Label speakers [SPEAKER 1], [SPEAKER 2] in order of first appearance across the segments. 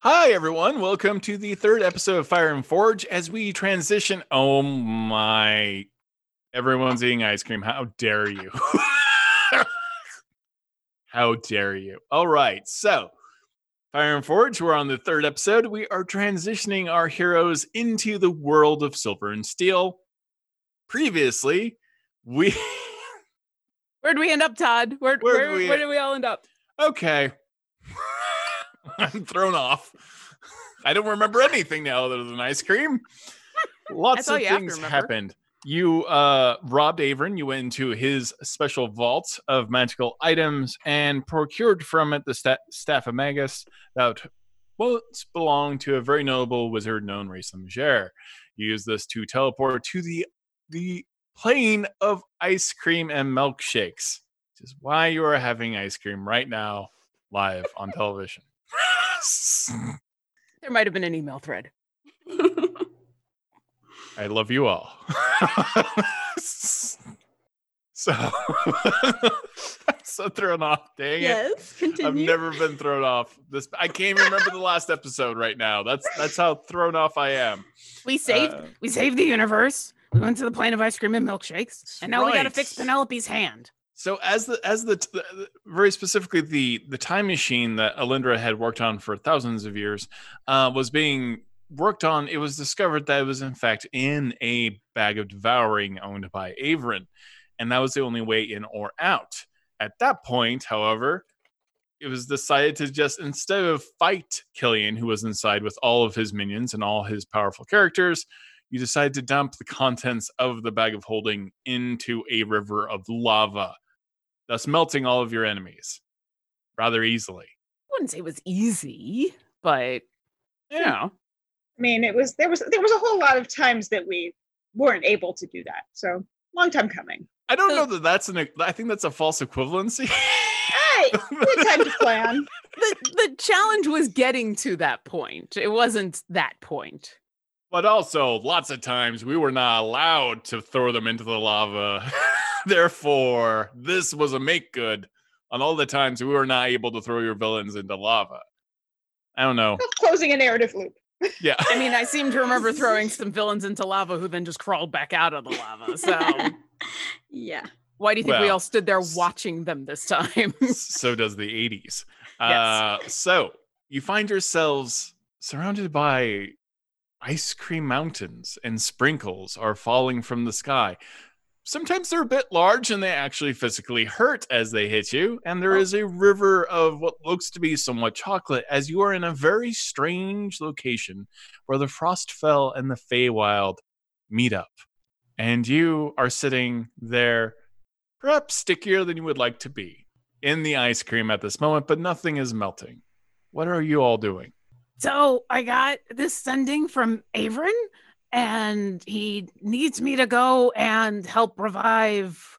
[SPEAKER 1] Hi, everyone. Welcome to the third episode of Fire and Forge as we transition. Oh my. Everyone's eating ice cream. How dare you? How dare you? All right. So, Fire and Forge, we're on the third episode. We are transitioning our heroes into the world of silver and steel. Previously, we.
[SPEAKER 2] Where'd we end up, Todd? Where
[SPEAKER 1] Where'd
[SPEAKER 2] where,
[SPEAKER 1] we-
[SPEAKER 2] where did we all end up?
[SPEAKER 1] okay. I'm thrown off. I don't remember anything now other than ice cream. Lots
[SPEAKER 2] That's all
[SPEAKER 1] of
[SPEAKER 2] you have to
[SPEAKER 1] things
[SPEAKER 2] remember.
[SPEAKER 1] happened. You uh, robbed Averin. You went into his special vault of magical items and procured from it the sta- staff of Magus that once belonged to a very noble wizard known Race Majer. You use this to teleport to the the plane of ice cream and milkshakes, which is why you are having ice cream right now, live on television.
[SPEAKER 2] There might have been an email thread.
[SPEAKER 1] I love you all. so, I'm so thrown off. Dang it.
[SPEAKER 3] yes, continue.
[SPEAKER 1] I've never been thrown off. This I can't even remember the last episode right now. That's that's how thrown off I am.
[SPEAKER 2] We saved
[SPEAKER 1] Uh,
[SPEAKER 2] we saved the universe. We went to the plane of ice cream and milkshakes, and now we got to
[SPEAKER 1] Right.
[SPEAKER 2] fix Penelope's hand.
[SPEAKER 1] So as the as the, the the- very specifically the the time machine that Alindra had worked on for thousands of years uh, was being worked on, it was discovered that it was in fact in a bag of devouring owned by Averin, and that was the only way in or out. At that point, however, it was decided to just instead of fight Killian, who was inside with all of his minions and all his powerful characters, you decide to dump the contents of the bag of holding into a river of lava, thus melting all of your enemies rather easily.
[SPEAKER 2] I wouldn't say it was easy, but you
[SPEAKER 1] Yeah.
[SPEAKER 2] know,
[SPEAKER 3] I mean, it was there was there was a whole lot of times that we weren't able to do that. So long time coming.
[SPEAKER 1] I don't
[SPEAKER 2] So-
[SPEAKER 1] know that that's an, e, I think that's a false equivalency.
[SPEAKER 3] Hey, good time to plan.
[SPEAKER 2] the the challenge was getting to that point. It wasn't that point.
[SPEAKER 1] But also, lots of times we were not allowed to throw them into the lava. Therefore, this was a make good on all the times we were not able to throw your villains into lava. I don't know.
[SPEAKER 3] Closing a narrative loop.
[SPEAKER 1] Yeah.
[SPEAKER 2] I mean, I seem to remember throwing some villains into lava who then just crawled back out of the lava. So
[SPEAKER 3] Yeah.
[SPEAKER 2] why do you think we
[SPEAKER 1] Well,
[SPEAKER 2] all stood there
[SPEAKER 1] s-
[SPEAKER 2] watching them this time?
[SPEAKER 1] so does the 80s. Uh, so you find yourselves surrounded by ice cream mountains, and sprinkles are falling from the sky. Sometimes they're a bit large and they actually physically hurt as they hit you. And there
[SPEAKER 2] Oh.
[SPEAKER 1] is a river of what looks to be somewhat chocolate as you are in a very strange location where the Frostfell and the Feywild meet up. And you are sitting there, perhaps stickier than you would like to be in the ice cream at this moment, but nothing is melting. What are you all doing?
[SPEAKER 2] So I got this sending from Averin, and he needs me to go and help revive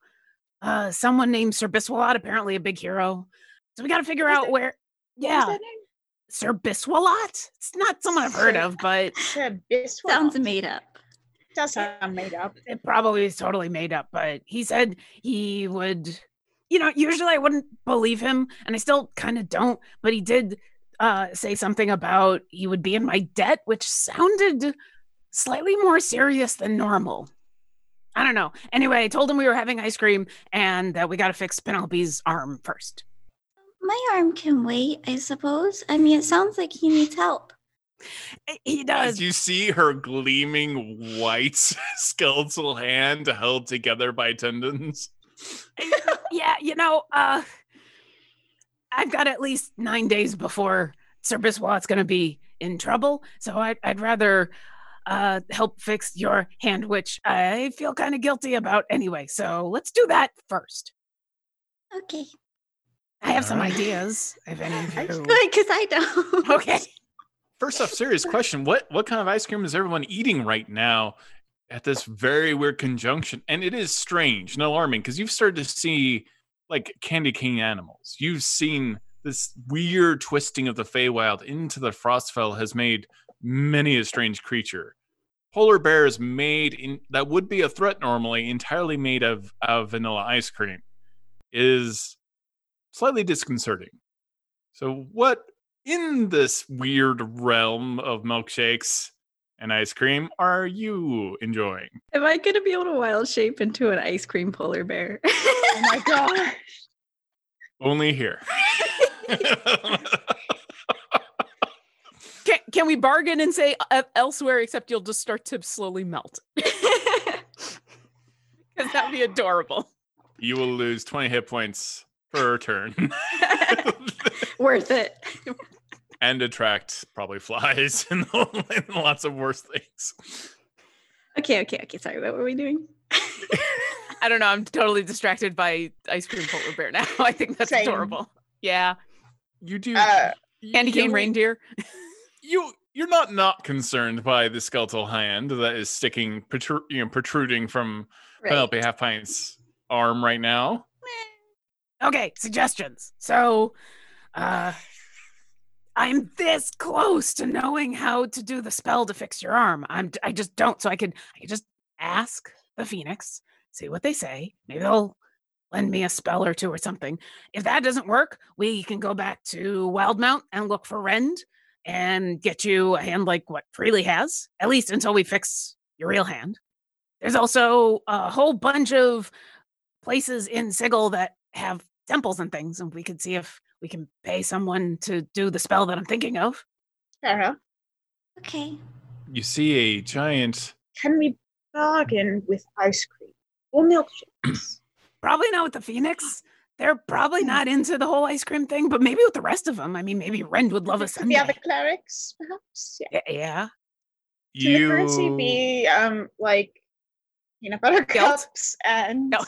[SPEAKER 2] uh, someone named Sir Biswalot, apparently a big hero. So we got to figure
[SPEAKER 3] Who's
[SPEAKER 2] out
[SPEAKER 3] that?
[SPEAKER 2] where.
[SPEAKER 3] What
[SPEAKER 2] Yeah,
[SPEAKER 3] was
[SPEAKER 2] Sir Biswalot. It's not someone I've heard
[SPEAKER 3] Sir-
[SPEAKER 2] of, but
[SPEAKER 3] that name? The Biswal.
[SPEAKER 4] Sounds made up.
[SPEAKER 3] Does sound made up.
[SPEAKER 2] it probably is totally made up. But he said he would. You know, usually I wouldn't believe him, and I still kind of don't. But he did uh, say something about he would be in my debt, which sounded slightly more serious than normal. I don't know. Anyway, I told him we were having ice cream and that we got to fix Penelope's arm first.
[SPEAKER 4] My arm can wait, I suppose. I mean, it sounds like he needs help.
[SPEAKER 2] I- He
[SPEAKER 1] As
[SPEAKER 2] does.
[SPEAKER 1] you see her gleaming white skeletal hand held together by tendons.
[SPEAKER 2] yeah, you know, uh, I've got at least nine days before Sir Biswat's going to be in trouble. So I, I'd rather uh, help fix your hand, which I feel kind of guilty about anyway. So let's do that first.
[SPEAKER 4] Okay.
[SPEAKER 2] I have some
[SPEAKER 1] Alright.
[SPEAKER 2] ideas, if any of
[SPEAKER 3] I
[SPEAKER 2] you.
[SPEAKER 4] Because I don't.
[SPEAKER 2] Okay.
[SPEAKER 1] First off, serious question. What what kind of ice cream is everyone eating right now at this very weird conjunction? And it is strange and alarming because you've started to see like candy cane animals. You've seen this weird twisting of the Feywild into the Frostfell has made many a strange creature. Polar bears made in that would be a threat normally, entirely made of, of vanilla ice cream, is slightly disconcerting. So what in this weird realm of milkshakes and ice cream are you enjoying?
[SPEAKER 5] Am I going to be able to wild shape into an ice cream polar bear?
[SPEAKER 3] Oh my god.
[SPEAKER 1] Only here.
[SPEAKER 2] Can, can we bargain and say uh, elsewhere, except you'll just start to slowly melt? Because that would be adorable.
[SPEAKER 1] you will lose 20 hit points per turn
[SPEAKER 5] Worth it.
[SPEAKER 1] and attract probably flies and lots of worse things.
[SPEAKER 5] Okay, okay, okay. Sorry, what were we doing?
[SPEAKER 2] I don't know. I'm totally distracted by ice cream polar bear now. I think that's
[SPEAKER 3] Same.
[SPEAKER 2] adorable. Yeah.
[SPEAKER 1] You do
[SPEAKER 3] Uh,
[SPEAKER 2] Candy cane
[SPEAKER 1] you-
[SPEAKER 2] reindeer.
[SPEAKER 1] you you're not not concerned by the skeletal hand that is sticking protru- you know, protruding from Penelope Half Pint's arm right now.
[SPEAKER 2] Okay, suggestions. So, uh, I'm this close to knowing how to do the spell to fix your arm. I'm I just don't. So I could I could just ask the phoenix, see what they say. Maybe they'll lend me a spell or two or something. If that doesn't work, we can go back to Wildmount and look for Rend and get you a hand like what Freely has, at least until we fix your real hand. There's also a whole bunch of places in Sigil that have temples and things, and we could see if we can pay someone to do the spell that I'm thinking of.
[SPEAKER 3] Sarah,
[SPEAKER 4] Okay.
[SPEAKER 1] You see a giant
[SPEAKER 3] can we bargain with ice cream or milkshakes?
[SPEAKER 2] Probably not with the Phoenix. They're probably not into the whole ice cream thing, but maybe with the rest of them. I mean, maybe Rend would love a
[SPEAKER 3] To the
[SPEAKER 2] sundae.
[SPEAKER 3] other clerics, perhaps. Yeah.
[SPEAKER 2] Y- yeah.
[SPEAKER 3] Can
[SPEAKER 1] you
[SPEAKER 3] the currency be um like peanut butter
[SPEAKER 2] Guilt?
[SPEAKER 3] cups and
[SPEAKER 2] No.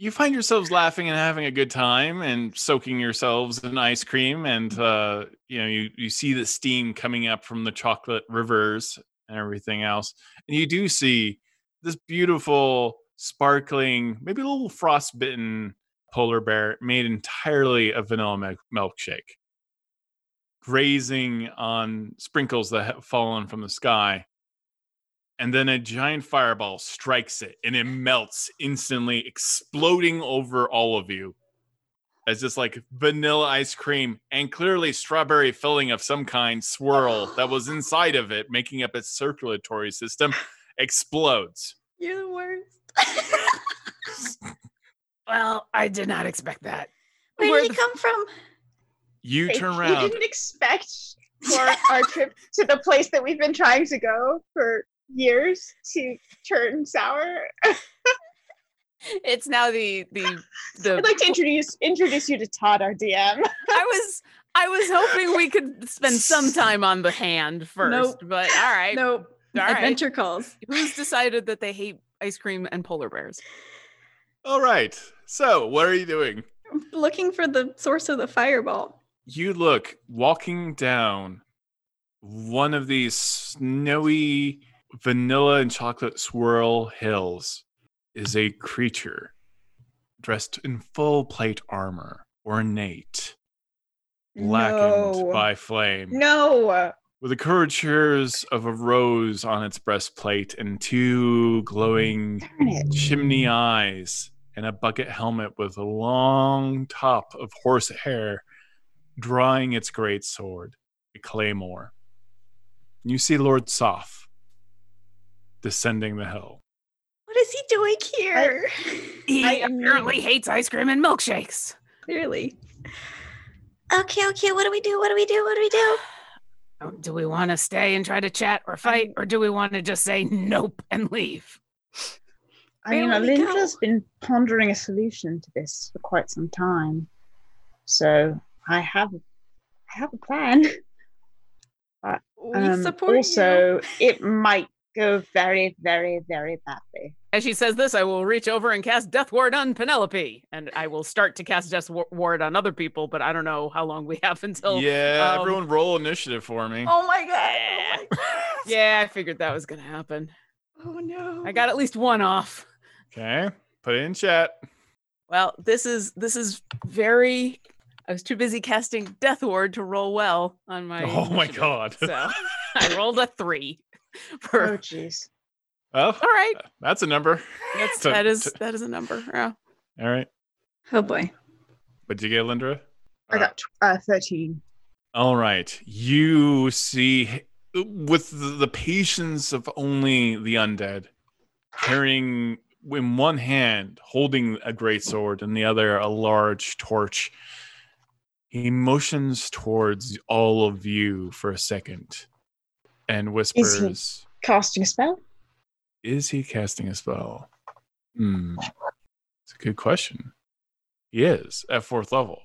[SPEAKER 1] you find yourselves laughing and having a good time and soaking yourselves in ice cream and
[SPEAKER 3] Mm-hmm.
[SPEAKER 1] uh, you know you, you see the steam coming up from the chocolate rivers and everything else and you do see this beautiful sparkling maybe a little frostbitten polar bear made entirely of vanilla milk- milkshake grazing on sprinkles that have fallen from the sky and then a giant fireball strikes it and it melts instantly exploding over all of you as this like vanilla ice cream and clearly strawberry filling of some kind swirl that was inside of it making up its circulatory system explodes
[SPEAKER 5] You're the worst.
[SPEAKER 2] Well, I did not expect that.
[SPEAKER 4] Where,
[SPEAKER 2] Where
[SPEAKER 4] did
[SPEAKER 2] the-
[SPEAKER 4] it come from?
[SPEAKER 1] you turn
[SPEAKER 3] Like,
[SPEAKER 1] around
[SPEAKER 3] We didn't expect for our trip to the place that we've been trying to go for years to turn sour.
[SPEAKER 2] It's now the the the
[SPEAKER 3] I'd like to introduce introduce you to Todd, our DM.
[SPEAKER 2] I was I was hoping we could spend some time on the hand first,
[SPEAKER 5] Nope.
[SPEAKER 2] but all right.
[SPEAKER 5] Nope.
[SPEAKER 2] All right.
[SPEAKER 5] Adventure calls.
[SPEAKER 2] Who's decided that they hate ice cream and polar bears?
[SPEAKER 1] all right so what are you doing
[SPEAKER 5] Looking for the source of the fireball.
[SPEAKER 1] you look walking down one of these snowy vanilla and chocolate swirl hills is a creature dressed in full plate armor ornate blackened
[SPEAKER 3] No.
[SPEAKER 1] by flame
[SPEAKER 3] No.
[SPEAKER 1] with the curvatures of a rose on its breastplate and two glowing
[SPEAKER 3] Darn it.
[SPEAKER 1] chimney eyes and a bucket helmet with a long top of horse hair drawing its great sword, a claymore. You see Lord Soph descending the hill.
[SPEAKER 5] What is he doing here?
[SPEAKER 2] He
[SPEAKER 3] I-
[SPEAKER 2] apparently hates ice cream and milkshakes.
[SPEAKER 5] Clearly.
[SPEAKER 4] Okay, okay. What do we do? What do we do? What do we do?
[SPEAKER 2] Oh, Do we want to stay and try to chat or fight, or do we want to just say nope and leave?
[SPEAKER 3] I
[SPEAKER 5] Where
[SPEAKER 3] mean,
[SPEAKER 5] will we go?
[SPEAKER 3] Alindra's been pondering a solution to this for quite some time, so I have I have a plan.
[SPEAKER 5] We
[SPEAKER 3] Um,
[SPEAKER 5] support you.
[SPEAKER 3] also, it might go very, very, very badly.
[SPEAKER 2] As she says this, I will reach over and cast Death Ward on Penelope, and I will start to cast Death Wa- Ward on other people, but I don't know how long we have until.
[SPEAKER 1] yeah,
[SPEAKER 2] um,
[SPEAKER 1] everyone roll initiative for me.
[SPEAKER 5] Oh my god. Oh, my god.
[SPEAKER 2] Yeah, I figured that was gonna happen.
[SPEAKER 5] oh no.
[SPEAKER 2] I got at least one off.
[SPEAKER 1] Okay, put it in chat.
[SPEAKER 2] Well, this is this is very. I was too busy casting Death Ward to roll well on my.
[SPEAKER 1] oh my
[SPEAKER 2] initiative,
[SPEAKER 1] god.
[SPEAKER 2] So I rolled a three.
[SPEAKER 3] Oh,
[SPEAKER 2] For,
[SPEAKER 3] jeez.
[SPEAKER 1] well,
[SPEAKER 2] all right,
[SPEAKER 1] Oh, that's a number.
[SPEAKER 2] that's,
[SPEAKER 1] So-
[SPEAKER 2] that is that is a number. Yeah.
[SPEAKER 1] All right.
[SPEAKER 5] Oh boy.
[SPEAKER 1] What'd you get, Lindra?
[SPEAKER 3] I got tw- uh, 13.
[SPEAKER 1] All right. You see, with the the patience of only the undead, carrying in one hand, holding a great sword, and the other a large torch, he motions towards all of you for a second and whispers,
[SPEAKER 3] Casting a spell?
[SPEAKER 1] is he casting a spell? Hmm. It's a good question. He is at fourth level.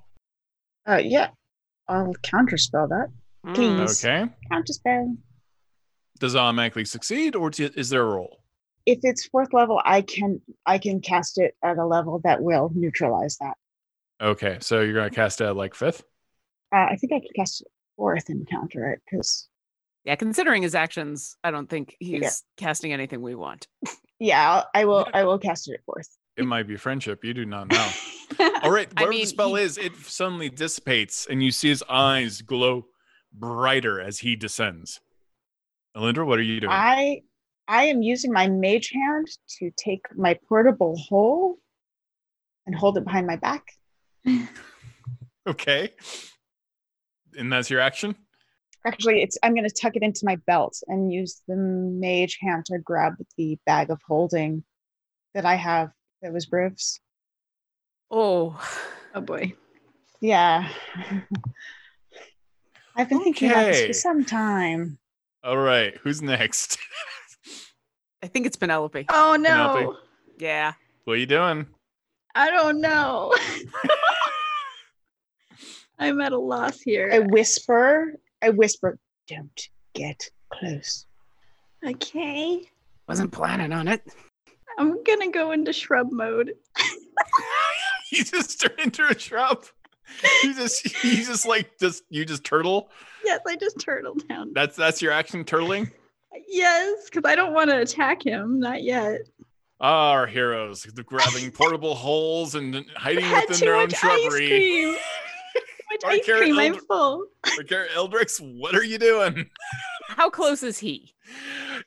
[SPEAKER 3] Uh, yeah. I'll counterspell that.
[SPEAKER 2] Mm.
[SPEAKER 3] Yes.
[SPEAKER 1] Okay.
[SPEAKER 3] Counterspell.
[SPEAKER 1] Does it automatically succeed or t- is there a roll?
[SPEAKER 3] If it's fourth level, I can I can cast it at a level that will neutralize that.
[SPEAKER 1] Okay. So you're going to cast at like fifth?
[SPEAKER 3] Uh, I think I can cast it fourth and counter it because
[SPEAKER 2] Yeah, considering his actions, I don't think he's
[SPEAKER 3] Yeah.
[SPEAKER 2] casting anything we want.
[SPEAKER 3] yeah, I'll, I will I will cast it at fourth.
[SPEAKER 1] It might be friendship. You do not know. All right.
[SPEAKER 2] I
[SPEAKER 1] Whatever
[SPEAKER 2] mean,
[SPEAKER 1] the spell
[SPEAKER 2] he-
[SPEAKER 1] is, it suddenly dissipates and you see his eyes glow brighter as he descends. Alindra, what are you doing?
[SPEAKER 3] I I am using my mage hand to take my portable hole and hold it behind my back.
[SPEAKER 1] okay. And that's your action?
[SPEAKER 3] Actually, it's I'm going to tuck it into my belt and use the mage hand to grab the bag of holding that I have that was Briv's.
[SPEAKER 2] Oh,
[SPEAKER 5] Oh boy.
[SPEAKER 3] Yeah. I've been thinking about this
[SPEAKER 1] Okay.
[SPEAKER 3] for some time.
[SPEAKER 1] All right. Who's next?
[SPEAKER 2] I think it's Penelope.
[SPEAKER 5] Oh
[SPEAKER 1] Penelope.
[SPEAKER 5] no.
[SPEAKER 2] Yeah.
[SPEAKER 1] what are you doing?
[SPEAKER 5] I don't know. I'm at a loss
[SPEAKER 3] I
[SPEAKER 5] here.
[SPEAKER 3] whisper, I whisper, don't get close.
[SPEAKER 4] okay.
[SPEAKER 2] Wasn't planning on it.
[SPEAKER 5] I'm gonna go into shrub mode.
[SPEAKER 1] you just turn into a shrub. You just you just like just you just turtle.
[SPEAKER 5] Yes, I just turtle down.
[SPEAKER 1] That's that's your action turtling.
[SPEAKER 5] Yes, because I don't want to attack him. Not yet.
[SPEAKER 1] Our heroes the grabbing portable holes and hiding
[SPEAKER 5] I had
[SPEAKER 1] within
[SPEAKER 5] too
[SPEAKER 1] their own
[SPEAKER 5] much ice
[SPEAKER 1] shrubbery.
[SPEAKER 5] cream. Too much
[SPEAKER 1] Alright,
[SPEAKER 5] ice
[SPEAKER 1] Karen,
[SPEAKER 5] cream. I'm
[SPEAKER 1] Elder-
[SPEAKER 5] full.
[SPEAKER 1] Okay, Eldrix, what are you doing?
[SPEAKER 2] How close is he?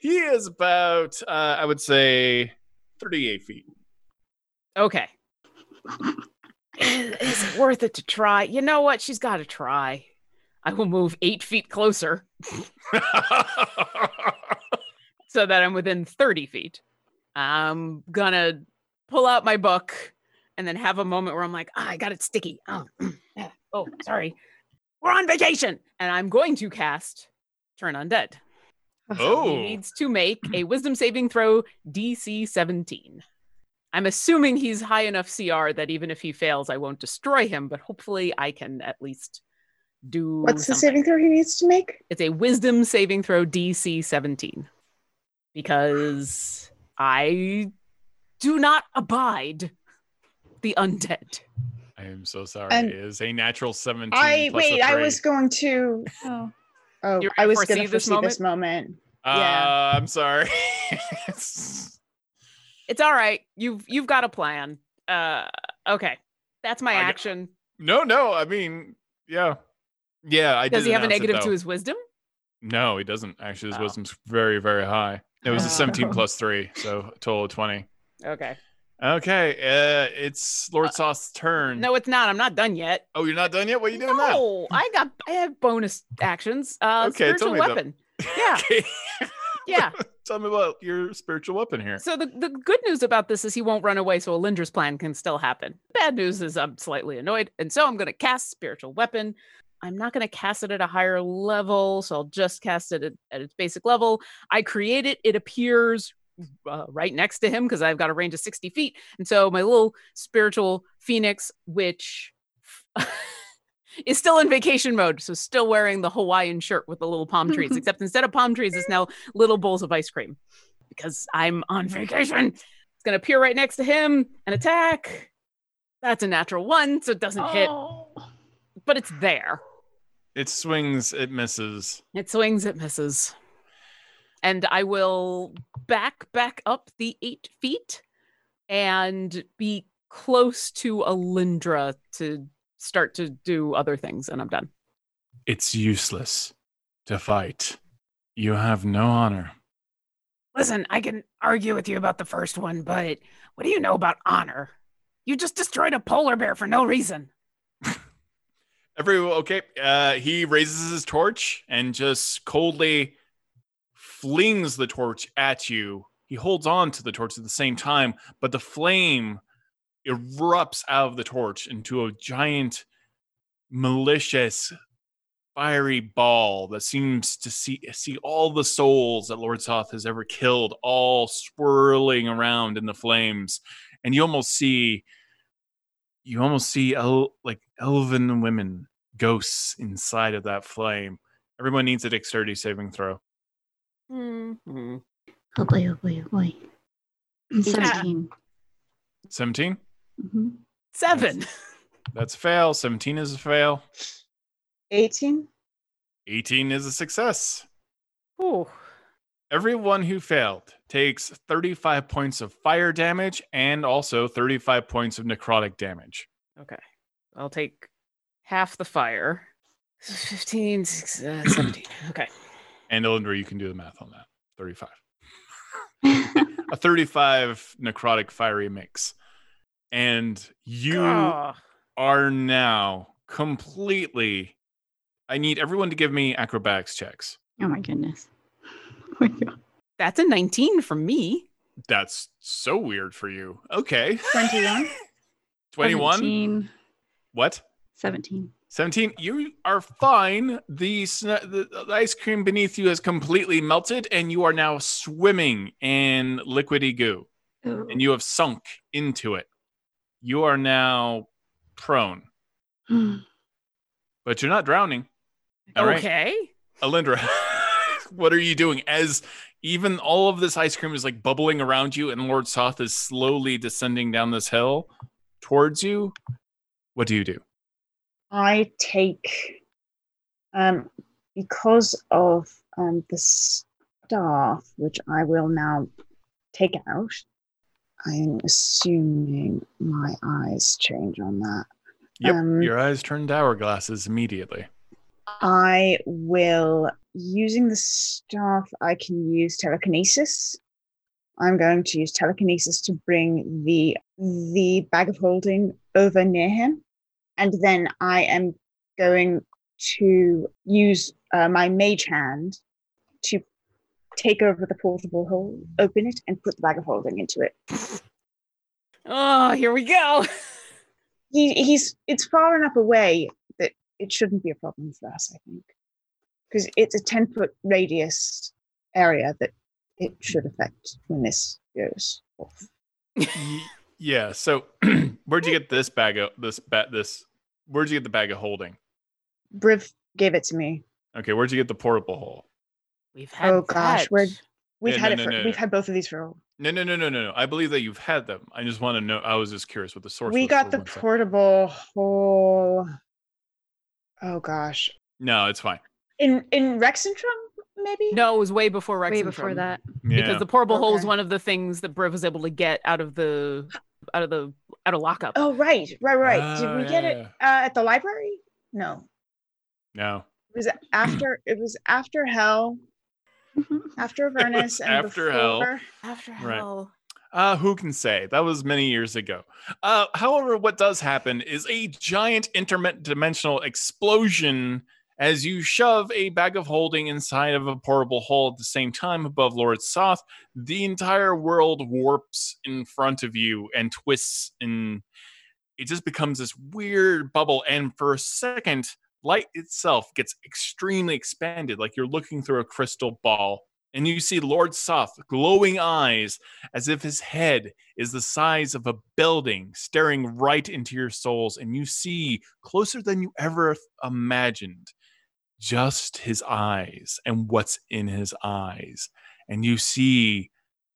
[SPEAKER 1] He is about uh, I would say 38 feet.
[SPEAKER 2] Okay. is is it worth it to try? You know what? She's got to try. I will move eight feet closer so that I'm within 30 feet. I'm gonna pull out my book and then have a moment where I'm like, ah, I got it sticky. Oh, yeah. oh, sorry. We're on vacation. And I'm going to cast Turn Undead. So He
[SPEAKER 1] oh,
[SPEAKER 2] needs to make a wisdom saving throw DC 17. I'm assuming he's high enough CR that even if he fails, I won't destroy him, but hopefully I can at least do
[SPEAKER 3] What's the
[SPEAKER 2] something.
[SPEAKER 3] saving throw he needs to make?
[SPEAKER 2] It's a wisdom saving throw DC 17 because I do not abide the undead.
[SPEAKER 1] I am so sorry.
[SPEAKER 3] And-
[SPEAKER 1] it is a natural 17
[SPEAKER 3] I
[SPEAKER 1] plus a
[SPEAKER 3] wait, I
[SPEAKER 1] three.
[SPEAKER 3] was going to
[SPEAKER 5] Oh.
[SPEAKER 3] Oh,
[SPEAKER 2] You're
[SPEAKER 3] I
[SPEAKER 2] gonna
[SPEAKER 3] was
[SPEAKER 2] foresee
[SPEAKER 3] going to
[SPEAKER 2] this
[SPEAKER 3] foresee this moment.
[SPEAKER 1] Uh, I'm sorry.
[SPEAKER 2] It's all right. You've you've got a plan. Uh okay. That's my
[SPEAKER 1] I got-
[SPEAKER 2] action.
[SPEAKER 1] no, no. I mean, yeah, yeah. I
[SPEAKER 2] Does
[SPEAKER 1] did
[SPEAKER 2] he have a
[SPEAKER 1] announce it,
[SPEAKER 2] negative to
[SPEAKER 1] though.
[SPEAKER 2] his wisdom?
[SPEAKER 1] No, he doesn't. Actually, his
[SPEAKER 2] Oh.
[SPEAKER 1] wisdom's very, very high. It was a
[SPEAKER 2] Oh.
[SPEAKER 1] 17 plus three, so a total of 20.
[SPEAKER 2] Okay.
[SPEAKER 1] Okay, uh, it's Lord Sauce's turn.
[SPEAKER 2] No, it's not. I'm not done yet.
[SPEAKER 1] oh, you're not done yet. What are Mm. you doing now?
[SPEAKER 2] no, I got I have bonus actions. Uh
[SPEAKER 1] Okay, tell
[SPEAKER 2] spiritual
[SPEAKER 1] me about-
[SPEAKER 2] weapon. Yeah.
[SPEAKER 1] Okay,
[SPEAKER 2] Yeah.
[SPEAKER 1] tell me about your spiritual weapon here.
[SPEAKER 2] So the, the good news about this is he won't run away, so Alindra's plan can still happen. Bad news is I'm slightly annoyed, and so I'm gonna cast spiritual weapon. I'm not gonna cast it at a higher level, so I'll just cast it at, at its basic level. I create it, it appears uh, right next to him because I've got a range of 60 feet. And so my little spiritual phoenix, which is still in vacation mode, so still wearing the Hawaiian shirt with the little palm trees, except instead of palm trees, it's now little bowls of ice cream because I'm on vacation. It's going to appear right next to him and attack. That's a natural one, so it doesn't hit,
[SPEAKER 5] Oh.
[SPEAKER 2] but it's there.
[SPEAKER 1] It swings, it misses.
[SPEAKER 2] It swings, it misses. And I will back back up the eight feet and be close to Alindra to start to do other things, and I'm done.
[SPEAKER 1] It's useless to fight. You have no honor.
[SPEAKER 2] Listen, I can argue with you about the first one, but what do you know about honor? You just destroyed a polar bear for no reason.
[SPEAKER 1] Everyone, okay. Uh, he raises his torch and just coldly flings the torch at you. He holds on to the torch at the same time, but the flame erupts out of the torch into a giant, malicious, fiery ball that seems to see see all the souls that Lord Soth has ever killed, all swirling around in the flames, and you almost see you almost see el- like elven women ghosts inside of that flame. Everyone needs a dexterity saving throw.
[SPEAKER 2] Mhm.
[SPEAKER 4] Oh boy, oh boy, oh boy. I'm
[SPEAKER 2] Yeah.
[SPEAKER 4] 17.
[SPEAKER 1] 17?
[SPEAKER 4] hmm
[SPEAKER 2] Seven.
[SPEAKER 1] That's a fail. 17 is a fail.
[SPEAKER 3] 18?
[SPEAKER 1] 18 is a success.
[SPEAKER 2] Ooh.
[SPEAKER 1] Everyone who failed takes 35 points of fire damage and also 35 points of necrotic damage.
[SPEAKER 2] Okay. I'll take half the fire. 15, six, uh, 17. Okay.
[SPEAKER 1] And Elendra, you can do the math on that. 35.
[SPEAKER 5] Mm-hmm.
[SPEAKER 1] A 35 necrotic fiery mix. And you
[SPEAKER 2] Ah.
[SPEAKER 1] are now completely. I need everyone to give me acrobatics checks.
[SPEAKER 4] Oh my goodness. Oh my God.
[SPEAKER 2] That's a 19 from me.
[SPEAKER 1] That's so weird for you. Okay.
[SPEAKER 3] 21?
[SPEAKER 1] 21?
[SPEAKER 5] 17.
[SPEAKER 1] What?
[SPEAKER 4] 17.
[SPEAKER 1] 17 you are fine the, sn- the the ice cream beneath you has completely melted and you are now swimming in liquidy goo
[SPEAKER 4] Oh.
[SPEAKER 1] and you have sunk into it you are now prone
[SPEAKER 5] Mm,
[SPEAKER 1] but you're not drowning
[SPEAKER 2] Oh,
[SPEAKER 1] All right,
[SPEAKER 2] okay.
[SPEAKER 1] alindra what are you doing as even all of this ice cream is like bubbling around you and lord soth is slowly descending down this hill towards you what do you do
[SPEAKER 3] I take, um, because of um, the staff, which I will now take out, I'm assuming my eyes change on that.
[SPEAKER 1] yep
[SPEAKER 3] Um,
[SPEAKER 1] your eyes turn to hourglasses immediately
[SPEAKER 3] I will, using the staff, I can use telekinesis. I'm going to use telekinesis to bring the the bag of holding over near him, and then I am going to use uh, my mage hand to take over the portable hole, open it, and put the bag of holding into it.
[SPEAKER 2] Oh, here we go.
[SPEAKER 3] He, he's it's far enough away that it shouldn't be a problem for us, I think, because it's a ten foot radius area that it should affect when this goes off.
[SPEAKER 1] Y- yeah. So where'd you get this bag of this bat this where'd you get the bag of holding?
[SPEAKER 3] Briv gave it to me.
[SPEAKER 1] Okay, where'd you get the portable hole?
[SPEAKER 2] We've had
[SPEAKER 3] Oh, gosh, we're-
[SPEAKER 2] that.
[SPEAKER 3] We've
[SPEAKER 1] Yeah,
[SPEAKER 3] had
[SPEAKER 1] no,
[SPEAKER 3] it
[SPEAKER 1] no,
[SPEAKER 3] for
[SPEAKER 1] no,
[SPEAKER 3] we've
[SPEAKER 1] no.
[SPEAKER 3] had both of these for.
[SPEAKER 1] No, no, no, no, no, no. I believe that you've had them. I just want to know. I was just curious what the source.
[SPEAKER 3] We
[SPEAKER 1] was
[SPEAKER 3] got
[SPEAKER 1] for
[SPEAKER 3] the
[SPEAKER 1] one sec.
[SPEAKER 3] portable hole. Oh gosh,
[SPEAKER 1] no, it's fine.
[SPEAKER 3] in in Rexentrum maybe.
[SPEAKER 2] No, it was way before Rex.
[SPEAKER 5] Way before that.
[SPEAKER 1] Yeah.
[SPEAKER 2] Because the portable hole is
[SPEAKER 3] Okay.
[SPEAKER 2] one of the things that Briv was able to get out of the out of the out of lockup.
[SPEAKER 3] Oh right, right, right. Did
[SPEAKER 1] Oh,
[SPEAKER 3] we get it uh,
[SPEAKER 1] yeah.
[SPEAKER 3] at the library? No,
[SPEAKER 1] no.
[SPEAKER 3] it was after. it was after Hell. after
[SPEAKER 1] was
[SPEAKER 3] Avernus and
[SPEAKER 1] after hell.
[SPEAKER 3] before-
[SPEAKER 2] After
[SPEAKER 1] Right.
[SPEAKER 2] hell.
[SPEAKER 1] Uh, who can say? That was many years ago. Uh, however, what does happen is a giant interdimensional explosion as you shove a bag of holding inside of a portable hole at the same time above Lord Soth. The entire world warps in front of you and twists, and it just becomes this weird bubble. And for a second, light itself gets extremely expanded, like you're looking through a crystal ball. And you see Lord Soth, glowing eyes, as if his head is the size of a building staring right into your souls and you see closer than you ever th- imagined just his eyes and what's in his eyes and you see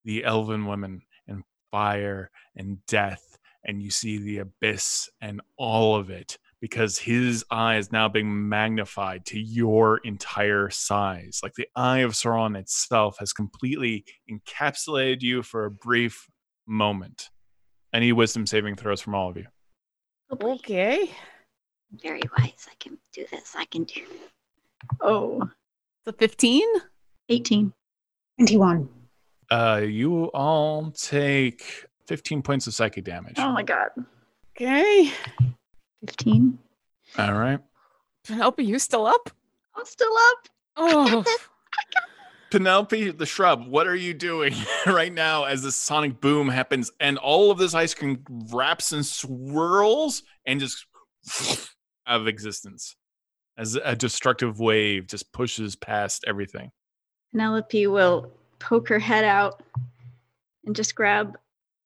[SPEAKER 1] the elven women and fire and death and you see the abyss and all of it because his eye is now being magnified to your entire size. Like the eye of Sauron itself has completely encapsulated you for a brief moment. I need wisdom saving throws from all of you.
[SPEAKER 4] Oh boy.
[SPEAKER 2] Okay.
[SPEAKER 4] Very wise. I can do this. I can do
[SPEAKER 5] Oh,
[SPEAKER 2] The 15?
[SPEAKER 4] 18.
[SPEAKER 3] 21.
[SPEAKER 1] Uh, you all take 15 points of Oh psychic damage.
[SPEAKER 5] oh my God.
[SPEAKER 2] Okay.
[SPEAKER 4] 15.
[SPEAKER 1] All right.
[SPEAKER 2] Penelope, you still up?
[SPEAKER 5] I'm still up.
[SPEAKER 2] Oh,
[SPEAKER 1] Penelope the shrub, what are you doing right now as this sonic boom happens and all of this ice cream wraps and swirls and just out of existence as a destructive wave just pushes past everything.
[SPEAKER 5] Penelope will poke her head out and just grab,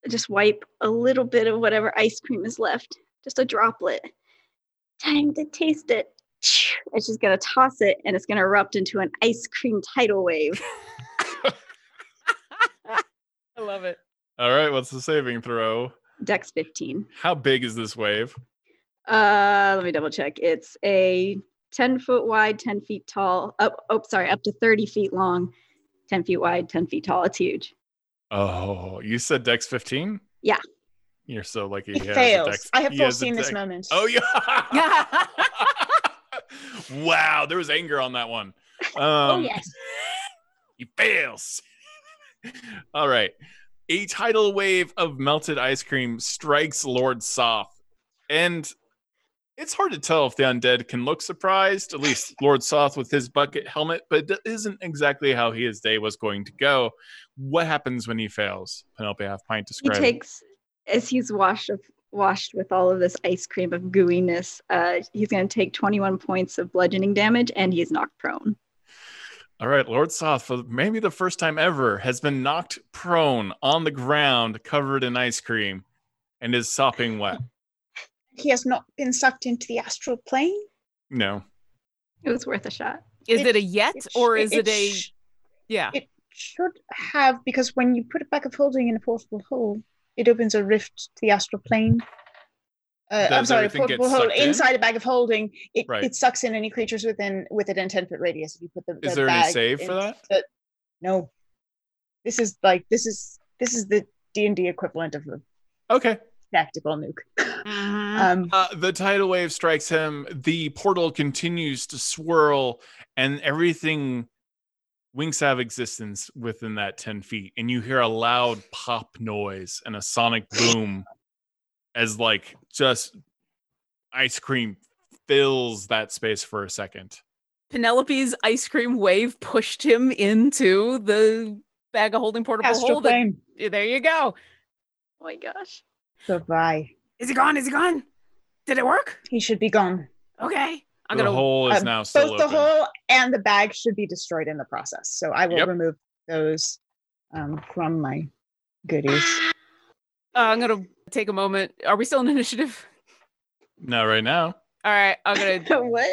[SPEAKER 5] just wipe a little bit of whatever ice cream is left, just a droplet. Time to taste it. And she's gonna toss it, and it's gonna erupt into an ice cream tidal wave.
[SPEAKER 2] I love it.
[SPEAKER 1] All right, what's the saving throw?
[SPEAKER 5] Dex 15.
[SPEAKER 1] How big is this wave?
[SPEAKER 5] Uh, let me double check. It's a 10 foot wide, 10 feet tall. Up, oh, sorry, up to 30 feet long, 10 feet wide, 10 feet tall. It's huge.
[SPEAKER 1] Oh, you said Dex 15?
[SPEAKER 5] Yeah.
[SPEAKER 1] You're so lucky.
[SPEAKER 3] It
[SPEAKER 1] he has a
[SPEAKER 3] fails.
[SPEAKER 1] Dex-
[SPEAKER 3] I have
[SPEAKER 1] he has a
[SPEAKER 3] foreseen this
[SPEAKER 1] Dex-
[SPEAKER 3] moment.
[SPEAKER 1] Oh yeah. wow, there was anger on that one. Um,
[SPEAKER 5] Oh yes.
[SPEAKER 1] He fails. All right. A tidal wave of melted ice cream strikes Lord Soph. And it's hard to tell if the undead can look surprised, at least Lord Soth with his bucket helmet, but that isn't exactly how his day was going to go. What happens when he fails? Penelope Half Pint
[SPEAKER 5] He
[SPEAKER 1] described.
[SPEAKER 5] takes as he's washed of washed with all of this ice cream of gooiness. Uh, he's going to take 21 points of bludgeoning damage, and he's knocked prone.
[SPEAKER 1] All right, Lord Soth, for maybe the first time ever, has been knocked prone on the ground, covered in ice cream, and is sopping wet.
[SPEAKER 3] He has not been sucked into the astral plane.
[SPEAKER 1] No.
[SPEAKER 5] It was worth a shot.
[SPEAKER 2] Is
[SPEAKER 3] It-
[SPEAKER 2] it a yet
[SPEAKER 3] sh-
[SPEAKER 2] or is it, a
[SPEAKER 3] sh-
[SPEAKER 2] yeah?
[SPEAKER 3] it should have because when you put a bag of holding in a portable hole, it opens a rift to the astral plane. Uh, I'm
[SPEAKER 1] Does
[SPEAKER 3] sorry, a
[SPEAKER 1] everything get
[SPEAKER 3] portable hole
[SPEAKER 1] sucked in?
[SPEAKER 3] inside a bag of holding. It,
[SPEAKER 1] Right.
[SPEAKER 3] it sucks in any creatures within within a ten foot radius. If you put the,
[SPEAKER 1] Is
[SPEAKER 3] the
[SPEAKER 1] there any
[SPEAKER 3] bag
[SPEAKER 1] save for
[SPEAKER 3] in
[SPEAKER 1] that?
[SPEAKER 3] the- no, this is like this is this is the D and D equivalent of a
[SPEAKER 1] Okay.
[SPEAKER 3] tactical nuke.
[SPEAKER 4] Mm-hmm.
[SPEAKER 2] Mhm.
[SPEAKER 3] Um,
[SPEAKER 1] Uh, the tidal wave strikes him. The portal continues to swirl, and everything winks out of existence within that 10 feet. And you hear a loud pop noise and a sonic boom as, like, just ice cream fills that space for a second.
[SPEAKER 2] Penelope's ice cream wave pushed him into the bag of holding portable
[SPEAKER 3] astral
[SPEAKER 2] hole. that-
[SPEAKER 3] plane.
[SPEAKER 2] there you go.
[SPEAKER 5] Oh my gosh.
[SPEAKER 3] Goodbye.
[SPEAKER 2] Is he gone? Is he gone? Did it work?
[SPEAKER 3] He should be gone.
[SPEAKER 2] Okay. I'm
[SPEAKER 1] the
[SPEAKER 2] gonna
[SPEAKER 1] hole is
[SPEAKER 3] Um,
[SPEAKER 1] now still
[SPEAKER 3] both
[SPEAKER 1] open.
[SPEAKER 3] the hole and the bag should be destroyed in the process. So I will
[SPEAKER 1] Yep.
[SPEAKER 3] remove those um, from my goodies.
[SPEAKER 2] uh, I'm gonna take a moment. Are we still in initiative?
[SPEAKER 1] Not right now.
[SPEAKER 2] All right, I'm gonna
[SPEAKER 5] what?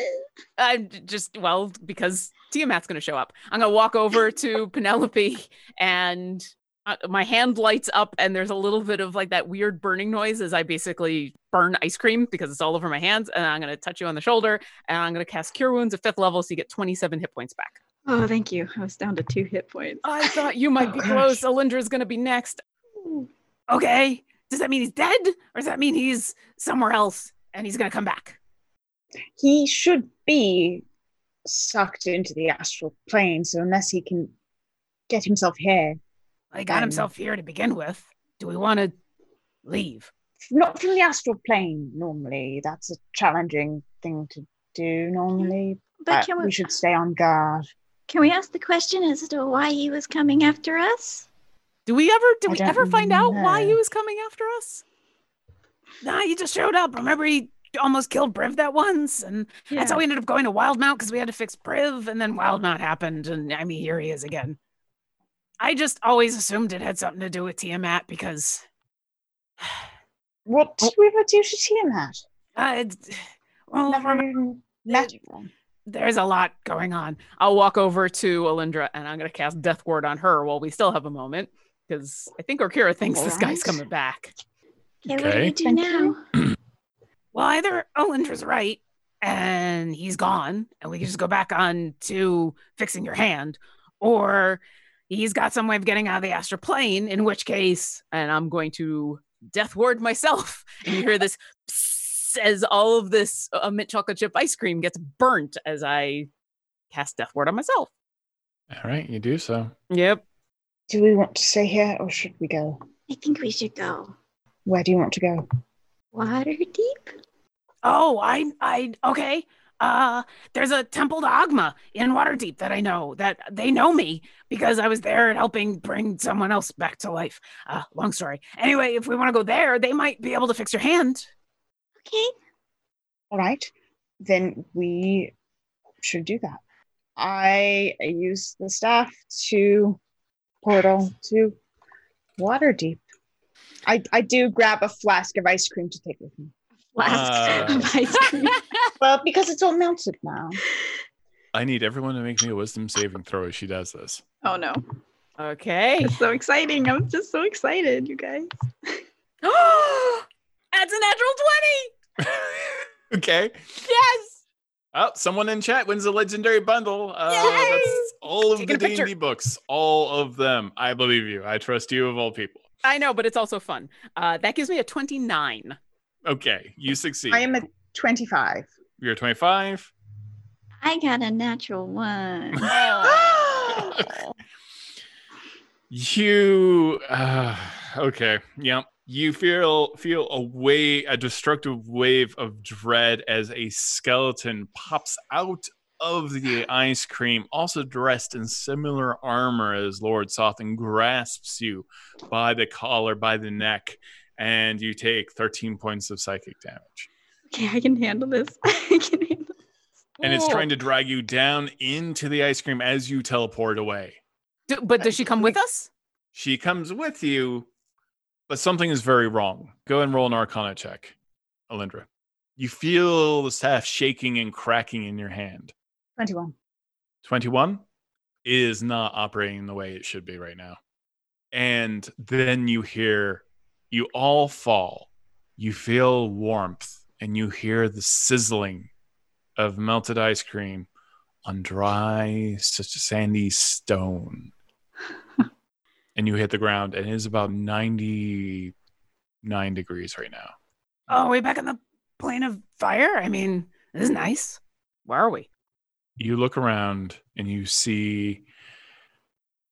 [SPEAKER 2] I'm j- just well because Tiamat's gonna show up. I'm gonna walk over to Penelope and uh, my hand lights up and there's a little bit of like that weird burning noise as I basically burn ice cream because it's all over my hands and I'm gonna touch you on the shoulder and I'm gonna cast Cure Wounds at fifth level so you get 27 hit points back.
[SPEAKER 5] Oh, thank you. I was down to two hit points.
[SPEAKER 2] I thought you might
[SPEAKER 3] Oh,
[SPEAKER 2] be
[SPEAKER 3] gosh.
[SPEAKER 2] close. Alindra's gonna be next. Okay. Does that mean he's dead or does that mean he's somewhere else and he's gonna come back?
[SPEAKER 3] He should be sucked into the astral plane. So unless he can get himself here,
[SPEAKER 2] He got
[SPEAKER 3] Um,
[SPEAKER 2] himself here to begin with. Do we want to leave?
[SPEAKER 3] not from the astral plane normally, that's a challenging thing to do normally.
[SPEAKER 4] But
[SPEAKER 3] but
[SPEAKER 4] can
[SPEAKER 3] we,
[SPEAKER 4] we,
[SPEAKER 3] should stay on guard.
[SPEAKER 4] can we ask the question as to why he was coming after us?
[SPEAKER 2] Do we ever do
[SPEAKER 3] I
[SPEAKER 2] we
[SPEAKER 3] don't
[SPEAKER 2] ever find out why he
[SPEAKER 3] know.
[SPEAKER 2] was coming after us? Nah, he just showed up. Remember he almost killed Briv that once and that's how we ended up going to Wildmount because we had to fix Priv and then Wildmount happened and I mean here he is again. I just always assumed it had something to do with Tiamat because
[SPEAKER 3] What
[SPEAKER 4] Oh.
[SPEAKER 3] did we ever do to Tiamat?
[SPEAKER 2] uh, it's- well,
[SPEAKER 3] Never even met one.
[SPEAKER 2] there's a lot going on. I'll walk over to Alindra and I'm going to cast Death Ward on her while we still have a moment because I think Orkira thinks this guy's
[SPEAKER 3] Alright.
[SPEAKER 2] coming back.
[SPEAKER 4] Okay, what do we
[SPEAKER 1] Okay.
[SPEAKER 4] do
[SPEAKER 3] Thank
[SPEAKER 4] now?
[SPEAKER 3] you.
[SPEAKER 2] Well, either Alindra's right and he's gone and we can just go back on to fixing your hand, or he's got some way of getting out of the astral plane, in which case, and I'm going to Death Ward myself. And you hear this psst as all of this uh, mint chocolate chip ice cream gets burnt as I cast Death Ward on myself.
[SPEAKER 1] All right, you do so.
[SPEAKER 2] Yep.
[SPEAKER 3] Do we want to stay here or should we go?
[SPEAKER 4] I think we should go
[SPEAKER 3] Where do you want to go?
[SPEAKER 4] water deep.
[SPEAKER 2] Oh, I, I, okay. uh, there's a temple to Agma in Waterdeep that I know that they know me because I was there helping bring someone else back to life. Uh, long story. Anyway, if we want to go there, they might be able to fix your hand.
[SPEAKER 4] Okay.
[SPEAKER 3] All right, then we should do that. I use the staff to portal to water deep. I, I do grab a flask of ice cream to take with me.
[SPEAKER 5] Flask
[SPEAKER 1] Uh.
[SPEAKER 5] of ice cream.
[SPEAKER 3] Well, because it's all melted now.
[SPEAKER 1] I need everyone to make me a wisdom saving throw as she does this.
[SPEAKER 5] Oh no.
[SPEAKER 2] Okay.
[SPEAKER 5] It's so exciting. I'm just so excited, you guys.
[SPEAKER 2] That's a natural 20.
[SPEAKER 1] okay.
[SPEAKER 2] Yes.
[SPEAKER 1] Oh, someone in chat wins the legendary bundle. Uh,
[SPEAKER 2] Yay!
[SPEAKER 1] that's all of
[SPEAKER 2] Taking a
[SPEAKER 1] the D
[SPEAKER 2] picture.
[SPEAKER 1] and D books, all of them. I believe you. I trust you of all people.
[SPEAKER 2] I know, but it's also fun. Uh, that gives me a 29.
[SPEAKER 1] Okay, you succeed.
[SPEAKER 3] I am at 25.
[SPEAKER 1] You're 25.
[SPEAKER 4] I got a natural one.
[SPEAKER 1] you uh, okay yep you feel feel a way a destructive wave of dread as a skeleton pops out of the ice cream also dressed in similar armor as lord sothen grasps you by the collar by the neck and you take 13 points of psychic damage
[SPEAKER 5] Okay, I can handle this. I can handle
[SPEAKER 1] and it's trying to drag you down into the ice cream as you teleport away
[SPEAKER 2] Do, but does she come with us?
[SPEAKER 1] She comes with you, but something is very wrong. Go and roll an arcana check, Alindra. You feel the staff shaking and cracking in your hand.
[SPEAKER 3] 21.
[SPEAKER 1] 21 is not operating the way it should be right now. And then you hear, you all fall. You feel warmth and you hear the sizzling of melted ice cream on dry, such sandy stone. and you hit the ground, and it is about 99 degrees right now.
[SPEAKER 2] Oh, way back on the plane of fire? I mean, this is nice. Where are we?
[SPEAKER 1] you look around and you see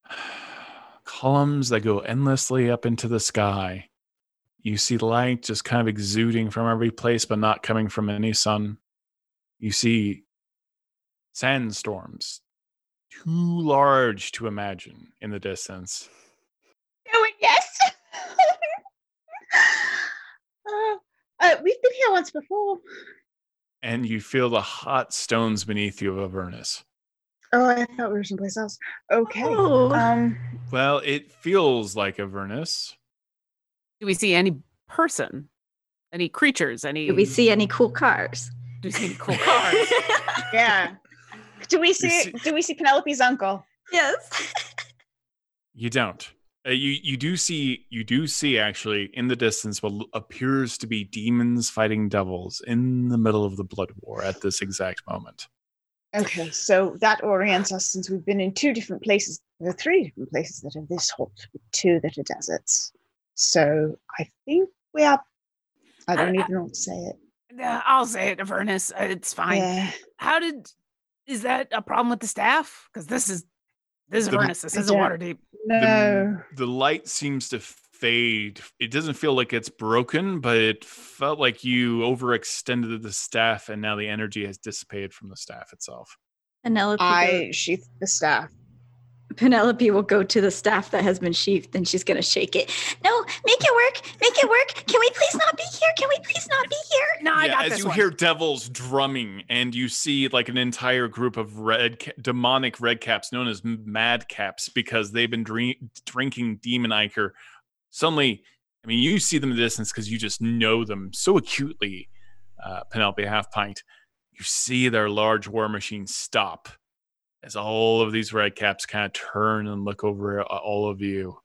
[SPEAKER 1] columns that go endlessly up into the sky. You see light just kind of exuding from every place, but not coming from any sun. You see sandstorms, too large to imagine in the distance.
[SPEAKER 3] Do it, yes. uh, uh, we've been here once before.
[SPEAKER 1] And you feel the hot stones beneath you of Avernus.
[SPEAKER 3] Oh, I thought we were someplace else. Okay.
[SPEAKER 5] Oh.
[SPEAKER 3] Um,
[SPEAKER 1] Well, it feels like Avernus.
[SPEAKER 2] Do we see any person? Any creatures? Any
[SPEAKER 5] Do we see any cool cars?
[SPEAKER 2] do we see any cool cars?
[SPEAKER 3] yeah. Do we see,
[SPEAKER 1] see-
[SPEAKER 3] do we see Penelope's uncle?
[SPEAKER 5] yes.
[SPEAKER 1] You don't. Uh, you you do see you do see actually in the distance what l- appears to be demons fighting devils in the middle of the blood war at this exact moment.
[SPEAKER 3] Okay, so that orients us since we've been in two different places. There are three different places that are this hot, but two that are deserts. So I think we are. I don't even want to say it.
[SPEAKER 2] Yeah, I'll say it, Avernus. Uh, It's fine.
[SPEAKER 3] yeah,
[SPEAKER 2] How did is that a problem with the staff? Because this is this is
[SPEAKER 1] The-
[SPEAKER 2] Avernus. This
[SPEAKER 3] I
[SPEAKER 2] isn't
[SPEAKER 3] don't-
[SPEAKER 2] water deep.
[SPEAKER 3] no.
[SPEAKER 1] The light seems to fade. It doesn't feel like it's broken, but it felt like you overextended the staff, and now the energy has dissipated from the staff itself.
[SPEAKER 5] Penelope.
[SPEAKER 3] I sheath the staff.
[SPEAKER 5] Penelope will go to the staff that has been sheathed and she's gonna shake it.
[SPEAKER 4] No, make it work. Make it work. Can we please not be here? Can we please not be here?
[SPEAKER 2] No, I
[SPEAKER 1] Yeah,
[SPEAKER 2] got
[SPEAKER 1] as
[SPEAKER 2] this
[SPEAKER 1] you
[SPEAKER 2] one.
[SPEAKER 1] hear devils drumming, and you see like an entire group of red, ca- demonic red caps known as madcaps because they've been drink- drinking demon ichor. Suddenly, I mean, you see them in the distance because you just know them so acutely. Uh, Penelope Half Pint, you see their large war machine stop as all of these red caps kind of turn and look over at all of you.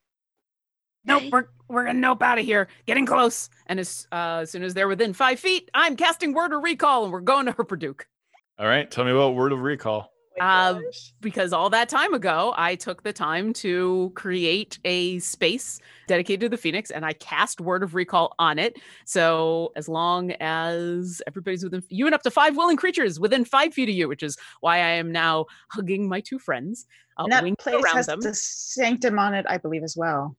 [SPEAKER 2] Nope, we're we're gonna nope out of here. Getting close. And as uh, as soon as they're within five feet, I'm casting word or recall, and we're going to her Perduke.
[SPEAKER 1] All right, tell me about word of recall.
[SPEAKER 2] Um, because all that time ago, I took the time to create a space dedicated to the Phoenix and I cast Word of Recall on it. So, as long as everybody's within you and up to five willing creatures within five feet of you, which is why I am now hugging my two friends, uh,
[SPEAKER 3] And that
[SPEAKER 2] winged
[SPEAKER 3] place
[SPEAKER 2] around
[SPEAKER 3] has
[SPEAKER 2] them.
[SPEAKER 3] the sanctum on it, I believe, as well.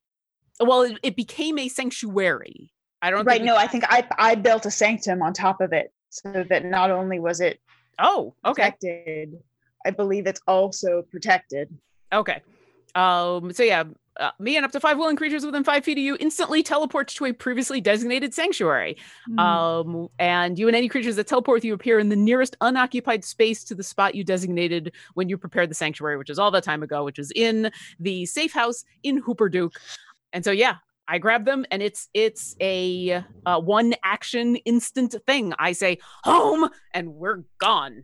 [SPEAKER 2] Well, it, it became a sanctuary. I don't
[SPEAKER 3] Right?
[SPEAKER 2] we
[SPEAKER 3] No, I
[SPEAKER 2] had-
[SPEAKER 3] think I I built a sanctum on top of it so that not only was it
[SPEAKER 2] Oh, okay.
[SPEAKER 3] Protected. I believe it's also protected.
[SPEAKER 2] Okay. Um, so yeah, uh, me and up to five willing creatures within five feet of you instantly teleport to a previously designated sanctuary.
[SPEAKER 5] "Hmm, Mm.
[SPEAKER 2] Um, and you and any creatures that teleport with you appear in the nearest unoccupied space to the spot you designated when you prepared the sanctuary, which is all that time ago, which is in the safe house in Hooper Duke. And so, yeah, I grab them, and it's it's a uh, one action instant thing. I say home, and we're gone.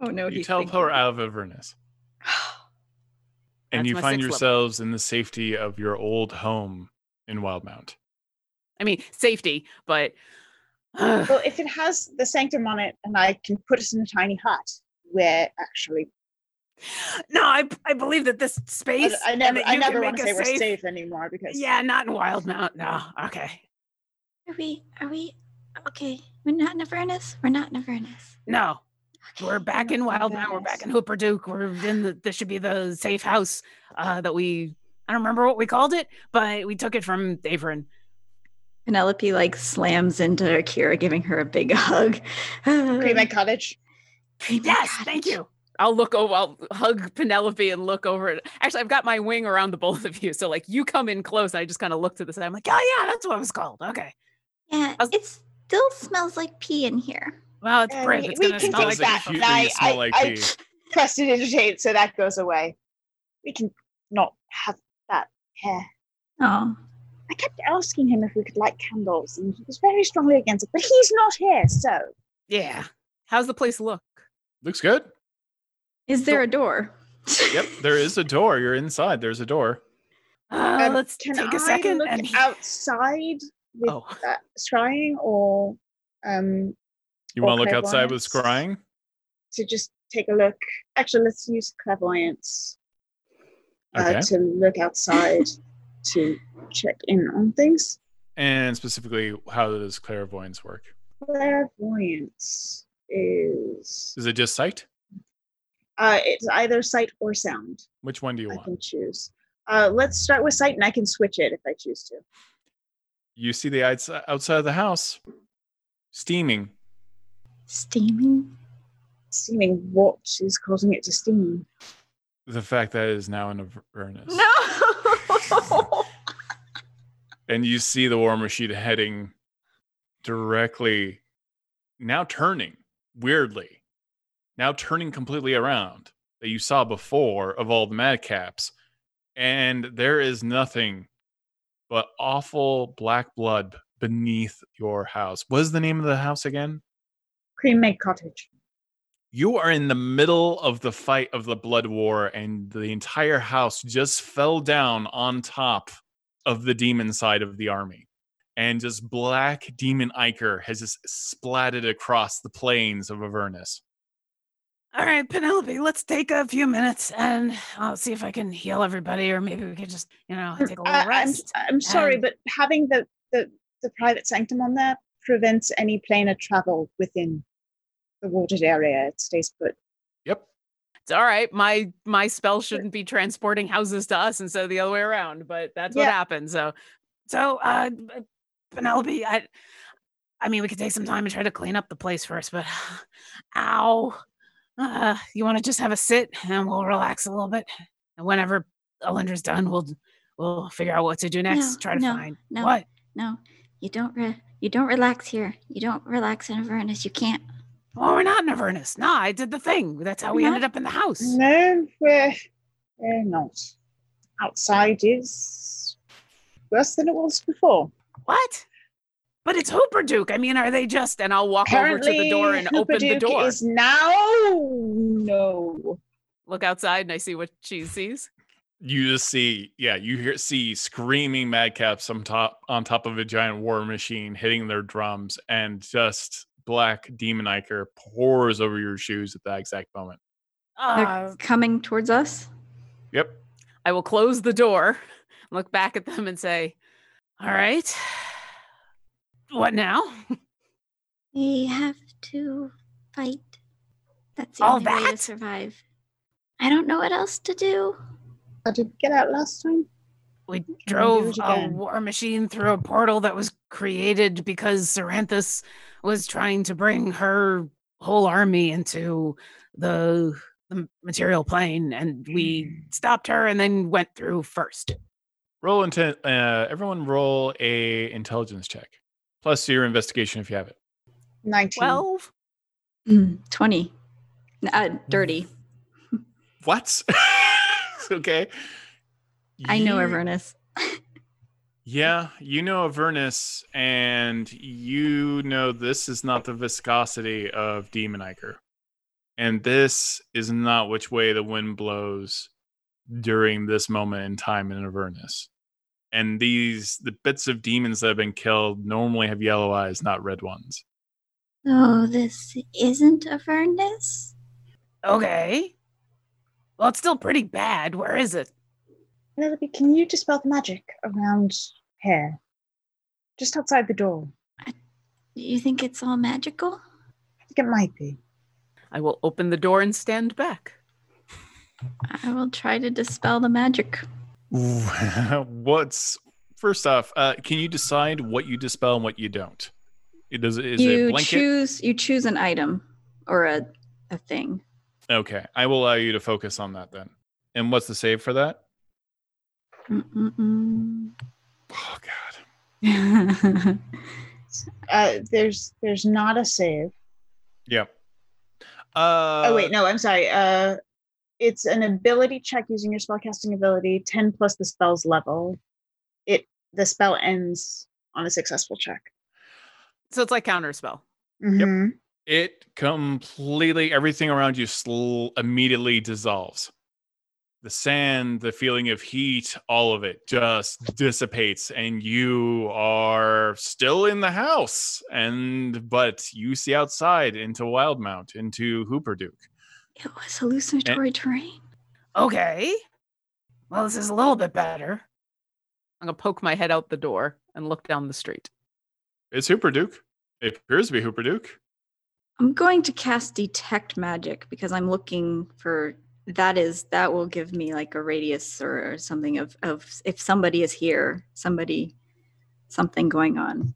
[SPEAKER 5] Oh no,
[SPEAKER 1] you
[SPEAKER 5] he's
[SPEAKER 1] teleport out of Avernus, and
[SPEAKER 2] That's
[SPEAKER 1] you
[SPEAKER 2] my
[SPEAKER 1] find
[SPEAKER 2] sixth level.
[SPEAKER 1] yourselves in the safety of your old home in Wildmount.
[SPEAKER 2] I mean, safety, but
[SPEAKER 3] Well, if it has the sanctum on it and I can put us in a tiny hut, we're actually.
[SPEAKER 2] no, I I believe that this
[SPEAKER 3] I,
[SPEAKER 2] space.
[SPEAKER 3] I
[SPEAKER 2] and
[SPEAKER 3] never,
[SPEAKER 2] that
[SPEAKER 3] I
[SPEAKER 2] you can
[SPEAKER 3] never want to
[SPEAKER 2] make
[SPEAKER 3] say
[SPEAKER 2] us
[SPEAKER 3] we're safe anymore because
[SPEAKER 2] Yeah, not in Wild Mount. No. Okay.
[SPEAKER 4] Are we? Are we? Okay. We're not in Avernus. We're not in Avernus.
[SPEAKER 2] No.
[SPEAKER 4] Okay.
[SPEAKER 2] We're back in Wild Mount. We're back in Hooper Duke. We're in the this should be the safe house uh that we I don't remember what we called it, but we took it from Averin.
[SPEAKER 5] Penelope like slams into Kira, giving her a big hug.
[SPEAKER 3] pre my cottage.
[SPEAKER 4] Pre-med
[SPEAKER 2] Yes, thank
[SPEAKER 4] cottage.
[SPEAKER 2] you. I'll look over I'll hug Penelope and look over it. Actually, I've got my wing around the both of you. So like you come in close. I just kind of look to the side. I'm like, oh yeah, that's what it was called. Okay.
[SPEAKER 4] Yeah,
[SPEAKER 2] How's-
[SPEAKER 4] it still smells like pee in here.
[SPEAKER 2] Well, it's
[SPEAKER 3] Yeah,
[SPEAKER 2] Brib.
[SPEAKER 3] we-
[SPEAKER 2] It's
[SPEAKER 3] we
[SPEAKER 2] gonna
[SPEAKER 3] can
[SPEAKER 2] smell
[SPEAKER 3] fix
[SPEAKER 2] like
[SPEAKER 3] that.
[SPEAKER 2] pee.
[SPEAKER 1] You,
[SPEAKER 3] I-
[SPEAKER 1] you smell
[SPEAKER 3] I-
[SPEAKER 1] like
[SPEAKER 3] I-
[SPEAKER 1] pee.
[SPEAKER 3] Pressed and irritated, so that goes away. We can not have that hair.
[SPEAKER 5] Oh,
[SPEAKER 3] I kept asking him if we could light candles, and he was very strongly against it, but he's not here, so.
[SPEAKER 2] Yeah. How's the place look?
[SPEAKER 1] Looks good.
[SPEAKER 5] is there a door?
[SPEAKER 1] Yep, there is a door. You're inside. There's a door.
[SPEAKER 2] Uh,
[SPEAKER 3] Um,
[SPEAKER 2] let's
[SPEAKER 3] can
[SPEAKER 2] take a
[SPEAKER 3] I
[SPEAKER 2] second
[SPEAKER 3] look
[SPEAKER 2] and
[SPEAKER 3] outside with
[SPEAKER 2] Oh.
[SPEAKER 3] that scrying or um
[SPEAKER 1] You
[SPEAKER 3] Or
[SPEAKER 1] want to look outside with scrying?
[SPEAKER 3] clairvoyance. to just take a look. Actually, let's use clairvoyance uh,
[SPEAKER 1] Okay.
[SPEAKER 3] to look outside to check in on things.
[SPEAKER 1] And specifically, how does clairvoyance work?
[SPEAKER 3] Clairvoyance is
[SPEAKER 1] Is it just sight?
[SPEAKER 3] uh, it's either sight or sound.
[SPEAKER 1] Which one do you
[SPEAKER 3] I
[SPEAKER 1] want?
[SPEAKER 3] can choose. Uh, let's start with sight, and I can switch it if I choose to.
[SPEAKER 1] You see the outs- outside of the house, steaming.
[SPEAKER 4] Steaming.
[SPEAKER 3] Steaming what is causing it to steam?
[SPEAKER 1] The fact that it is now in Avernus.
[SPEAKER 5] No.
[SPEAKER 1] And you see the war machine heading directly, now turning weirdly, now turning completely around that you saw before of all the madcaps. And there is nothing but awful black blood beneath your house. What is the name of the house again?
[SPEAKER 3] Cream made cottage.
[SPEAKER 1] you are in the middle of the fight of the blood war and the entire house just fell down on top of the demon side of the army and just black demon ichor has just splatted across the plains of avernus
[SPEAKER 2] All right, Penelope, let's take a few minutes and I'll see if I can heal everybody, or maybe we could just, you know, take a little
[SPEAKER 3] I-
[SPEAKER 2] rest.
[SPEAKER 3] Uh, I'm, I'm sorry,
[SPEAKER 2] and-
[SPEAKER 3] but having the, the, the private sanctum on there prevents any planar travel within the watered area. It stays put.
[SPEAKER 1] yep
[SPEAKER 2] It's all right. My my spell shouldn't be transporting houses to us instead of the other way around, but that's what
[SPEAKER 3] Yeah.
[SPEAKER 2] happened. So, so uh, b- Penelope, I, I mean, we could take some time and try to clean up the place first, but ow, uh, you want to just have a sit and we'll relax a little bit, and whenever Elindra's done, we'll we'll figure out what to do next.
[SPEAKER 4] No,
[SPEAKER 2] try to
[SPEAKER 4] no,
[SPEAKER 2] find
[SPEAKER 4] No,
[SPEAKER 2] what.
[SPEAKER 4] no. You don't. Re- you don't relax here. You don't relax in Avernus. You can't.
[SPEAKER 2] Well, Oh, we're not in Avernus. Nah, I did the thing. That's how
[SPEAKER 4] We're
[SPEAKER 2] we
[SPEAKER 4] not?
[SPEAKER 2] ended up in the house.
[SPEAKER 3] No, we're, we're not. Outside is worse than it was before.
[SPEAKER 2] What? But it's Hooper Duke. I mean, are they just? And I'll walk over to the door and open the
[SPEAKER 3] Hoopadook
[SPEAKER 2] door.
[SPEAKER 3] is now no.
[SPEAKER 2] Look outside and I see what she sees.
[SPEAKER 1] you just see yeah you hear see screaming madcaps on top on top of a giant war machine hitting their drums and just black demon ichor pours over your shoes at that exact moment
[SPEAKER 5] They're
[SPEAKER 2] Uh,
[SPEAKER 5] coming towards us.
[SPEAKER 1] yep
[SPEAKER 2] I will close the door, look back at them, and say, "All right, what now?
[SPEAKER 4] We have to fight. That's the
[SPEAKER 2] All
[SPEAKER 4] only way to
[SPEAKER 2] that?
[SPEAKER 4] survive. I don't know what else to do.
[SPEAKER 3] How did we get out last time?
[SPEAKER 2] We
[SPEAKER 3] do
[SPEAKER 2] drove
[SPEAKER 3] it
[SPEAKER 2] a
[SPEAKER 3] again.
[SPEAKER 2] war machine through a portal that was created because Seranthus was trying to bring her whole army into the, the material plane, and we stopped her and then went through first.
[SPEAKER 1] Roll intent. Uh, everyone, roll a intelligence check plus your investigation if you have it.
[SPEAKER 3] 19.
[SPEAKER 2] Twelve.
[SPEAKER 5] Mm, 20. N- Uh, dirty.
[SPEAKER 1] What? okay.
[SPEAKER 5] I know
[SPEAKER 1] You-
[SPEAKER 5] Avernus.
[SPEAKER 1] Yeah, you know Avernus, and you know this is not the viscosity of Demon Iker. And this is not which way the wind blows during this moment in time in Avernus. And these, the bits of demons that have been killed normally have yellow eyes, not red ones.
[SPEAKER 4] So Oh, this isn't a furnace?
[SPEAKER 2] Okay. Well, it's still pretty bad. Where is it?
[SPEAKER 3] Penelope, can you dispel the magic around here? Just outside the door.
[SPEAKER 4] Do you think it's all magical?
[SPEAKER 3] I think it might be.
[SPEAKER 2] I will open the door and stand back.
[SPEAKER 5] I will try to dispel the magic.
[SPEAKER 1] What's first off? Uh, can you decide what you dispel and what you don't? It does. Is it a
[SPEAKER 5] you
[SPEAKER 1] blanket?
[SPEAKER 5] choose you choose an item or a, a thing.
[SPEAKER 1] okay, I will allow you to focus on that then. And what's the save for that?
[SPEAKER 5] Mm-mm-mm.
[SPEAKER 1] Oh god.
[SPEAKER 3] Uh, there's there's not a save.
[SPEAKER 1] Yep. Uh,
[SPEAKER 3] oh wait, no, I'm sorry. Uh, it's an ability check using your spellcasting ability, ten plus the spell's level. It the spell ends on a successful check.
[SPEAKER 2] So it's like counter spell.
[SPEAKER 3] Mhm.
[SPEAKER 1] It completely everything around you sl- immediately dissolves. The sand, the feeling of heat, all of it just dissipates, and you are still in the house. And but you see outside into Wildmount, into Hooperduke.
[SPEAKER 5] It was
[SPEAKER 1] Eh.
[SPEAKER 5] hallucinatory terrain.
[SPEAKER 2] Okay. Well, this is a little bit better. I'm going to poke my head out the door and look down the street.
[SPEAKER 1] It's Hooperduke. It appears to be Hooperduke.
[SPEAKER 5] I'm going to cast detect magic because I'm looking for that is that will give me like a radius or something of, of if somebody is here, somebody something going on.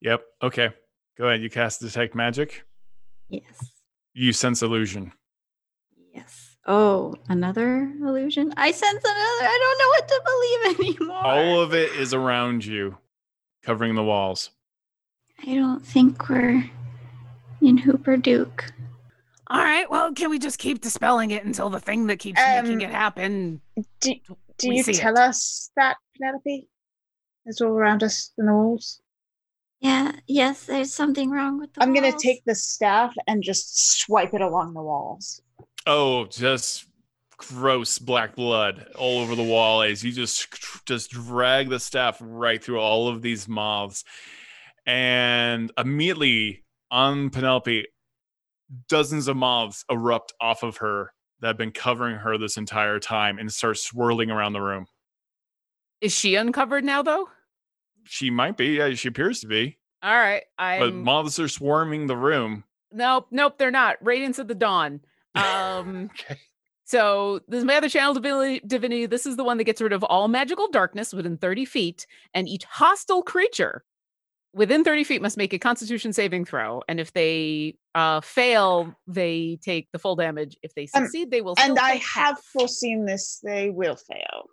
[SPEAKER 1] Yep. Okay. Go ahead. You cast detect magic.
[SPEAKER 5] Yes.
[SPEAKER 1] You sense illusion.
[SPEAKER 5] Yes. Oh, another illusion? I sense another. I don't know what to believe anymore.
[SPEAKER 1] All of it is around you, covering the walls.
[SPEAKER 4] I don't think we're in Hooper Duke.
[SPEAKER 2] All right. Well, can we just keep dispelling it until the thing that keeps
[SPEAKER 3] Um,
[SPEAKER 2] making it happen?
[SPEAKER 3] Do, do
[SPEAKER 2] We
[SPEAKER 3] you
[SPEAKER 2] see
[SPEAKER 3] tell
[SPEAKER 2] it.
[SPEAKER 3] us that Penelope? It's all around us in the walls.
[SPEAKER 4] Yeah, yes, there's something wrong with the
[SPEAKER 3] I'm
[SPEAKER 2] Uh,
[SPEAKER 3] gonna
[SPEAKER 4] walls.
[SPEAKER 3] take the staff and just swipe it along the walls.
[SPEAKER 1] Oh, just gross black blood all over the wall as you just just drag the staff right through all of these moths. And immediately on Penelope, dozens of moths erupt off of her that have been covering her this entire time and start swirling around the room.
[SPEAKER 2] Is she uncovered now, though?
[SPEAKER 1] She might be, yeah, she appears to be.
[SPEAKER 2] All right.
[SPEAKER 1] But
[SPEAKER 2] I'm.
[SPEAKER 1] moths are swarming the room.
[SPEAKER 2] nope. Nope. They're not. Radiance of the Dawn. Um.
[SPEAKER 1] Okay.
[SPEAKER 2] So this is my other channel divinity, divinity. This is the one that gets rid of all magical darkness within 30 feet, and each hostile creature within 30 feet must make a Constitution saving throw. And if they uh, fail, they take the full damage. If they
[SPEAKER 3] Um,
[SPEAKER 2] succeed, they will.
[SPEAKER 3] And
[SPEAKER 2] still
[SPEAKER 3] I
[SPEAKER 2] take
[SPEAKER 3] have
[SPEAKER 2] half.
[SPEAKER 3] foreseen this. They will fail.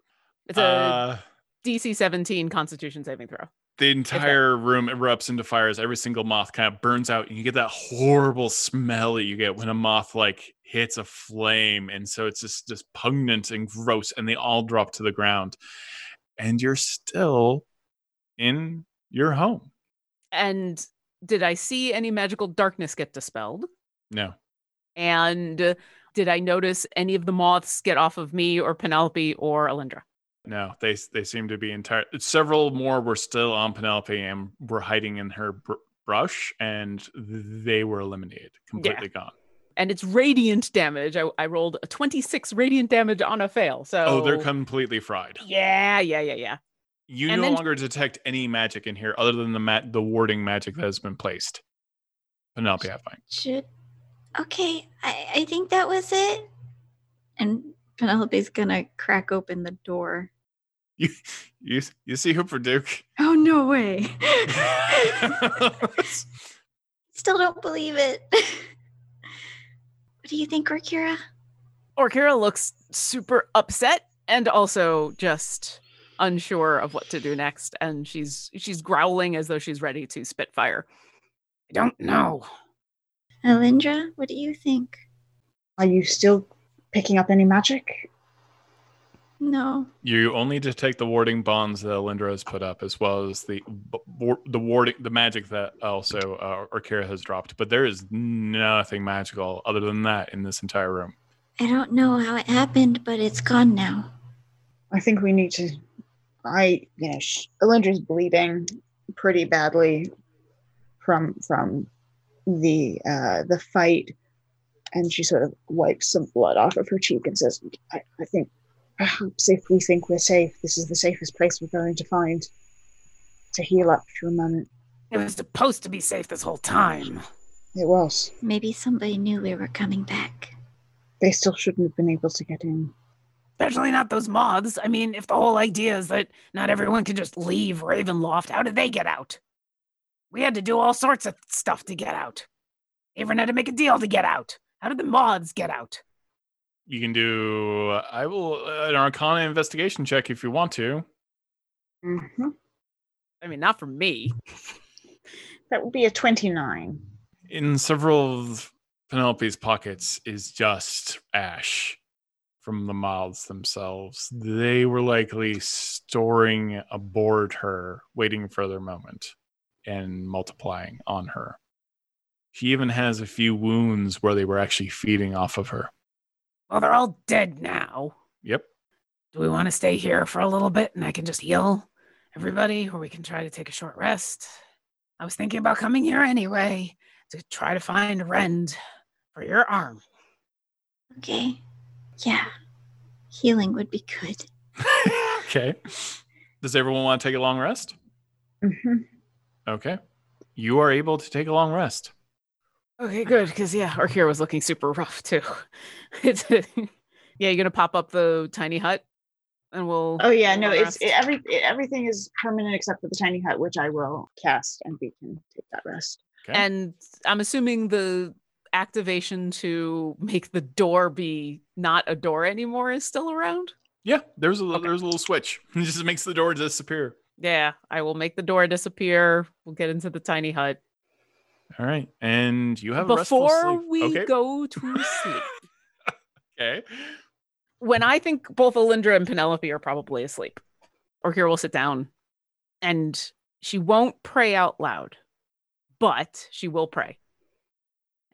[SPEAKER 2] It's a
[SPEAKER 1] Uh,
[SPEAKER 2] DC 17 Constitution saving throw.
[SPEAKER 1] the entire room erupts into fires. Every single moth kind of burns out, and you get that horrible smell that you get when a moth like hits a flame, and so it's just just pungent and gross, and they all drop to the ground, and you're still in your home.
[SPEAKER 2] And did I see any magical darkness get dispelled?
[SPEAKER 1] No,
[SPEAKER 2] And uh, did I notice any of the moths get off of me or Penelope or Alindra?
[SPEAKER 1] no, they they seem to be entire. Several more were still on Penelope and were hiding in her br- brush, and they were eliminated, completely gone.
[SPEAKER 2] And it's radiant damage. I, I rolled a 26 radiant damage on a fail. So
[SPEAKER 1] Oh, they're completely fried.
[SPEAKER 2] Yeah, yeah, yeah, yeah.
[SPEAKER 1] You
[SPEAKER 2] And
[SPEAKER 1] no
[SPEAKER 2] then-
[SPEAKER 1] longer detect any magic in here other than the ma- the warding magic that has been placed. Penelope Halfpine.
[SPEAKER 4] Should okay, I, I think that was it.
[SPEAKER 5] And Penelope's gonna crack open the door.
[SPEAKER 1] You you you see Hooper Duke.
[SPEAKER 5] Oh no way.
[SPEAKER 4] Still don't believe it. What do you think, Orkira?
[SPEAKER 2] Orkira looks super upset and also just unsure of what to do next and she's she's growling as though she's ready to spit fire. I don't know.
[SPEAKER 4] Alindra, what do you think?
[SPEAKER 3] Are you still picking up any magic?
[SPEAKER 5] No.
[SPEAKER 1] You only detect the warding bonds that Alindra has put up, as well as the b- war- the warding the magic that also uh, Arkira has dropped. But there is nothing magical other than that in this entire room.
[SPEAKER 4] I don't know how it happened, but it's gone now.
[SPEAKER 3] I think we need to. I you know, sh- Elindra's bleeding pretty badly from from the uh, the fight, and she sort of wipes some blood off of her cheek and says, "I, I think perhaps if we think we're safe, this is the safest place we're going to find to heal up for a moment."
[SPEAKER 2] It was supposed to be safe this whole time.
[SPEAKER 3] It was.
[SPEAKER 4] Maybe somebody knew we were coming back.
[SPEAKER 3] They still shouldn't have been able to get in.
[SPEAKER 2] Especially not those moths. I mean, if the whole idea is that not everyone can just leave Ravenloft, how did they get out? We had to do all sorts of stuff to get out. Everyone had to make a deal to get out. How did the moths get out?
[SPEAKER 1] You can do uh, I will uh, an Arcana investigation check if you want to.
[SPEAKER 3] Mhm.
[SPEAKER 2] I mean, not for me.
[SPEAKER 3] That would be a twenty-nine.
[SPEAKER 1] in several of Penelope's pockets is just ash from the moths themselves. They were likely storing aboard her, waiting for their moment and multiplying on her. She even has a few wounds where they were actually feeding off of her.
[SPEAKER 2] Well, they're all dead now.
[SPEAKER 1] Yep.
[SPEAKER 2] Do we want to stay here for a little bit and I can just heal everybody, or we can try to take a short rest? I was thinking about coming here anyway to try to find Rend for your arm.
[SPEAKER 4] Okay. Yeah. Healing would be good.
[SPEAKER 1] okay. Does everyone want to take a long rest?
[SPEAKER 3] Mm-hmm.
[SPEAKER 1] Okay. You are able to take a long rest.
[SPEAKER 2] Okay, good. Because yeah, Arkira was looking super rough too. it's yeah, you're gonna pop up the tiny hut, and we'll.
[SPEAKER 3] Oh yeah, no,
[SPEAKER 2] we'll
[SPEAKER 3] it's
[SPEAKER 2] rest.
[SPEAKER 3] it, every it, everything is permanent except for the tiny hut, which I will cast, and we can take that rest.
[SPEAKER 1] Okay.
[SPEAKER 2] And I'm assuming the activation to make the door be not a door anymore is still around.
[SPEAKER 1] Yeah, there's a li-
[SPEAKER 2] Okay.
[SPEAKER 1] there's a little switch. It just makes the door disappear.
[SPEAKER 2] Yeah, I will make the door disappear. We'll get into the tiny hut
[SPEAKER 1] All right, and you have a
[SPEAKER 2] before
[SPEAKER 1] restful sleep.
[SPEAKER 2] we
[SPEAKER 1] okay.
[SPEAKER 2] go to sleep.
[SPEAKER 1] Okay.
[SPEAKER 2] when I think both Alindra and Penelope are probably asleep, Orkira will sit down and she won't pray out loud, but she will pray.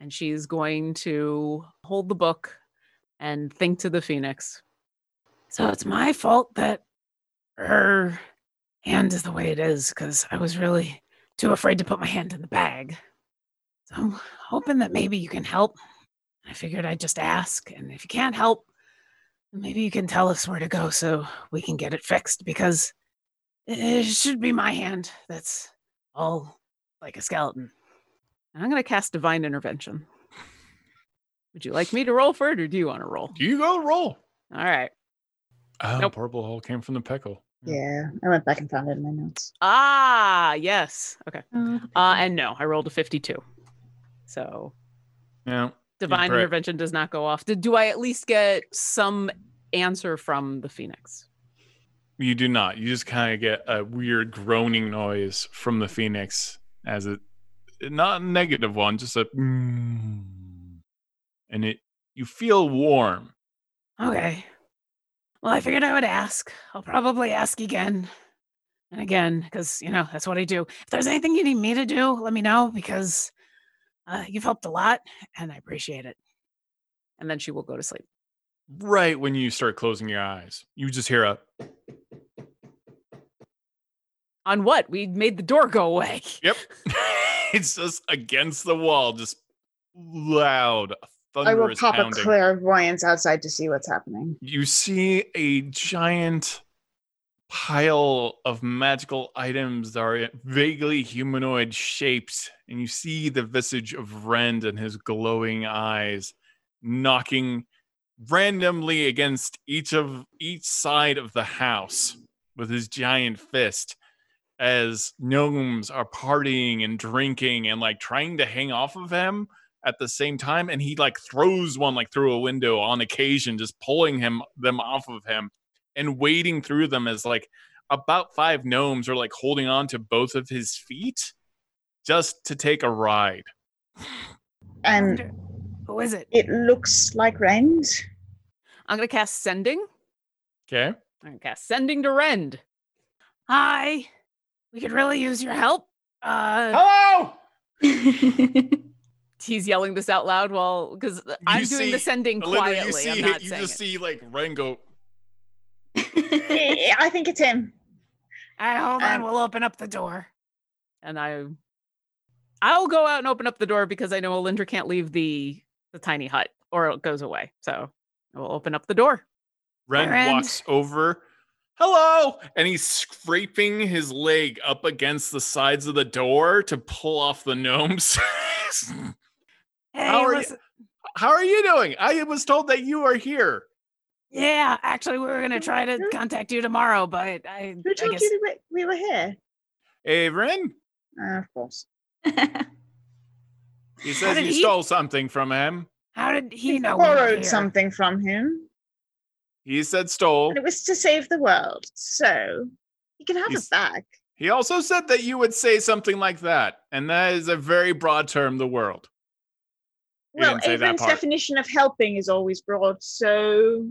[SPEAKER 2] And she's going to hold the book and think to the phoenix. So it's my fault that her hand is the way it is because I was really too afraid to put my hand in the bag. So I'm hoping that maybe you can help. I figured I'd just ask. And if you can't help, Maybe you can tell us where to go so we can get it fixed because it- it should be my hand that's all like a skeleton. And I'm going to cast Divine Intervention. Would you like me to roll for it or do you want to roll?
[SPEAKER 1] Do you go roll?
[SPEAKER 2] All right.
[SPEAKER 1] Oh,
[SPEAKER 2] Nope.
[SPEAKER 1] purple hole came from the pickle.
[SPEAKER 3] Yeah, I went back and found it in my notes.
[SPEAKER 2] Ah, yes. Okay.
[SPEAKER 4] Oh,
[SPEAKER 2] Uh, and no, I rolled a 52. So
[SPEAKER 1] Yeah.
[SPEAKER 2] Divine
[SPEAKER 1] correct.
[SPEAKER 2] Intervention does not go off. Did, do I at least get some answer from the Phoenix?
[SPEAKER 1] You do not. You just kind of get a weird groaning noise from the phoenix as it, not a negative one, just a, mm, and it. You feel warm.
[SPEAKER 2] Okay. Well, I figured I would ask. I'll probably ask again and again because, you know, that's what I do. If there's anything you need me to do, let me know because uh, you've helped a lot and I appreciate it. And then she will go to sleep.
[SPEAKER 1] Right when you start closing your eyes, you just hear a.
[SPEAKER 2] On what? We made the door go away.
[SPEAKER 1] Yep. it's just against the wall, just loud, thunderous
[SPEAKER 3] I will pop
[SPEAKER 1] pounding.
[SPEAKER 3] a clairvoyance outside to see what's happening.
[SPEAKER 1] you see a giant pile of magical items that are vaguely humanoid shapes, and you see the visage of Rend and his glowing eyes knocking randomly against each of each side of the house with his giant fist as gnomes are partying and drinking and like trying to hang off of him at the same time, and he like throws one like through a window on occasion, just pulling him them off of him and wading through them as like about five gnomes are like holding on to both of his feet just to take a ride.
[SPEAKER 3] Um,
[SPEAKER 6] Who is it?
[SPEAKER 3] it looks like Rend.
[SPEAKER 2] I'm gonna cast sending.
[SPEAKER 1] Okay.
[SPEAKER 2] I'm gonna cast sending to rend.
[SPEAKER 6] Hi. We could really use your help. Uh,
[SPEAKER 1] Hello.
[SPEAKER 2] He's yelling this out loud while because I'm doing
[SPEAKER 1] see-
[SPEAKER 2] the sending
[SPEAKER 1] Melinda,
[SPEAKER 2] quietly.
[SPEAKER 1] you see,
[SPEAKER 2] I'm
[SPEAKER 1] it-
[SPEAKER 2] not
[SPEAKER 1] you
[SPEAKER 2] saying
[SPEAKER 1] just
[SPEAKER 2] it.
[SPEAKER 1] see like Rango.
[SPEAKER 3] Eh, I think it's him.
[SPEAKER 6] I hold on.
[SPEAKER 3] Um,
[SPEAKER 6] We'll open up the door.
[SPEAKER 2] and I I'll go out and open up the door because I know Alindra can't leave the the tiny hut or it goes away. So I will open up the door.
[SPEAKER 1] Ren
[SPEAKER 6] Ren.
[SPEAKER 1] walks over. Hello! And he's scraping his leg up against the sides of the door to pull off the gnomes.
[SPEAKER 6] Hey,
[SPEAKER 1] how are you-
[SPEAKER 6] listen.
[SPEAKER 1] How are you doing? I was told that you are here.
[SPEAKER 6] Yeah, actually, we were gonna try to
[SPEAKER 3] Who-
[SPEAKER 6] contact you tomorrow, but I,
[SPEAKER 3] Who
[SPEAKER 6] I
[SPEAKER 3] told
[SPEAKER 6] guess
[SPEAKER 3] you that we we were here?
[SPEAKER 1] Hey, Ren,
[SPEAKER 3] Uh, of course.
[SPEAKER 1] he
[SPEAKER 6] How
[SPEAKER 1] says
[SPEAKER 6] did
[SPEAKER 1] you
[SPEAKER 6] he-
[SPEAKER 1] stole something from him.
[SPEAKER 6] how did he
[SPEAKER 3] He
[SPEAKER 6] know? we were
[SPEAKER 3] borrowed
[SPEAKER 6] here?
[SPEAKER 3] something from him,
[SPEAKER 1] He said stole.
[SPEAKER 3] and it was to save the world. So he can have
[SPEAKER 1] He's-
[SPEAKER 3] it back.
[SPEAKER 1] He also said that you would say something like that. And that is a very broad term, the world. He
[SPEAKER 3] Well,
[SPEAKER 1] didn't say that
[SPEAKER 3] Avren's
[SPEAKER 1] part.
[SPEAKER 3] definition of helping is always broad, so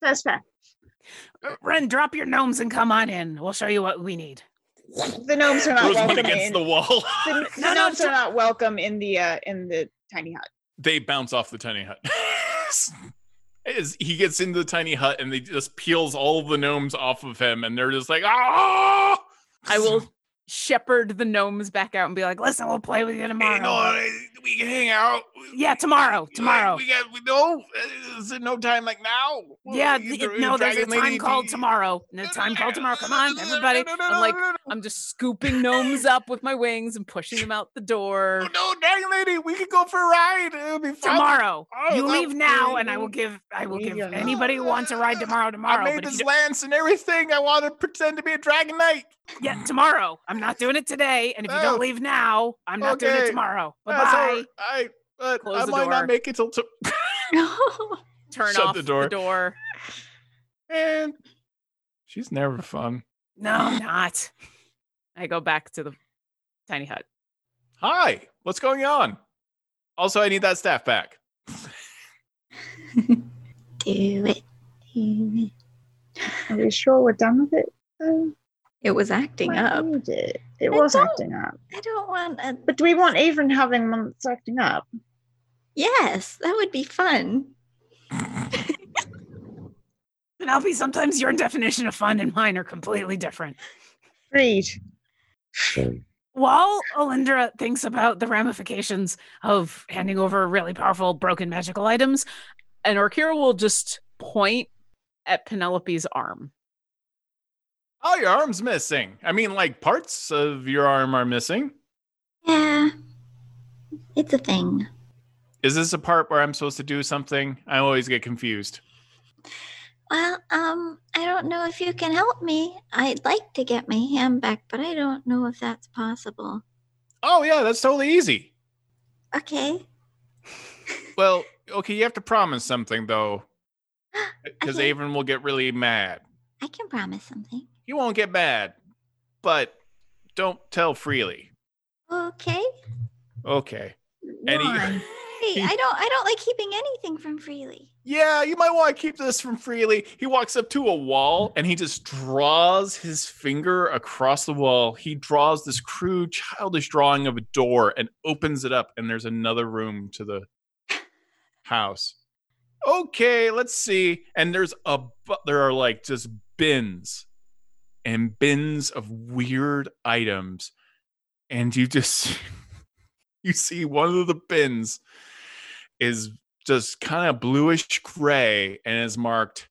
[SPEAKER 3] that's fair.
[SPEAKER 6] Uh, Ren, drop your gnomes and come on in. We'll show you what we need.
[SPEAKER 3] The gnomes are not
[SPEAKER 1] Throws one
[SPEAKER 3] welcome
[SPEAKER 1] against
[SPEAKER 3] in.
[SPEAKER 1] the
[SPEAKER 3] The,
[SPEAKER 1] wall.
[SPEAKER 3] the
[SPEAKER 6] No, no,
[SPEAKER 3] gnomes are not welcome in the uh, in the tiny hut.
[SPEAKER 1] they bounce off the tiny hut. As he gets into the tiny hut and they just peels all of the gnomes off of him and they're just like, oh!
[SPEAKER 2] I will shepherd the gnomes back out and be like, listen,
[SPEAKER 6] Listen, we'll play with you tomorrow.
[SPEAKER 1] Hang on, we can hang out.
[SPEAKER 6] Yeah, tomorrow.
[SPEAKER 1] We-
[SPEAKER 6] Tomorrow.
[SPEAKER 1] We got we no. uh, Is it no time like now?
[SPEAKER 6] yeah,
[SPEAKER 1] You
[SPEAKER 6] th-
[SPEAKER 1] dra-
[SPEAKER 6] no, there's a
[SPEAKER 1] dragon
[SPEAKER 6] time
[SPEAKER 1] lady,
[SPEAKER 6] called
[SPEAKER 1] do-
[SPEAKER 6] tomorrow. No
[SPEAKER 1] No, no,
[SPEAKER 6] time
[SPEAKER 1] no,
[SPEAKER 6] called
[SPEAKER 1] no,
[SPEAKER 6] tomorrow.
[SPEAKER 1] no,
[SPEAKER 6] Come
[SPEAKER 1] no,
[SPEAKER 6] on,
[SPEAKER 1] no, no, no,
[SPEAKER 6] everybody.
[SPEAKER 1] no, no,
[SPEAKER 2] I'm
[SPEAKER 1] no,
[SPEAKER 2] like,
[SPEAKER 1] no, no,
[SPEAKER 2] I'm just scooping gnomes up with my wings and pushing them out the door.
[SPEAKER 1] no, no, dragon lady, we could go for a ride. It'll be fun.
[SPEAKER 6] Tomorrow.
[SPEAKER 1] Oh,
[SPEAKER 6] You
[SPEAKER 1] no,
[SPEAKER 6] leave now, and I will
[SPEAKER 3] no,
[SPEAKER 6] give I will
[SPEAKER 3] leave
[SPEAKER 6] give
[SPEAKER 3] your-
[SPEAKER 6] anybody who wants a ride tomorrow
[SPEAKER 1] I
[SPEAKER 6] tomorrow.
[SPEAKER 1] made
[SPEAKER 6] But if
[SPEAKER 1] this
[SPEAKER 6] you
[SPEAKER 1] lance and everything. I want to pretend to be a dragon knight.
[SPEAKER 6] don't- yeah, tomorrow. I'm not doing it today. And if you
[SPEAKER 1] Oh.
[SPEAKER 6] don't leave now, I'm not doing
[SPEAKER 1] Okay.
[SPEAKER 6] it tomorrow. Bye
[SPEAKER 1] That's all
[SPEAKER 6] bye.
[SPEAKER 1] right. I, but
[SPEAKER 2] Close
[SPEAKER 1] I
[SPEAKER 2] the
[SPEAKER 1] might
[SPEAKER 2] door.
[SPEAKER 1] not make it till. To-
[SPEAKER 2] Turn
[SPEAKER 1] Shut
[SPEAKER 2] off
[SPEAKER 1] the door.
[SPEAKER 2] The door.
[SPEAKER 1] and she's never fun.
[SPEAKER 6] No, I'm not.
[SPEAKER 2] I go back to the tiny hut.
[SPEAKER 1] Hi, what's going on? Also, I need that staff back.
[SPEAKER 4] Do it. Do it.
[SPEAKER 3] Are we sure we're done with it? though?
[SPEAKER 7] It was acting
[SPEAKER 3] Might
[SPEAKER 7] up.
[SPEAKER 3] need It, it
[SPEAKER 4] I
[SPEAKER 3] was
[SPEAKER 4] don't-
[SPEAKER 3] acting up.
[SPEAKER 4] I don't want a.
[SPEAKER 3] But do we want Avren having months acting up?
[SPEAKER 7] Yes, that would be fun.
[SPEAKER 6] Penelope, sometimes your definition of fun and mine are completely different.
[SPEAKER 3] Read.
[SPEAKER 6] While Olindra thinks about the ramifications of handing over really powerful broken magical items,
[SPEAKER 2] And Orkira will just point at Penelope's arm.
[SPEAKER 1] Oh, your arm's missing. I mean, like parts of your arm are missing.
[SPEAKER 4] Yeah. It's a thing.
[SPEAKER 1] Is this a part where I'm supposed to do something? I always get confused.
[SPEAKER 4] Well, um, I don't know if you can help me. I'd like to get my hand back, but I don't know if that's possible.
[SPEAKER 1] Oh, yeah, that's totally easy.
[SPEAKER 4] Okay.
[SPEAKER 1] Well, okay, you have to promise something, though, because
[SPEAKER 4] Okay.
[SPEAKER 1] Avon will get really mad.
[SPEAKER 4] I can promise something.
[SPEAKER 1] He won't get mad, but don't tell freely.
[SPEAKER 4] Okay.
[SPEAKER 1] Okay. And he-
[SPEAKER 3] Why?
[SPEAKER 4] Hey, I don't I don't like keeping anything from freely.
[SPEAKER 1] Yeah, you might want to keep this from freely. He walks up to a wall and he just draws his finger across the wall. He draws this crude, childish drawing of a door and opens it up, and there's another room to the house. Okay, let's see. And there's a bu- there are like just bins and bins of weird items, and you just you see one of the bins is just kind of bluish gray and is marked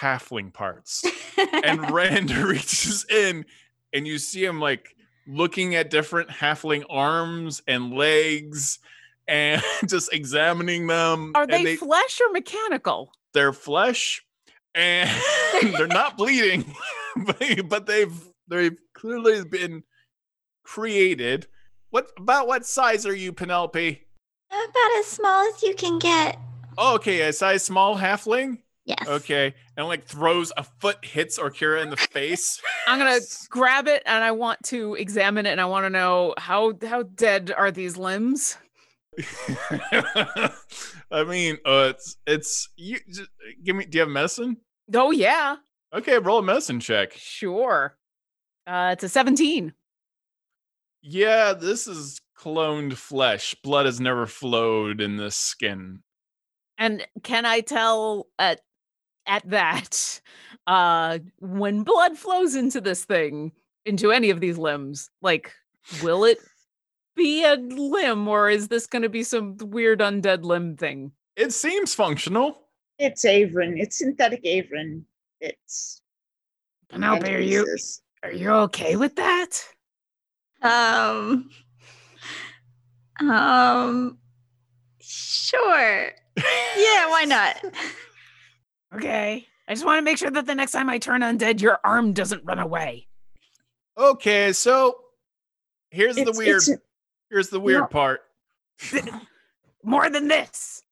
[SPEAKER 1] halfling parts. and Rand reaches in and you see him like looking at different halfling arms and legs and just examining them.
[SPEAKER 2] Are
[SPEAKER 1] and
[SPEAKER 2] they, flesh or mechanical?
[SPEAKER 1] their flesh and they're not bleeding, but- but they've they've clearly been created. What about what size are you, Penelope?
[SPEAKER 4] About as small as you can get.
[SPEAKER 1] Oh, okay, a size small halfling.
[SPEAKER 4] Yes.
[SPEAKER 1] Okay, and like throws a foot hits Orkira in the face.
[SPEAKER 6] I'm gonna grab it and I want to examine it and I want to know how how dead are these limbs?
[SPEAKER 1] I mean, uh, it's it's you. Just, give me. Do you have medicine?
[SPEAKER 6] Oh yeah,
[SPEAKER 1] Okay, roll a medicine check.
[SPEAKER 6] sure. Uh, it's a 17.
[SPEAKER 1] Yeah, this is cloned flesh. Blood has never flowed in this skin.
[SPEAKER 6] And can I tell at at that uh when blood flows into this thing, into any of these limbs, like will it be a limb or is this going to be some weird undead limb thing?
[SPEAKER 1] It seems functional.
[SPEAKER 3] It's Avon. It's synthetic Avon. It's.
[SPEAKER 2] Penelope, are you
[SPEAKER 3] Antithesis.
[SPEAKER 2] are you okay with that?
[SPEAKER 4] Um. Um. Sure. Yeah. Why not?
[SPEAKER 2] Okay. I just want to make sure that the next time I turn undead, your arm doesn't run away.
[SPEAKER 1] Okay, so here's the
[SPEAKER 3] It's-
[SPEAKER 1] weird.
[SPEAKER 3] it's-
[SPEAKER 1] here's the weird
[SPEAKER 3] no.
[SPEAKER 1] part.
[SPEAKER 2] More than this.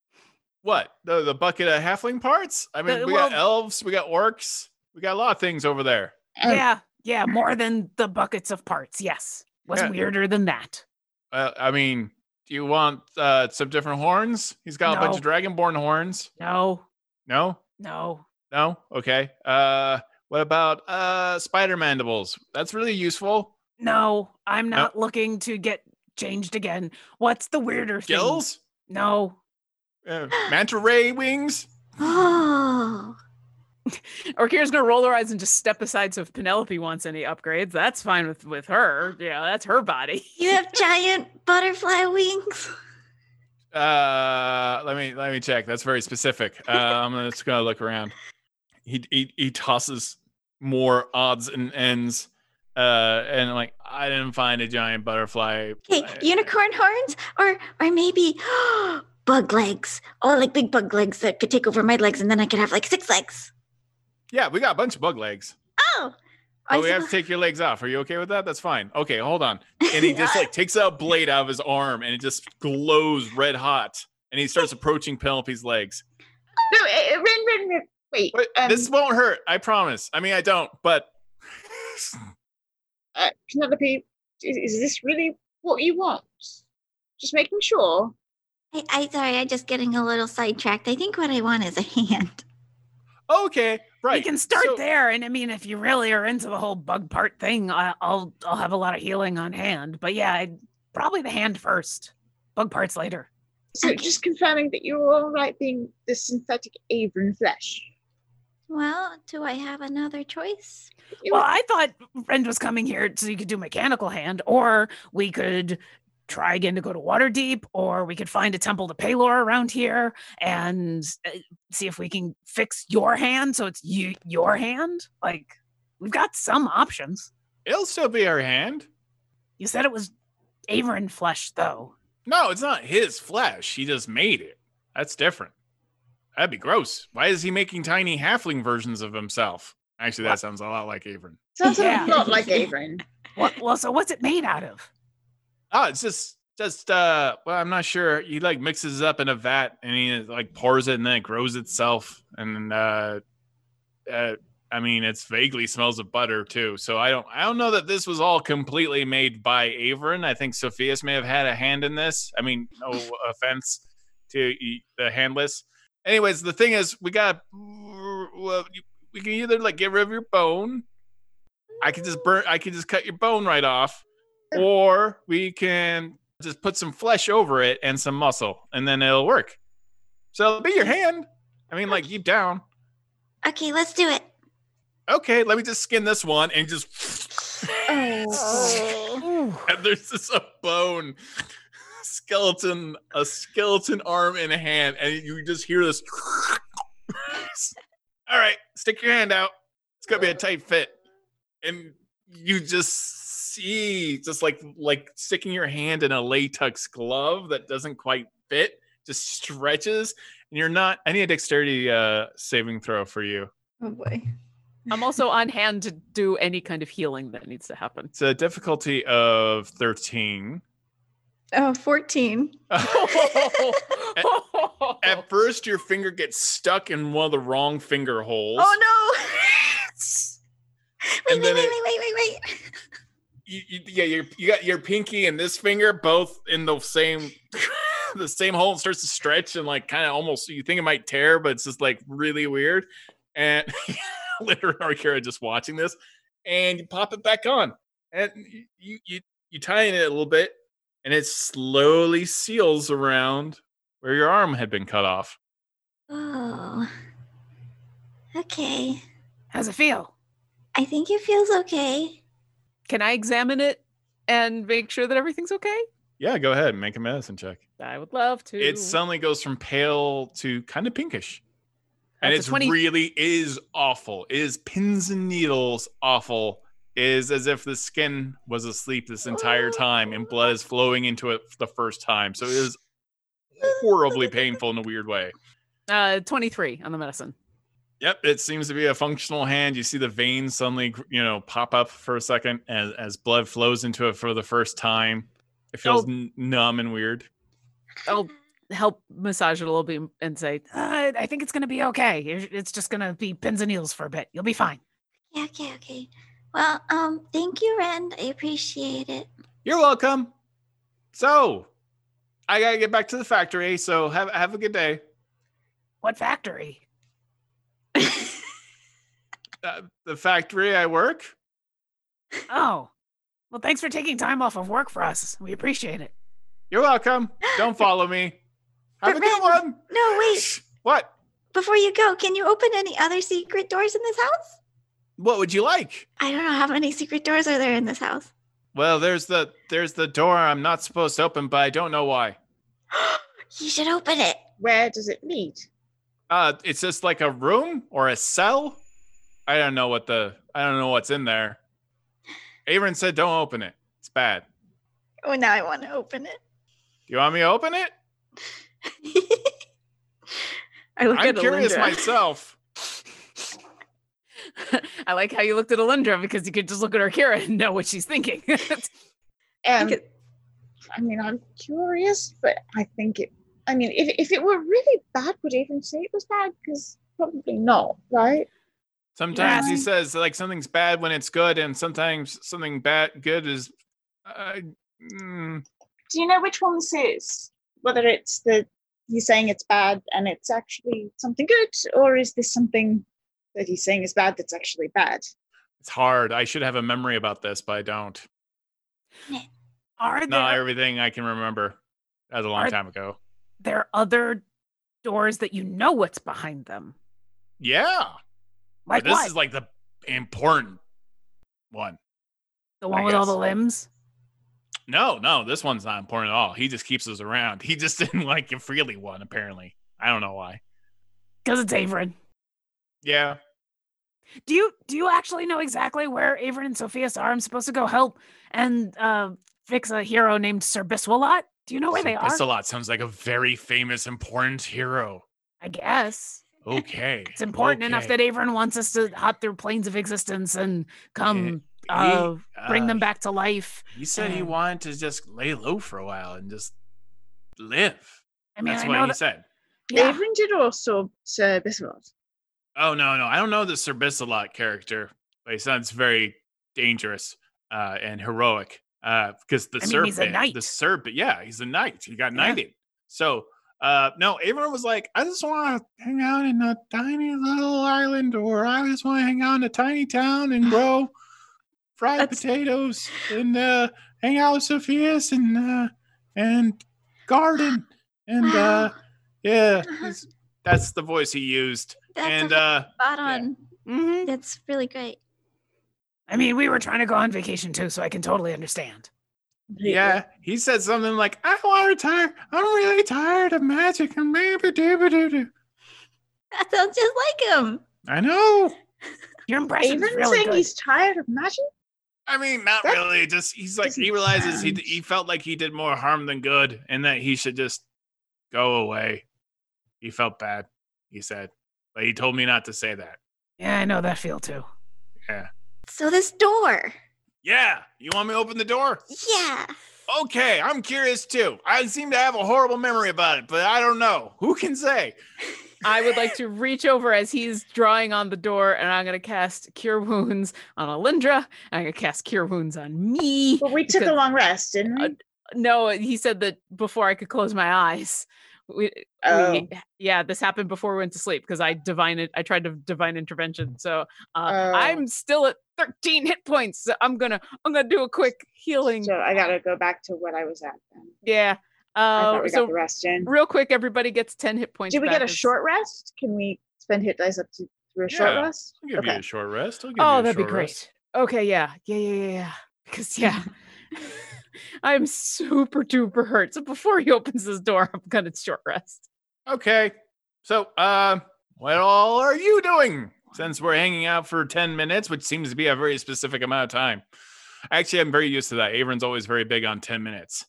[SPEAKER 1] What the the bucket of halfling parts? I mean,
[SPEAKER 6] The-
[SPEAKER 1] we got
[SPEAKER 6] well-
[SPEAKER 1] elves, we got orcs, we got a lot of things over there.
[SPEAKER 3] Um,
[SPEAKER 2] yeah. Yeah. More than the buckets of parts. Yes. Was
[SPEAKER 1] Yeah.
[SPEAKER 2] weirder than that.
[SPEAKER 1] Uh, I mean, do you want uh, some different horns? He's got a bunch of dragonborn horns.
[SPEAKER 2] No.
[SPEAKER 1] No,
[SPEAKER 2] No.
[SPEAKER 1] no. Okay. Uh, what about uh spider mandibles? That's really useful.
[SPEAKER 2] No. I'm not looking to get changed again. What's the weirder thing?
[SPEAKER 1] Gills,
[SPEAKER 2] No.
[SPEAKER 1] uh, manta ray wings.
[SPEAKER 4] Oh.
[SPEAKER 6] Or Kira's gonna roll her eyes and just step aside so if Penelope wants any upgrades, that's fine with with her. Yeah, that's her body.
[SPEAKER 4] You have giant butterfly wings.
[SPEAKER 1] Uh, let me let me check. That's very specific. Uh, I'm just gonna look around. He he, he tosses more odds and ends. Uh, and I'm like, I didn't find a giant butterfly.
[SPEAKER 4] Okay,
[SPEAKER 1] I-
[SPEAKER 4] unicorn horns, or or maybe bug legs. Oh, like big bug legs that could take over my legs, and then I could have like six legs.
[SPEAKER 1] Yeah, we got a bunch of bug legs.
[SPEAKER 4] Oh,
[SPEAKER 1] Oh,
[SPEAKER 4] I
[SPEAKER 1] we have to
[SPEAKER 4] suppose-
[SPEAKER 1] take your legs off. Are you okay with that? That's fine. Okay, hold on. And he just like takes out a blade out of his arm, and it just glows red hot. And he starts approaching Penelope's legs.
[SPEAKER 5] No,
[SPEAKER 3] eh,
[SPEAKER 5] uh, uh, Rin, Rin, Rin. Wait.
[SPEAKER 1] Wait,
[SPEAKER 5] um,
[SPEAKER 1] this won't hurt. I promise. I mean, I don't. But
[SPEAKER 5] uh,
[SPEAKER 3] Penelope, is, is this really what you want? Just making sure.
[SPEAKER 4] I, I sorry, I just getting a little sidetracked. I think what I want is a hand.
[SPEAKER 1] okay, right.
[SPEAKER 2] We can start
[SPEAKER 1] So-
[SPEAKER 2] there, and I mean, if you really are into the whole bug part thing, I- I'll I'll have a lot of healing on hand. But yeah, I'd, probably the hand first, bug parts later.
[SPEAKER 3] So
[SPEAKER 4] Okay.
[SPEAKER 3] just confirming that you're all right being the synthetic Avon flesh.
[SPEAKER 4] Well, do I have another choice?
[SPEAKER 3] You-
[SPEAKER 2] Well, I thought Rend was coming here so you could do mechanical hand, or we could try again to go to Waterdeep, or we could find a temple to Paylor around here and uh, see if we can fix your hand so it's you your hand. Like we've got some options.
[SPEAKER 1] It'll still be her hand.
[SPEAKER 2] You said it was Averin flesh, though.
[SPEAKER 1] No, it's not his flesh. He just made it. That's different. That'd be gross. Why is he making tiny halfling versions of himself? Actually, that sounds a lot like Avon.
[SPEAKER 3] Sounds
[SPEAKER 2] Yeah.
[SPEAKER 3] a lot like Avon.
[SPEAKER 2] What, well, so what's it made out of?
[SPEAKER 1] Oh, it's just just uh well, I'm not sure. He like mixes it up in a vat and he like pours it and then it grows itself. And uh uh I mean it's vaguely smells of butter too. So I don't I don't know that this was all completely made by Averin. I think Sophia's may have had a hand in this. I mean, no offense to y- the handless. Anyways, the thing is we got well, you- we can either like get rid of your bone. I can just burn I can just cut your bone right off or we can just put some flesh over it and some muscle and then it'll work so it'll be your hand i mean like deep down
[SPEAKER 4] Okay, let's do it.
[SPEAKER 1] okay let me just skin this one and just and there's just a bone skeleton a skeleton arm and a hand and you just hear this all right stick your hand out it's gonna be a tight fit and you just see just like like sticking your hand in a latex glove that doesn't quite fit just stretches and you're not i need a dexterity uh saving throw for you
[SPEAKER 5] oh boy.
[SPEAKER 6] I'm also on hand to do any kind of healing that needs to happen.
[SPEAKER 1] it's a difficulty of 13
[SPEAKER 5] Oh, 14.
[SPEAKER 1] Oh, Eh, At first, your finger gets stuck in one of the wrong finger holes.
[SPEAKER 5] Oh
[SPEAKER 4] Wait,
[SPEAKER 1] And
[SPEAKER 4] wait,
[SPEAKER 1] then
[SPEAKER 4] wait,
[SPEAKER 1] it-
[SPEAKER 4] wait, wait, wait, wait.
[SPEAKER 1] You, you, yeah, you, you got your pinky and this finger both in the same the same hole and starts to stretch and like kind of almost you think it might tear, but it's just like really weird. And Linda and Arkira just watching this, and you pop it back on, and you- you you you tie in it a little bit, and it slowly seals around where your arm had been cut off.
[SPEAKER 4] Oh. Okay.
[SPEAKER 2] How's it feel?
[SPEAKER 4] I think it feels okay.
[SPEAKER 6] Can I examine it and make sure that everything's okay?
[SPEAKER 1] Yeah, go ahead, make a medicine check.
[SPEAKER 6] I would love to.
[SPEAKER 1] It suddenly goes from pale to kind of pinkish. And
[SPEAKER 6] That's
[SPEAKER 1] it's
[SPEAKER 6] a 20
[SPEAKER 1] really is awful. It is pins and needles awful. It is as if the skin was asleep this entire time and blood is flowing into it for the first time. So it is horribly painful in a weird way.
[SPEAKER 6] uh, 23 on the medicine.
[SPEAKER 1] Yep, it seems to be a functional hand. You see the veins suddenly, you know, pop up for a second as, as blood flows into it for the first time. It feels
[SPEAKER 6] Oh.
[SPEAKER 1] n- numb and weird.
[SPEAKER 6] I'll help massage it a little bit and say,
[SPEAKER 2] Uh, I think it's gonna be okay. You're- It's just gonna be pins and needles for a bit. You'll be fine.
[SPEAKER 4] Yeah, okay, okay. Well, um, thank you, Rand. I appreciate it.
[SPEAKER 1] You're welcome. So, I gotta get back to the factory. So have have a good day.
[SPEAKER 2] What factory?
[SPEAKER 1] Uh, the factory I work.
[SPEAKER 2] Oh, well, thanks for taking time off of work for us. We appreciate it.
[SPEAKER 1] You're welcome. Don't follow me. Have a good
[SPEAKER 4] But Ren-
[SPEAKER 1] one.
[SPEAKER 4] No, wait.
[SPEAKER 1] What?
[SPEAKER 4] Before you go, can you open any other secret doors in this house?
[SPEAKER 1] What would you like?
[SPEAKER 4] I don't know how many secret doors are there in this house.
[SPEAKER 1] Well, there's the there's the door I'm not supposed to open, but I don't know why.
[SPEAKER 4] You should open it.
[SPEAKER 3] Where does it lead?
[SPEAKER 1] Uh, it's just like a room or a cell. I don't know what the I don't know what's in there. Aaron said don't open it. It's bad.
[SPEAKER 5] no. Oh, now I want to open it.
[SPEAKER 1] Do you want me to open it?
[SPEAKER 5] I look
[SPEAKER 1] I'm
[SPEAKER 5] at
[SPEAKER 1] curious
[SPEAKER 5] Alindra.
[SPEAKER 1] myself.
[SPEAKER 6] I like how you looked at Alindra because you could just look at her Kira and know what she's thinking.
[SPEAKER 5] I
[SPEAKER 3] Um,
[SPEAKER 5] think it-
[SPEAKER 3] I mean, I'm curious, but I think it. I mean, if, if it were really bad, would even say it was bad? Because probably not, right?
[SPEAKER 1] Sometimes he
[SPEAKER 3] Yeah.
[SPEAKER 1] says like something's bad when it's good, and sometimes something bad good is. Uh, mm,
[SPEAKER 3] Do you know which one this is? Whether it's the he's saying it's bad and it's actually something good, or is this something that he's saying is bad that's actually bad?
[SPEAKER 1] it's hard. I should have a memory about this, but I don't.
[SPEAKER 2] Are there
[SPEAKER 1] Not everything I can remember. That was a long
[SPEAKER 2] Are-
[SPEAKER 1] time ago.
[SPEAKER 2] there other doors that you know what's behind them?
[SPEAKER 1] Yeah, but
[SPEAKER 2] Like
[SPEAKER 1] this
[SPEAKER 2] what?
[SPEAKER 1] is like the important one.
[SPEAKER 2] the one
[SPEAKER 1] I
[SPEAKER 2] with all the
[SPEAKER 1] guess.
[SPEAKER 2] limbs?
[SPEAKER 1] No, no, this one's not important at all. He just keeps us around. He just didn't like a freely one, apparently. I don't know why.
[SPEAKER 2] Because it's Averin.
[SPEAKER 1] Yeah,
[SPEAKER 2] Do you do you actually know exactly where Averin and Sophia's are? I'm supposed to go help and uh, fix a hero named Sir Biswalot. Do you know where they are?
[SPEAKER 1] that's a lot. Sounds like a very famous, important hero.
[SPEAKER 2] I guess
[SPEAKER 1] Okay,
[SPEAKER 2] it's important enough
[SPEAKER 1] okay.
[SPEAKER 2] that Averin wants us to hop through planes of existence and come uh,
[SPEAKER 1] He-
[SPEAKER 2] bring
[SPEAKER 1] uh,
[SPEAKER 2] them back to life.
[SPEAKER 1] He said he
[SPEAKER 2] Um,
[SPEAKER 1] wanted to just lay low for a while and just live.
[SPEAKER 2] I mean,
[SPEAKER 1] That's
[SPEAKER 2] I
[SPEAKER 1] what
[SPEAKER 2] know
[SPEAKER 1] he
[SPEAKER 2] that.
[SPEAKER 1] said.
[SPEAKER 2] Yeah.
[SPEAKER 3] Averin did also Sir Bismarck.
[SPEAKER 1] Oh no, no, I don't know the Sir Bissalot character, but he sounds very dangerous uh, and heroic. Because the
[SPEAKER 2] I mean, he's
[SPEAKER 1] serpent,
[SPEAKER 2] a
[SPEAKER 1] the
[SPEAKER 2] knight.
[SPEAKER 1] serpent, yeah, he's a knight. He got
[SPEAKER 2] Yeah.
[SPEAKER 1] knighted. So uh, no, everyone was like, I just want to hang out in a tiny little island, or I just want to hang out in a tiny town and grow fried
[SPEAKER 5] That's-
[SPEAKER 1] potatoes and uh, hang out with Sophia's and uh, and garden and
[SPEAKER 4] Wow.
[SPEAKER 1] uh, yeah,
[SPEAKER 4] Uh-huh.
[SPEAKER 1] it's- that's the voice he used.
[SPEAKER 4] That's
[SPEAKER 1] and
[SPEAKER 4] a
[SPEAKER 1] uh,
[SPEAKER 4] spot on.
[SPEAKER 1] Mm-hmm.
[SPEAKER 2] Mhm.
[SPEAKER 4] That's really great.
[SPEAKER 2] I mean, we were trying to go on vacation too, so I can totally understand.
[SPEAKER 1] Yeah, he said something like, "I want to retire. I'm really tired of magic and maybe doo doo doo."
[SPEAKER 4] That sounds just like him.
[SPEAKER 1] I know.
[SPEAKER 2] Your impression is
[SPEAKER 3] Averin
[SPEAKER 2] really
[SPEAKER 3] saying
[SPEAKER 2] good.
[SPEAKER 3] he's tired of magic.
[SPEAKER 1] I mean, not
[SPEAKER 3] That
[SPEAKER 1] really. Just he's like he
[SPEAKER 3] doesn't
[SPEAKER 1] realizes he
[SPEAKER 3] sound-
[SPEAKER 1] he felt like he did more harm than good, and that he should just go away. He felt bad. He said, but he told me not to say that.
[SPEAKER 2] Yeah, I know that feel too.
[SPEAKER 4] So this door.
[SPEAKER 1] Yeah, you want me to open the door?
[SPEAKER 4] Yeah.
[SPEAKER 1] Okay, I'm curious too. I seem to have a horrible memory about it, but I don't know. Who can say?
[SPEAKER 6] I would like to reach over as he's drawing on the door, and I'm gonna cast Cure Wounds on Alindra. And I'm gonna cast Cure Wounds on me.
[SPEAKER 3] But we took a
[SPEAKER 6] Because-
[SPEAKER 3] long rest, didn't we?
[SPEAKER 6] Uh, No, he said that before I could close my eyes. We, we-
[SPEAKER 3] Oh.
[SPEAKER 6] yeah, this happened before we went to sleep because I divine it. I tried to divine intervention, so uh,
[SPEAKER 3] Oh.
[SPEAKER 6] I'm still at 13 hit points. So I'm gonna I'm gonna do a quick healing.
[SPEAKER 3] So I gotta go back to what I was at then.
[SPEAKER 6] yeah.
[SPEAKER 1] Oh,
[SPEAKER 3] I
[SPEAKER 6] Uh,
[SPEAKER 3] thought we got
[SPEAKER 6] so
[SPEAKER 3] the rest in.
[SPEAKER 6] real quick, everybody gets 10 hit points.
[SPEAKER 3] Did we
[SPEAKER 6] back
[SPEAKER 3] get a
[SPEAKER 6] as-
[SPEAKER 3] short rest? Can we spend hit dice up to through a short
[SPEAKER 1] Yeah.
[SPEAKER 3] rest?
[SPEAKER 1] I'll give you a short rest. I'll give you
[SPEAKER 6] Oh,
[SPEAKER 1] a
[SPEAKER 6] that'd be
[SPEAKER 1] short
[SPEAKER 6] great.
[SPEAKER 1] rest.
[SPEAKER 6] Okay, yeah, yeah, yeah, yeah, yeah. Because yeah, I'm super duper hurt. So before he opens this door, I'm gonna short rest.
[SPEAKER 1] Okay. So, uh, what all are you doing since we're hanging out for 10 minutes, which seems to be a very specific amount of time? Actually, I'm very used to that. Avron's always very big on 10 minutes.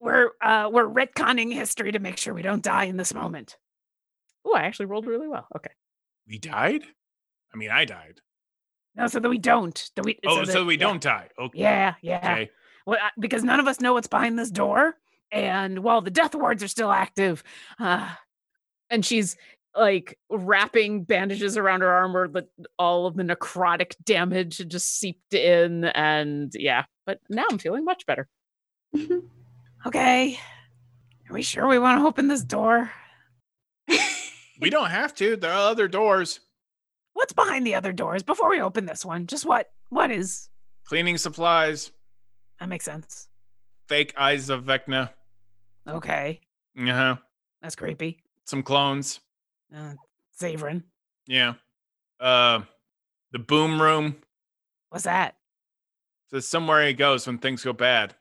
[SPEAKER 2] We're uh we're retconning history to make sure we don't die in this moment.
[SPEAKER 6] Oh, I actually rolled really well. Okay.
[SPEAKER 1] We died? I mean, I died.
[SPEAKER 2] No, so that we don't. That we,
[SPEAKER 1] oh, so,
[SPEAKER 2] that-
[SPEAKER 1] we
[SPEAKER 2] yeah.
[SPEAKER 1] don't die. Okay.
[SPEAKER 2] Yeah, yeah.
[SPEAKER 1] Okay.
[SPEAKER 2] Well, I- because none of us know what's behind this door, and while the death wards are still active, uh,
[SPEAKER 6] and she's like wrapping bandages around her arm where the, all of the necrotic damage had just seeped in and yeah but now i'm feeling much better
[SPEAKER 2] Mm-hmm. okay. Are we sure we want to open this door?
[SPEAKER 1] We don't have to. There are other doors.
[SPEAKER 2] What's behind the other doors before we open this one? Just what? What is?
[SPEAKER 1] Cleaning supplies,
[SPEAKER 2] That makes sense.
[SPEAKER 1] fake eyes of Vecna.
[SPEAKER 2] Okay,
[SPEAKER 1] Uh huh.
[SPEAKER 2] that's creepy.
[SPEAKER 1] Some clones.
[SPEAKER 2] Uh, Zavrin,
[SPEAKER 1] Yeah. Uh, the boom room.
[SPEAKER 2] what's that?
[SPEAKER 1] So somewhere he goes when things go bad.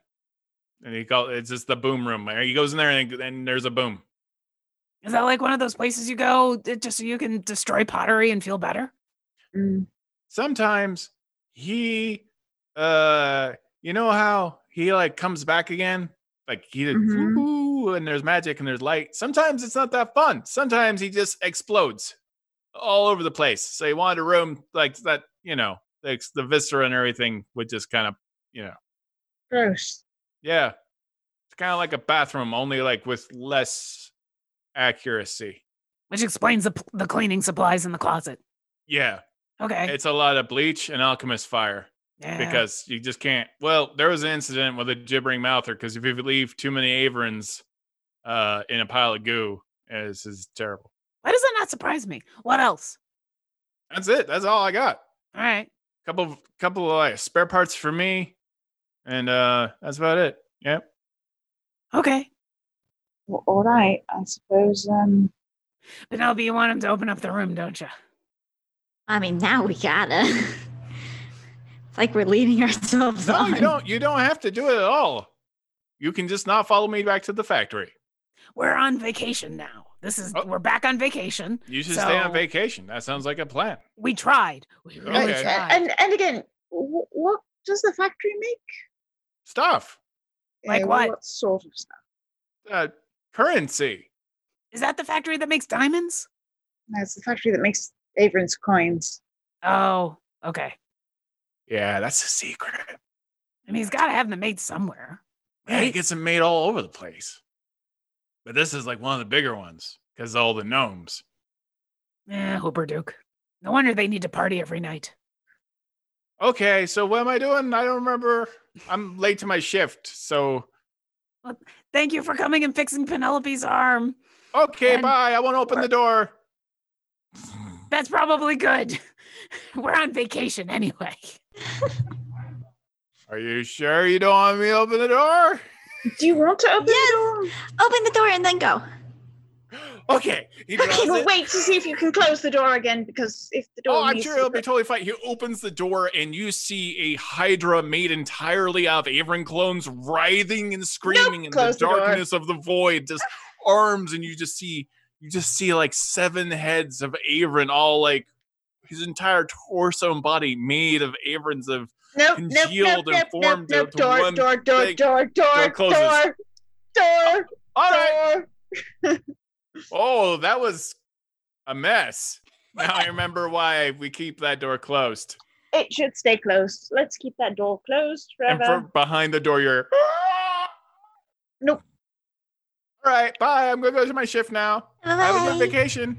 [SPEAKER 1] And he call it's just the boom room. He goes in there and, and there's a boom.
[SPEAKER 2] Is that like one of those places you go uh, just so you can destroy pottery and feel better?
[SPEAKER 3] Mm.
[SPEAKER 1] Sometimes he uh you know how he like comes back again? Like he did
[SPEAKER 3] Mhm.
[SPEAKER 1] "Ooh," and there's magic and there's light. Sometimes it's not that fun. Sometimes he just explodes all over the place. So he wanted a room like that, you know, like the viscera and everything would just kind of, you know,
[SPEAKER 3] Gross.
[SPEAKER 1] Yeah. It's kind of like a bathroom, only like with less accuracy.
[SPEAKER 2] Which explains the, p- the cleaning supplies in the closet.
[SPEAKER 1] Yeah.
[SPEAKER 2] Okay.
[SPEAKER 1] It's a lot of bleach and alchemist fire
[SPEAKER 2] yeah.
[SPEAKER 1] because you just can't. Well, there was an incident with a gibbering mouther because if you leave too many Averins uh, in a pile of goo, uh, this is terrible.
[SPEAKER 2] Why does that not surprise me? What else?
[SPEAKER 1] That's it. That's all I got.
[SPEAKER 2] All right.
[SPEAKER 1] Couple, couple of like, spare parts for me, and uh, that's about it. Yep.
[SPEAKER 2] Okay.
[SPEAKER 3] Well, all right. I suppose. Um.
[SPEAKER 2] Penelope, you want him to open up the room, don't you?
[SPEAKER 4] I mean, now we gotta. it's like we're leading ourselves
[SPEAKER 1] Oh, No,
[SPEAKER 4] on.
[SPEAKER 1] you don't. You don't have to do it at all. You can just not follow me back to the factory.
[SPEAKER 2] We're on vacation now. This is
[SPEAKER 1] Oh.
[SPEAKER 2] we're back on vacation.
[SPEAKER 1] You should stay on
[SPEAKER 2] So-
[SPEAKER 1] vacation. That sounds like a plan.
[SPEAKER 2] We tried. We really
[SPEAKER 1] Okay.
[SPEAKER 2] tried.
[SPEAKER 3] And and again, wh- what does the factory make?
[SPEAKER 1] Stuff,
[SPEAKER 2] Like
[SPEAKER 3] Uh,
[SPEAKER 2] what?
[SPEAKER 3] What sort of stuff?
[SPEAKER 1] uh, currency.
[SPEAKER 2] is that the factory that makes diamonds?
[SPEAKER 3] No, it's the factory that makes Averin's coins.
[SPEAKER 2] Oh, okay.
[SPEAKER 1] Yeah, that's a secret.
[SPEAKER 2] I mean, he's got to have them made somewhere.
[SPEAKER 1] Man, it
[SPEAKER 2] Right.
[SPEAKER 1] gets them made all over the place. But this is like one of the bigger ones because all the gnomes.
[SPEAKER 2] Eh, Hooper Duke. No wonder they need to party every night.
[SPEAKER 1] Okay, so what am I doing? I don't remember. I'm late to my shift. So,
[SPEAKER 2] Thank you for coming and fixing Penelope's arm.
[SPEAKER 1] okay,
[SPEAKER 2] And-
[SPEAKER 1] bye. I won't open the door.
[SPEAKER 2] That's probably good. We're on vacation anyway.
[SPEAKER 1] Are you sure you don't want me to open the door?
[SPEAKER 3] Do you want to open
[SPEAKER 4] Yes.
[SPEAKER 3] the
[SPEAKER 4] Open the door and then go.
[SPEAKER 1] Okay. he
[SPEAKER 3] door?
[SPEAKER 1] draws
[SPEAKER 3] Okay, we'll
[SPEAKER 1] it.
[SPEAKER 3] wait to see if you can close the door again because if the door.
[SPEAKER 1] Oh, I'm
[SPEAKER 3] needs
[SPEAKER 1] sure
[SPEAKER 3] to
[SPEAKER 1] it'll be totally fine. He opens the door and you see a Hydra made entirely out of Averin clones writhing and screaming in the
[SPEAKER 3] close the door.
[SPEAKER 1] darkness of the void, just arms, and you just see you just see like seven heads of Averin, all like his entire torso and body made of Averins of
[SPEAKER 3] Nope, nope, nope,
[SPEAKER 1] congealed and
[SPEAKER 3] nope, nope,
[SPEAKER 1] formed
[SPEAKER 3] nope.
[SPEAKER 1] into
[SPEAKER 3] Door,
[SPEAKER 1] one
[SPEAKER 3] door, door,
[SPEAKER 1] big-
[SPEAKER 3] door, door,
[SPEAKER 1] closes.
[SPEAKER 3] door, door,
[SPEAKER 1] all right.
[SPEAKER 3] door.
[SPEAKER 1] Oh, that was a mess. Now I remember why we keep that door closed.
[SPEAKER 3] It should stay closed. Let's keep that door closed
[SPEAKER 1] And
[SPEAKER 3] forever.
[SPEAKER 1] from behind the door, you're All right, bye. I'm gonna go to my shift now. Have a good
[SPEAKER 4] Bye-bye.
[SPEAKER 1] vacation.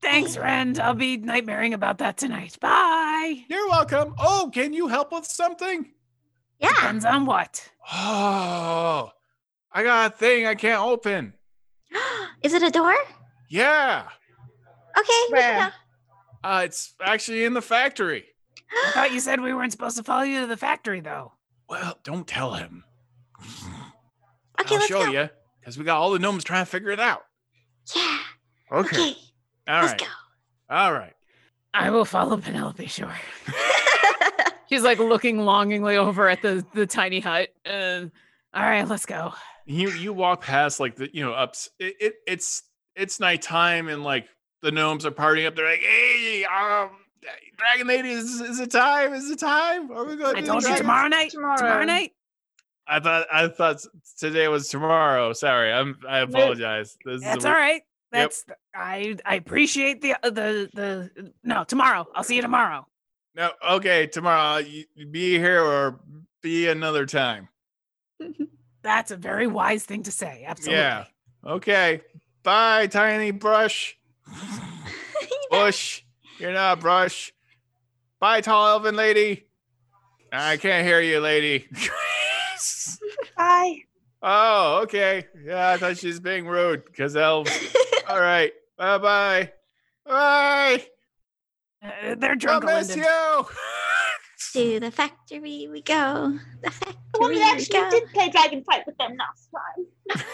[SPEAKER 2] Thanks, Rand. I'll be nightmaring about that tonight. Bye.
[SPEAKER 1] You're welcome. Oh, can you help with something?
[SPEAKER 4] Yeah.
[SPEAKER 2] Depends on what.
[SPEAKER 1] Oh, I got a thing I can't open.
[SPEAKER 4] Is it a door?
[SPEAKER 1] Yeah,
[SPEAKER 4] Okay. we
[SPEAKER 3] Where?
[SPEAKER 4] can
[SPEAKER 1] uh, it's actually in the factory.
[SPEAKER 2] I
[SPEAKER 4] go.
[SPEAKER 2] thought you said we weren't supposed to follow you to the factory, though.
[SPEAKER 1] Well, don't tell him. I'll
[SPEAKER 4] Okay, let's
[SPEAKER 1] show
[SPEAKER 4] go.
[SPEAKER 1] you because we got all the gnomes trying to figure it out.
[SPEAKER 4] Yeah. Okay.
[SPEAKER 1] All
[SPEAKER 4] let's
[SPEAKER 1] right. All right.
[SPEAKER 2] I will follow Penelope Shore.
[SPEAKER 4] go.
[SPEAKER 6] He's like looking longingly over at the the tiny hut. Uh,
[SPEAKER 2] All right, let's go.
[SPEAKER 1] You you walk past like the you know ups. It, it it's it's nighttime and like the gnomes are partying up. They're like, hey, um, Dragon Lady, is is it time? Is it time? Are we going?
[SPEAKER 2] I
[SPEAKER 1] to the
[SPEAKER 2] told you
[SPEAKER 1] dragon-
[SPEAKER 2] tomorrow night.
[SPEAKER 3] Tomorrow.
[SPEAKER 2] Tomorrow night.
[SPEAKER 1] I thought I thought s- today was tomorrow. Sorry, I'm I apologize. This
[SPEAKER 2] That's
[SPEAKER 1] is a
[SPEAKER 2] all
[SPEAKER 1] weird-
[SPEAKER 2] right. That's I. I appreciate the uh, the the. No, tomorrow. I'll see you tomorrow.
[SPEAKER 1] No, okay, tomorrow you, you be here or be another time.
[SPEAKER 2] That's a very wise thing to say. Absolutely.
[SPEAKER 1] Yeah. Okay. Bye, tiny brush. Bush, you're not a brush. Bye, tall elven lady. I can't hear you, lady.
[SPEAKER 3] Bye.
[SPEAKER 1] oh, okay. Yeah, I thought she was being rude because elves. All right. Bye bye. Bye.
[SPEAKER 2] Uh, they're
[SPEAKER 1] I
[SPEAKER 2] drunk.
[SPEAKER 1] miss
[SPEAKER 2] Linda.
[SPEAKER 1] you.
[SPEAKER 4] to the factory we go. The factory
[SPEAKER 5] Well, we
[SPEAKER 4] we
[SPEAKER 5] actually
[SPEAKER 4] go.
[SPEAKER 5] did play Dragon Fight with them last time.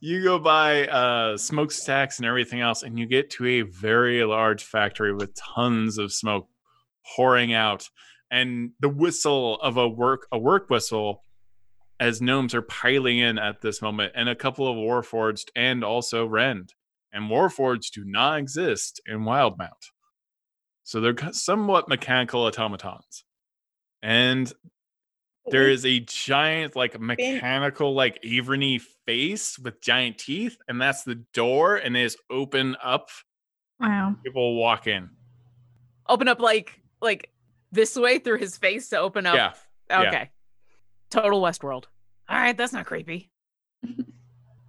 [SPEAKER 1] you go by uh, smokestacks and everything else, and you get to a very large factory with tons of smoke pouring out, and the whistle of a work a work whistle as gnomes are piling in at this moment, and a couple of warforged and also rend. And warforged do not exist in Wildmount, so they're co- somewhat mechanical automatons. And there is a giant, like mechanical, like Averny face with giant teeth, and that's the door, and it is open up.
[SPEAKER 4] Wow.
[SPEAKER 1] People walk in.
[SPEAKER 6] open up like like this way through his face to open up.
[SPEAKER 1] Yeah.
[SPEAKER 6] Okay. Total Westworld.
[SPEAKER 2] All right, that's not creepy.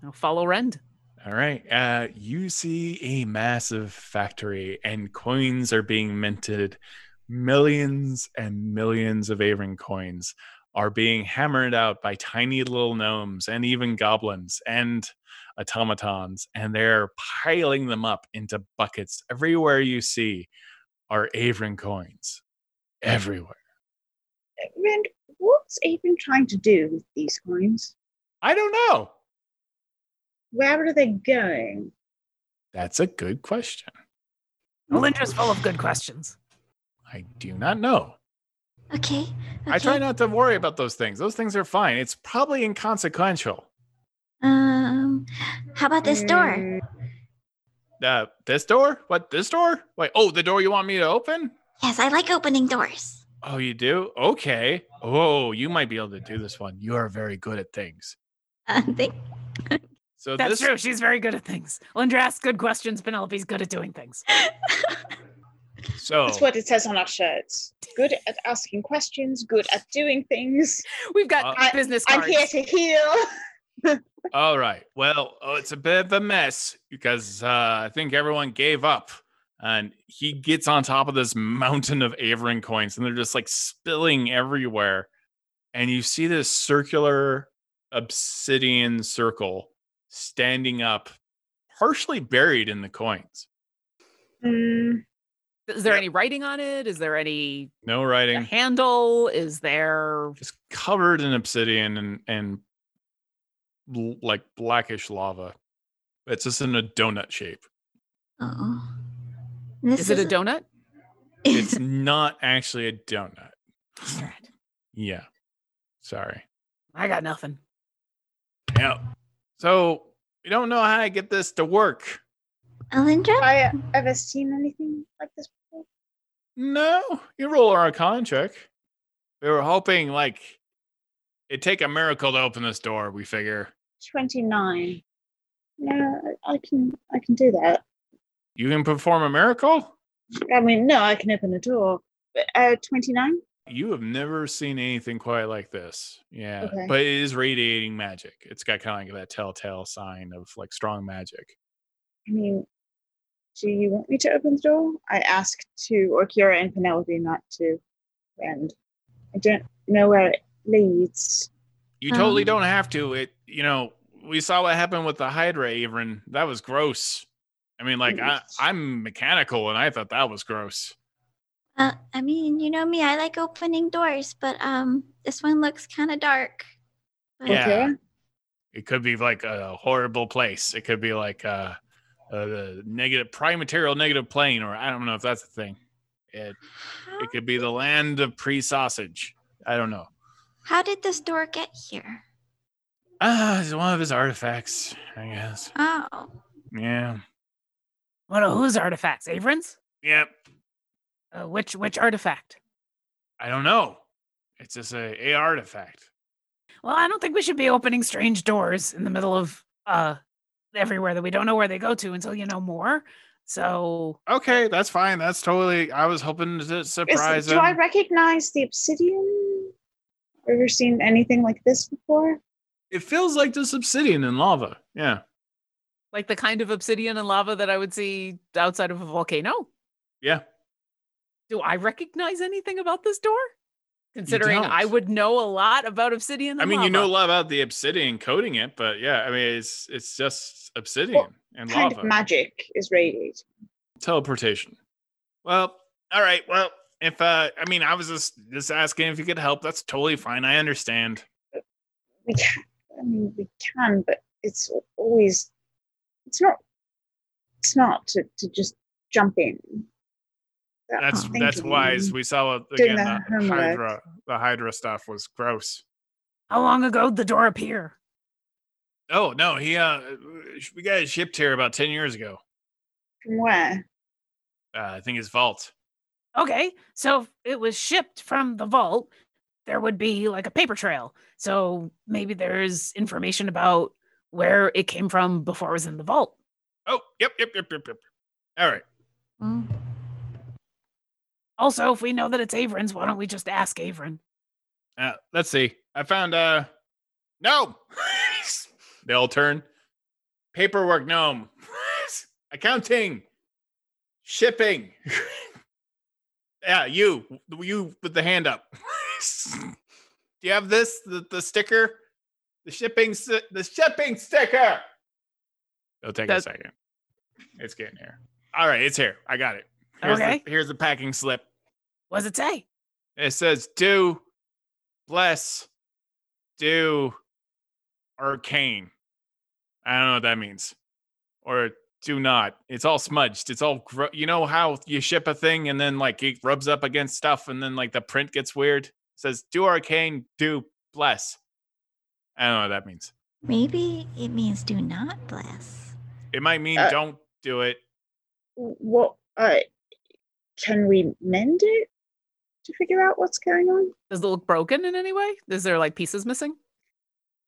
[SPEAKER 6] Now follow Rend.
[SPEAKER 1] All right. Uh, you see a massive factory, and coins are being minted. Millions and millions of Avering coins are being hammered out by tiny little gnomes and even goblins and automatons, and they're piling them up into buckets. Everywhere you see are Avering coins. Everywhere.
[SPEAKER 3] Rand, what's Avon trying to do with these coins?
[SPEAKER 1] I don't know.
[SPEAKER 3] Where are they going?
[SPEAKER 1] That's a good question.
[SPEAKER 2] Melinda's full of good questions.
[SPEAKER 1] I do not know.
[SPEAKER 4] Okay. okay.
[SPEAKER 1] I try not to worry about those things. Those things are fine. It's probably inconsequential.
[SPEAKER 4] Um, how about this door?
[SPEAKER 3] Mm,
[SPEAKER 1] Uh, this door? What? This door? Wait. Oh, the door you want me to open?
[SPEAKER 4] Yes, I like opening doors.
[SPEAKER 1] Oh, you do? Okay. Oh, you might be able to do this one. You are very good at things.
[SPEAKER 4] Uh, thank-
[SPEAKER 1] So
[SPEAKER 2] That's
[SPEAKER 1] this
[SPEAKER 2] true. She's very good at things. Linda asks good questions. Penelope's good at doing things.
[SPEAKER 1] so
[SPEAKER 3] That's what it says on our shirts. Good at asking questions, good at doing things.
[SPEAKER 6] We've got
[SPEAKER 1] Uh,
[SPEAKER 6] business
[SPEAKER 3] I'm
[SPEAKER 6] cards.
[SPEAKER 3] here to heal.
[SPEAKER 1] all right. Well, oh, it's a bit of a mess because uh, I think everyone gave up. And he gets on top of this mountain of Averin coins, and they're just like spilling everywhere. And you see this circular obsidian circle standing up, partially buried in the coins.
[SPEAKER 3] Mm,
[SPEAKER 6] Is there
[SPEAKER 1] Yep.
[SPEAKER 6] any writing on it? Is there any
[SPEAKER 1] No
[SPEAKER 6] a
[SPEAKER 1] writing.
[SPEAKER 6] handle? Is there
[SPEAKER 1] just covered in obsidian and and l- like blackish lava. It's just in a donut shape.
[SPEAKER 4] Uh-oh. This
[SPEAKER 6] is it a donut?
[SPEAKER 1] It's not actually a donut.
[SPEAKER 2] Darn it.
[SPEAKER 1] Yeah. Sorry.
[SPEAKER 2] I got nothing.
[SPEAKER 1] Yeah. So we don't know how to get this to work.
[SPEAKER 4] Alindra?
[SPEAKER 3] I uh, ever seen anything like this before?
[SPEAKER 1] No, you roll our con check. We were hoping like it'd take a miracle to open this door. We figure
[SPEAKER 3] Twenty-nine. No, I I can I can do that.
[SPEAKER 1] you can perform a miracle.
[SPEAKER 3] I mean, no, I can open a door. But uh, twenty-nine.
[SPEAKER 1] You have never seen anything quite like this. Yeah.
[SPEAKER 3] Okay.
[SPEAKER 1] But it is radiating magic. It's got kind of like that telltale sign of like strong magic.
[SPEAKER 3] I mean, do you want me to open the door? I ask to, or Kiara and Penelope not to. And I don't know where it leads.
[SPEAKER 1] You totally
[SPEAKER 4] Um.
[SPEAKER 1] don't have to. It, you know, we saw what happened with the Hydra Avon. That was gross. I mean, like, I, I'm mechanical and I thought that was gross.
[SPEAKER 4] Uh, I mean, you know me, I like opening doors, but um, this one looks kind of dark. But
[SPEAKER 1] Yeah. It could be like a horrible place. It could be like uh, uh, the negative, prime material negative plane, or I don't know if that's a thing. It,
[SPEAKER 4] How,
[SPEAKER 1] it could be the land of pre sausage. I don't know.
[SPEAKER 4] how did this door get here?
[SPEAKER 1] Ah, it's one of his artifacts, I guess.
[SPEAKER 4] Oh,
[SPEAKER 1] Yeah.
[SPEAKER 2] One of whose artifacts? Averin's?
[SPEAKER 1] Yep.
[SPEAKER 2] Uh, which which artifact?
[SPEAKER 1] I don't know. It's just a, a artifact.
[SPEAKER 2] Well, I don't think we should be opening strange doors in the middle of uh everywhere that we don't know where they go to until you know more. So
[SPEAKER 1] Okay, that's fine. That's totally. I was hoping to
[SPEAKER 3] Is-
[SPEAKER 1] surprise
[SPEAKER 3] do I
[SPEAKER 1] him.
[SPEAKER 3] recognize the obsidian? Ever seen anything like this before?
[SPEAKER 1] It feels like just obsidian and lava. Yeah.
[SPEAKER 6] like the kind of obsidian and lava that I would see outside of a volcano.
[SPEAKER 1] Yeah.
[SPEAKER 6] Do I recognize anything about this door? Considering I
[SPEAKER 1] don't.
[SPEAKER 6] would know a lot about obsidian. And
[SPEAKER 1] I mean, you know a
[SPEAKER 6] lava.
[SPEAKER 1] lot about the obsidian coating it, but yeah, I mean, it's it's just obsidian and
[SPEAKER 3] kind
[SPEAKER 1] lava.
[SPEAKER 3] of magic is radiating.
[SPEAKER 1] Teleportation. Well, all right. Well, if uh, I mean, I was just just asking if you could help. That's totally fine. I understand.
[SPEAKER 3] We can, I mean, we can, but it's al- always, it's not, it's not to, to just jump in. That-
[SPEAKER 1] That's
[SPEAKER 3] I'm
[SPEAKER 1] that's
[SPEAKER 3] thinking.
[SPEAKER 1] wise. We saw what,
[SPEAKER 3] Doing
[SPEAKER 1] again
[SPEAKER 3] the
[SPEAKER 1] the,
[SPEAKER 3] homework.
[SPEAKER 1] Hydra the Hydra stuff was gross.
[SPEAKER 2] how long ago did the door appear?
[SPEAKER 1] Oh no, he uh, we got it shipped here about ten years ago.
[SPEAKER 3] From where?
[SPEAKER 1] Uh, I think his vault.
[SPEAKER 2] Okay, so if it was shipped from the vault, there would be like a paper trail. So maybe there's information about where it came from before it was in the vault.
[SPEAKER 1] Oh, yep, yep, yep, yep, yep. All right.
[SPEAKER 4] mm,
[SPEAKER 2] Also, if we know that it's Averin's, why don't we just ask Averin?
[SPEAKER 1] Uh, let's see. I found uh, no. they all turn. Paperwork gnome. Accounting. Shipping. yeah, you, you with the hand up. Do you have this? The, the sticker, the shipping, si- the shipping sticker. It'll take a
[SPEAKER 6] That-
[SPEAKER 1] second. It's getting here. All right, it's here. I got it. Here's the-
[SPEAKER 2] Okay.
[SPEAKER 1] here's the packing slip.
[SPEAKER 2] What does it say?
[SPEAKER 1] It says do bless do arcane. I don't know what that means. Or do not. It's all smudged. It's all gr- you know how you ship a thing and then like it rubs up against stuff and then like the print gets weird. It says do arcane, do bless. I don't know what that means.
[SPEAKER 4] maybe it means do not bless.
[SPEAKER 1] It might mean
[SPEAKER 3] Uh,
[SPEAKER 1] don't do it.
[SPEAKER 3] What? Uh, can we mend it to figure out what's going on?
[SPEAKER 6] Does it look broken in any way? Is there like pieces missing?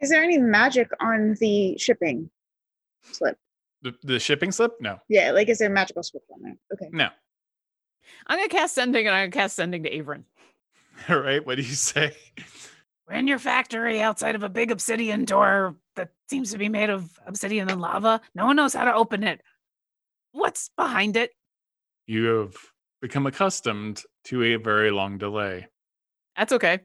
[SPEAKER 3] Is there any magic on the shipping slip?
[SPEAKER 1] The, the shipping slip? No.
[SPEAKER 3] Yeah, like is there a magical slip on there? Okay.
[SPEAKER 1] No.
[SPEAKER 6] I'm gonna cast sending, and I'm gonna cast sending to Averin.
[SPEAKER 1] All right. What do you say?
[SPEAKER 2] We're in your factory outside of a big obsidian door that seems to be made of obsidian and lava. No one knows how to open it. What's behind it?
[SPEAKER 1] You have become accustomed to a very long delay.
[SPEAKER 6] That's okay.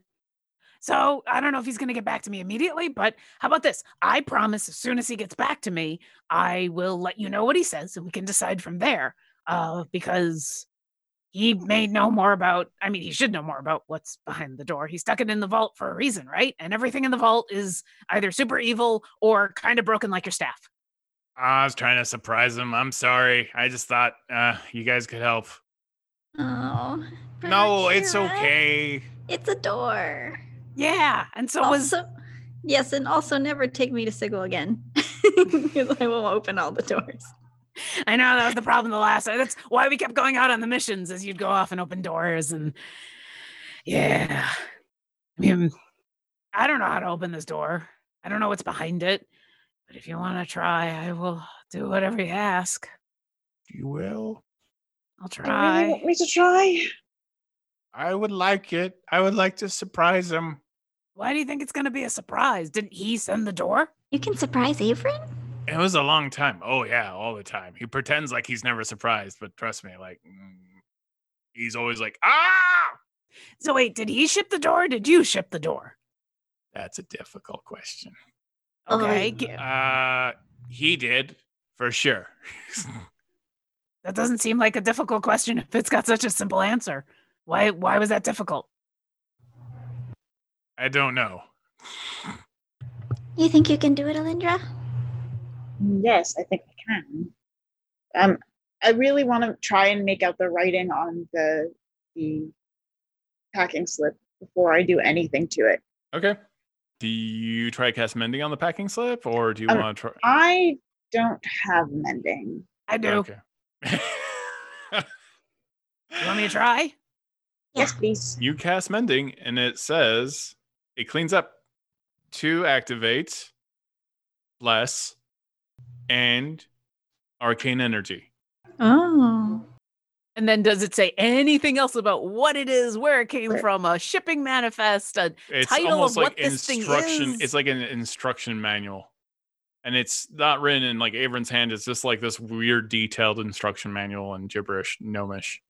[SPEAKER 2] So I don't know if he's going to get back to me immediately, but how about this? I promise as soon as he gets back to me, I will let you know what he says and we can decide from there. Uh, because he may know more about, I mean, he should know more about what's behind the door. He stuck it in the vault for a reason, right? And everything in the vault is either super evil or kind of broken like your staff.
[SPEAKER 1] I was trying to surprise him. I'm sorry. I just thought uh, you guys could help.
[SPEAKER 4] Oh, but
[SPEAKER 1] no, it's
[SPEAKER 4] Akira,
[SPEAKER 1] okay.
[SPEAKER 4] It's a door.
[SPEAKER 2] Yeah. And
[SPEAKER 4] Oh,
[SPEAKER 2] so was,
[SPEAKER 5] also, yes, and also never take me to Sigil again because I will open all the doors.
[SPEAKER 2] I know that was the problem the last time. That's why we kept going out on the missions, as you'd go off and open doors and yeah. I mean, I don't know how to open this door. I don't know what's behind it, but if you want to try, I will do whatever you ask.
[SPEAKER 1] You will.
[SPEAKER 2] I'll
[SPEAKER 3] Do you really
[SPEAKER 2] try.
[SPEAKER 3] want me to try?
[SPEAKER 8] I would like it. I would like to surprise him.
[SPEAKER 2] Why do you think it's going to be a surprise? Didn't he send the door?
[SPEAKER 4] You can surprise Averin?
[SPEAKER 8] It was a long time. Oh yeah, all the time. He pretends like he's never surprised, but trust me, like mm, he's always like, ah.
[SPEAKER 2] So wait, did he ship the door? Or did you ship the door?
[SPEAKER 8] That's a difficult question.
[SPEAKER 4] Oh,
[SPEAKER 2] Okay, g-
[SPEAKER 8] Uh, he did for sure.
[SPEAKER 2] that doesn't seem like a difficult question if it's got such a simple answer. Why? Why was that difficult?
[SPEAKER 8] I don't know.
[SPEAKER 4] You think you can do it, Alindra?
[SPEAKER 3] Yes, I think I can. Um, I really want to try and make out the writing on the the packing slip before I do anything to it.
[SPEAKER 1] Okay. Do you try cast mending on the packing slip, or do you
[SPEAKER 3] Um,
[SPEAKER 1] want to try?
[SPEAKER 3] I don't have mending.
[SPEAKER 2] I do.
[SPEAKER 1] Okay.
[SPEAKER 2] You want me to try?
[SPEAKER 3] Yes, please.
[SPEAKER 1] You cast mending, and it says it cleans up to activate less and arcane energy.
[SPEAKER 5] Oh.
[SPEAKER 6] And then does it say anything else about what it is, where it came
[SPEAKER 3] Where-
[SPEAKER 6] from, a shipping manifest, a
[SPEAKER 1] It's
[SPEAKER 6] Title of
[SPEAKER 1] almost like
[SPEAKER 6] what this thing
[SPEAKER 1] instruction.
[SPEAKER 6] is.
[SPEAKER 1] It's like an instruction manual, and it's not written in like Averin's hand. It's just like this weird, detailed instruction manual and gibberish gnomish.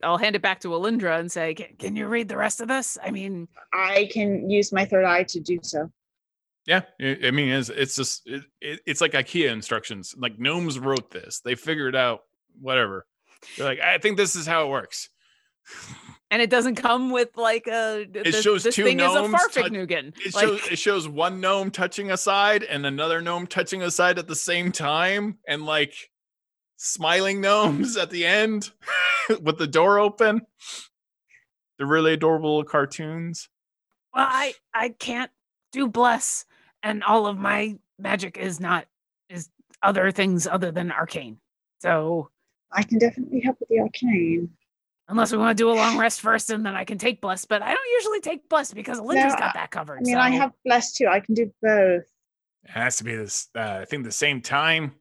[SPEAKER 6] I'll hand it back to Alindra and say,
[SPEAKER 2] Can, can you read the rest of this? I mean,
[SPEAKER 3] I can use my third eye to do so.
[SPEAKER 1] Yeah, I I mean, it's, it's just it, it, it's like IKEA instructions. Like gnomes wrote this; they figured out whatever. They're like, I think this is how it works.
[SPEAKER 6] and it doesn't come with like a. It
[SPEAKER 1] shows two
[SPEAKER 6] thing is
[SPEAKER 1] gnomes
[SPEAKER 6] a farfig
[SPEAKER 1] touch- It
[SPEAKER 6] Like,
[SPEAKER 1] shows it shows one gnome touching a side and another gnome touching a side at the same time, and like smiling gnomes at the end with the door open. They're really adorable little cartoons.
[SPEAKER 2] well, I I can't do bless, and all of my magic is not is other things other than arcane. So
[SPEAKER 3] I can definitely help with the arcane.
[SPEAKER 2] unless we want to do a long rest first, and then I can take bless. But I don't usually take bless because Alindra's
[SPEAKER 3] I-
[SPEAKER 2] got that covered.
[SPEAKER 3] I mean, I
[SPEAKER 2] so-
[SPEAKER 3] have blessed too. I can do both.
[SPEAKER 8] It has to be this. Uh, I think the same time.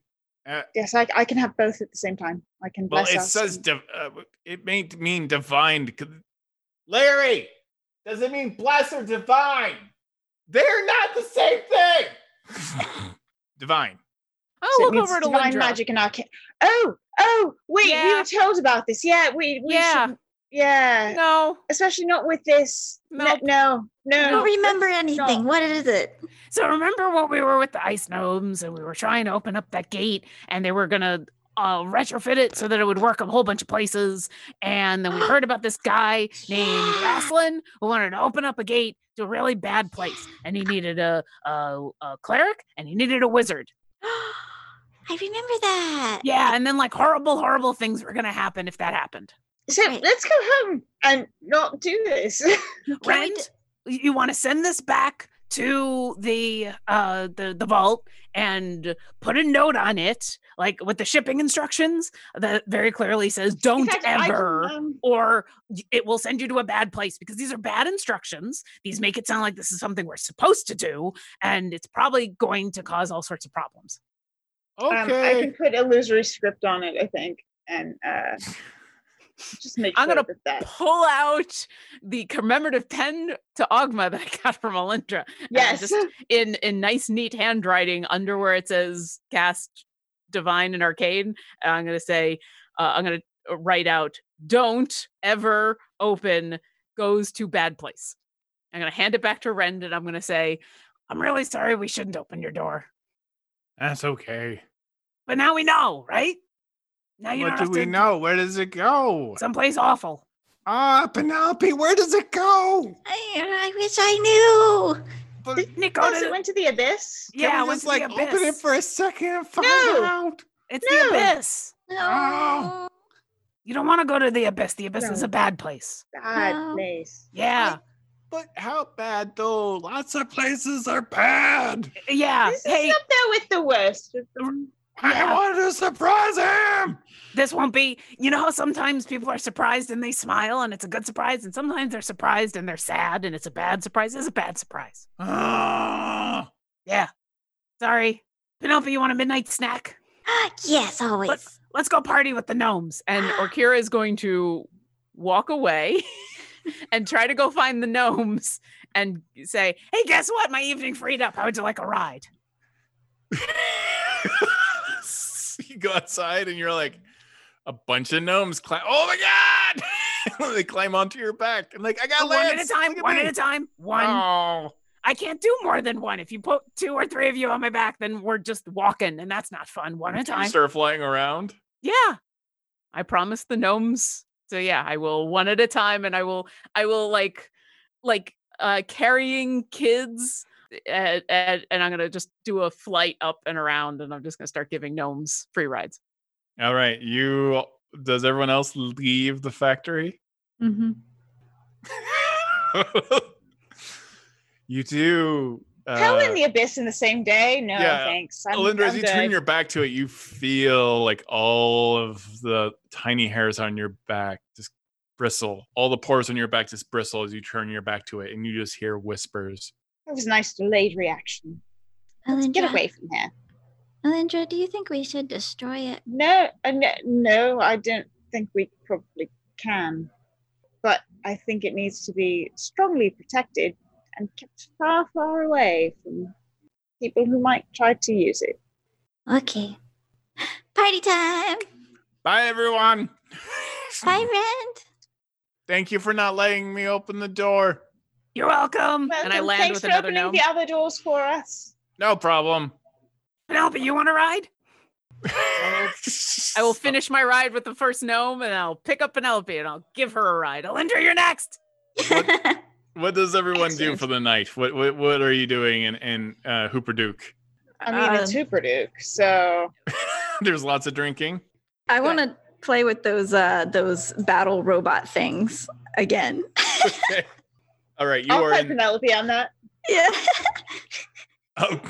[SPEAKER 3] Yes, I, I can have both at the same time. I can
[SPEAKER 1] Well,
[SPEAKER 3] bless.
[SPEAKER 1] it
[SPEAKER 3] us
[SPEAKER 1] says
[SPEAKER 3] and-
[SPEAKER 1] div- uh, it may d- mean divine. c- Larry, does it mean blessed or divine? They're not the same thing. divine.
[SPEAKER 6] I'll
[SPEAKER 3] so it
[SPEAKER 6] look
[SPEAKER 3] means
[SPEAKER 6] over to
[SPEAKER 3] divine
[SPEAKER 6] Alindra.
[SPEAKER 3] magic and arcane. Oh, oh, wait, we
[SPEAKER 6] Yeah.
[SPEAKER 3] were told about this. Yeah, we, we
[SPEAKER 6] Yeah.
[SPEAKER 3] shouldn't- yeah.
[SPEAKER 6] No,
[SPEAKER 3] Especially not with this.
[SPEAKER 6] Nope.
[SPEAKER 3] No, no,
[SPEAKER 4] I
[SPEAKER 3] no.
[SPEAKER 4] don't remember
[SPEAKER 3] let's
[SPEAKER 4] anything.
[SPEAKER 3] not.
[SPEAKER 4] What is it?
[SPEAKER 2] So remember when we were with the ice gnomes and we were trying to open up that gate and they were gonna uh, retrofit it so that it would work a whole bunch of places. And then we heard about this guy named
[SPEAKER 4] Yeah.
[SPEAKER 2] Raslin who wanted to open up a gate to a really bad place, and he needed a, a, a cleric and he needed a wizard.
[SPEAKER 4] I remember that.
[SPEAKER 2] Yeah, and then like horrible, horrible things were gonna happen if that happened.
[SPEAKER 3] So
[SPEAKER 4] Right.
[SPEAKER 3] let's go home and not do this.
[SPEAKER 4] Can we
[SPEAKER 2] Rent, y- you want to send this back to the uh the the vault and put a note on it, like with the shipping instructions that very clearly says
[SPEAKER 3] In
[SPEAKER 2] don't
[SPEAKER 3] fact, I can,
[SPEAKER 2] ever.
[SPEAKER 3] um,
[SPEAKER 2] or y- it will send you to a bad place because these are bad instructions. These make it sound like this is something we're supposed to do, and it's probably going to cause all sorts of problems.
[SPEAKER 3] um, I can put illusory script on it, I think, and uh, just make
[SPEAKER 6] I'm
[SPEAKER 3] sure
[SPEAKER 6] gonna
[SPEAKER 3] that that.
[SPEAKER 6] pull out the commemorative pen to Ogma that I got from Alindra. and
[SPEAKER 3] Yes.
[SPEAKER 6] just in in nice, neat handwriting under where it says cast divine and arcane. and I'm gonna say uh, I'm gonna write out don't ever open goes to bad place. I'm gonna hand it back to Rend and I'm gonna say
[SPEAKER 2] I'm really sorry we shouldn't open your door,
[SPEAKER 8] That's okay.
[SPEAKER 2] but now we know, right? Now you
[SPEAKER 8] What
[SPEAKER 2] don't
[SPEAKER 8] do
[SPEAKER 2] have to
[SPEAKER 8] we know? Where does it go?
[SPEAKER 2] Someplace awful.
[SPEAKER 8] Ah, Penelope, where does it go?
[SPEAKER 4] I, I wish I knew.
[SPEAKER 8] But
[SPEAKER 3] Did-
[SPEAKER 2] Nico,
[SPEAKER 3] Oh,
[SPEAKER 2] does
[SPEAKER 3] so it
[SPEAKER 2] it-
[SPEAKER 3] went to the abyss.
[SPEAKER 8] can
[SPEAKER 2] yeah,
[SPEAKER 8] we
[SPEAKER 2] what's
[SPEAKER 8] just like
[SPEAKER 2] the abyss?
[SPEAKER 8] open it for a second and find
[SPEAKER 3] No.
[SPEAKER 8] out?
[SPEAKER 2] it's
[SPEAKER 3] No.
[SPEAKER 2] the abyss.
[SPEAKER 4] No.
[SPEAKER 2] You don't want to go to the abyss. The abyss is
[SPEAKER 3] No.
[SPEAKER 2] a bad place.
[SPEAKER 3] Bad
[SPEAKER 4] Wow.
[SPEAKER 3] place.
[SPEAKER 2] Yeah,
[SPEAKER 8] But how bad though? Lots of places are bad.
[SPEAKER 2] yeah.
[SPEAKER 3] This
[SPEAKER 2] Ah, Hey,
[SPEAKER 3] is up there with the worst. with the-
[SPEAKER 8] I
[SPEAKER 2] Yeah.
[SPEAKER 8] wanted to surprise him.
[SPEAKER 2] this won't be you know how sometimes people are surprised and they smile and it's a good surprise and sometimes they're surprised and they're sad and it's a bad surprise it's a bad surprise
[SPEAKER 8] Ah.
[SPEAKER 2] yeah sorry penelope you want a midnight snack
[SPEAKER 4] yes, always.
[SPEAKER 2] let's go party with the gnomes
[SPEAKER 6] and Orkira is going to walk away
[SPEAKER 2] and try to go find the gnomes and say, "Hey, guess what? My evening freed up. How would you like a ride?"
[SPEAKER 1] you go outside and you're like, a bunch of gnomes climb. Oh my god! they climb onto your back. I'm like, I got
[SPEAKER 6] one at a
[SPEAKER 1] Lance!
[SPEAKER 6] time,
[SPEAKER 1] Look at
[SPEAKER 6] one
[SPEAKER 1] me.
[SPEAKER 6] at a time, one.
[SPEAKER 1] Oh.
[SPEAKER 6] I can't do more than one. If you put two or three of you on my back, then we're just walking, and that's not fun. One at a
[SPEAKER 1] You
[SPEAKER 6] time.
[SPEAKER 1] start flying around.
[SPEAKER 2] Yeah. I promise the gnomes. So yeah, I will one at a time and I will I will like like uh carrying kids and, and, and I'm going to just do a flight up and around and I'm just going to start giving gnomes free rides.
[SPEAKER 1] All right, you. Does everyone else leave the factory?
[SPEAKER 5] Mm-hmm.
[SPEAKER 1] you do.
[SPEAKER 3] Hell
[SPEAKER 1] uh,
[SPEAKER 3] in the abyss in the same day? No,
[SPEAKER 1] yeah,
[SPEAKER 3] thanks. I'm,
[SPEAKER 1] Alindra, as
[SPEAKER 3] I'm
[SPEAKER 1] you
[SPEAKER 3] good.
[SPEAKER 1] turn your back to it, you feel like all of the tiny hairs on your back just bristle. All the pores on your back just bristle as you turn your back to it, and you just hear whispers.
[SPEAKER 3] That was a nice delayed reaction. Let's get
[SPEAKER 4] Alindra-
[SPEAKER 3] away from here.
[SPEAKER 4] Alindra, do you think we should destroy it?
[SPEAKER 3] No, uh, no, no, I don't think we probably can. But I think it needs to be strongly protected and kept far, far away from people who might try to use it.
[SPEAKER 4] Okay. Party time!
[SPEAKER 1] Bye, everyone.
[SPEAKER 4] Bye, Rand!
[SPEAKER 1] Thank you for not letting me open the door.
[SPEAKER 6] You're welcome.
[SPEAKER 2] I
[SPEAKER 3] Welcome.
[SPEAKER 2] land
[SPEAKER 3] Thanks
[SPEAKER 2] with
[SPEAKER 3] for
[SPEAKER 2] another
[SPEAKER 3] opening
[SPEAKER 2] gnome.
[SPEAKER 3] the other doors for us.
[SPEAKER 1] No problem.
[SPEAKER 6] Penelope, you want to ride?
[SPEAKER 2] I will finish my ride with the first gnome and I'll pick up Penelope and I'll give her a ride. Alindra, you're next.
[SPEAKER 1] What does everyone do
[SPEAKER 3] Excellent.
[SPEAKER 1] for the night? What what, what are you doing in, in uh, Hooper Duke?
[SPEAKER 3] I mean,
[SPEAKER 2] Uh,
[SPEAKER 3] it's
[SPEAKER 5] Um,
[SPEAKER 3] Hooper Duke, so
[SPEAKER 1] There's lots of drinking.
[SPEAKER 5] I want to play with those uh those battle robot things again.
[SPEAKER 1] Okay. All right, you
[SPEAKER 3] I'll
[SPEAKER 1] are
[SPEAKER 3] put
[SPEAKER 1] in.
[SPEAKER 3] Penelope on that.
[SPEAKER 5] yeah.
[SPEAKER 1] Oh.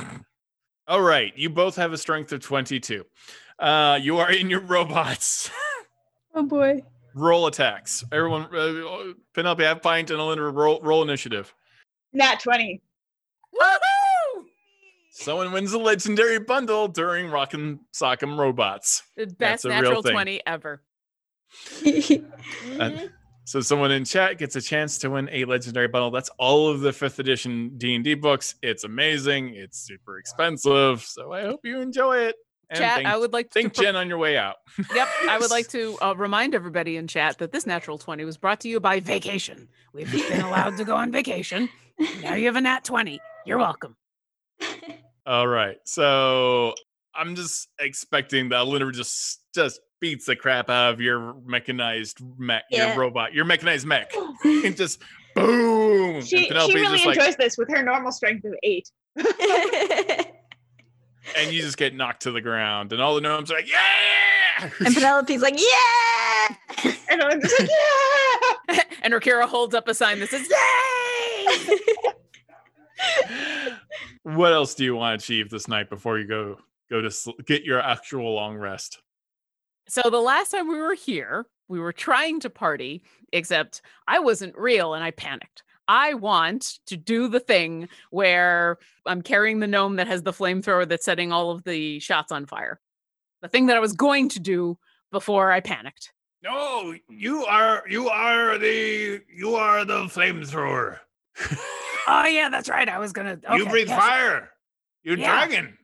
[SPEAKER 1] All right, you both have a strength of 22. Uh, you are in your robots.
[SPEAKER 5] Oh boy.
[SPEAKER 1] roll attacks. Everyone, uh, Penelope, have pint and Alinda roll, roll initiative.
[SPEAKER 3] Nat 20.
[SPEAKER 2] Woohoo!
[SPEAKER 1] Someone wins the legendary bundle during Rockin' Sock'em Robots.
[SPEAKER 2] The
[SPEAKER 1] That's
[SPEAKER 2] best
[SPEAKER 1] a real
[SPEAKER 2] natural
[SPEAKER 1] thing.
[SPEAKER 2] 20 ever.
[SPEAKER 1] Uh,
[SPEAKER 2] Mm-hmm.
[SPEAKER 1] So someone in chat gets a chance to win a legendary bundle. That's all of the fifth edition D and D books. It's amazing. It's super expensive. So I hope you enjoy it. And
[SPEAKER 2] Chat,
[SPEAKER 1] thank,
[SPEAKER 2] I would like to
[SPEAKER 1] thank
[SPEAKER 2] pro-
[SPEAKER 1] Jen on your way out.
[SPEAKER 2] Yep, I would like to uh, remind everybody in chat that this natural 20 was brought to you by Vacation.
[SPEAKER 6] We've been allowed to go on vacation. Now you have a nat 20. You're welcome.
[SPEAKER 1] All right. So I'm just expecting that Linda just just beats the crap out of your mechanized mech,
[SPEAKER 5] Yeah.
[SPEAKER 1] your robot, your mechanized mech. and just boom.
[SPEAKER 3] She,
[SPEAKER 1] Hmm, and Penelope's
[SPEAKER 3] she really
[SPEAKER 1] just
[SPEAKER 3] enjoys
[SPEAKER 1] like,
[SPEAKER 3] this with her normal strength of 8.
[SPEAKER 1] and you just get knocked to the ground. And all the gnomes are like, yeah.
[SPEAKER 5] and Penelope's like, yeah.
[SPEAKER 3] And I'm just like, yeah!
[SPEAKER 2] and Rakira holds up a sign that says, Yay!
[SPEAKER 1] what else do you want to achieve this night before you go go to sl- get your actual long rest?
[SPEAKER 2] so the last time we were here, we were trying to party, except I wasn't real and I panicked. I want to do the thing where I'm carrying the gnome that has the flamethrower that's setting all of the shots on fire. The thing that I was going to do before I panicked.
[SPEAKER 9] No, you are you are the you are the flamethrower.
[SPEAKER 6] Oh, yeah, that's right. I was going to.
[SPEAKER 9] you breathe
[SPEAKER 6] yeah,
[SPEAKER 9] fire. You're
[SPEAKER 6] Yeah.
[SPEAKER 9] dragon.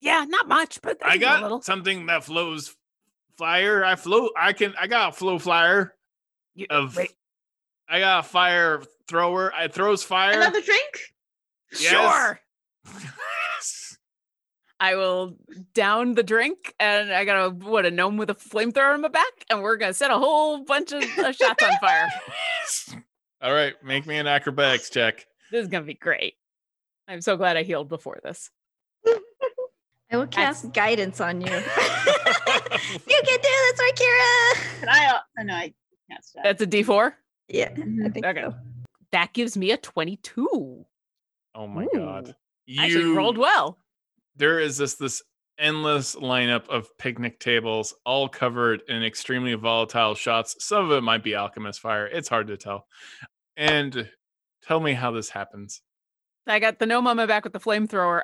[SPEAKER 6] Yeah, not much, but
[SPEAKER 9] I
[SPEAKER 6] a
[SPEAKER 9] got
[SPEAKER 6] little.
[SPEAKER 9] something that flows fire. I flow. I can. I got a flow flyer.
[SPEAKER 6] You-
[SPEAKER 9] of
[SPEAKER 6] wait.
[SPEAKER 9] I got a fire thrower. I throws fire.
[SPEAKER 3] Another drink?
[SPEAKER 9] Yes.
[SPEAKER 6] Sure.
[SPEAKER 2] I will down the drink, and I got a what a gnome with a flamethrower on my back, and we're gonna set a whole bunch of uh, shots on fire.
[SPEAKER 1] All right, make me an acrobatics check.
[SPEAKER 2] This is gonna be great. I'm so glad I healed before this.
[SPEAKER 5] I will
[SPEAKER 2] That's-
[SPEAKER 5] cast guidance on you.
[SPEAKER 4] You can do this, Rakira!
[SPEAKER 3] Can I? Oh, no, I Mm-hmm. can't stop.
[SPEAKER 2] That's a D4.
[SPEAKER 5] yeah. I think
[SPEAKER 2] Okay.
[SPEAKER 5] so.
[SPEAKER 2] That gives me a 22.
[SPEAKER 1] Oh my god. You
[SPEAKER 2] I Actually, rolled well.
[SPEAKER 1] there is this this endless lineup of picnic tables all covered in extremely volatile shots some of it might be alchemist fire it's hard to tell and tell me how this happens
[SPEAKER 2] I got the gnome on my back with the flamethrower.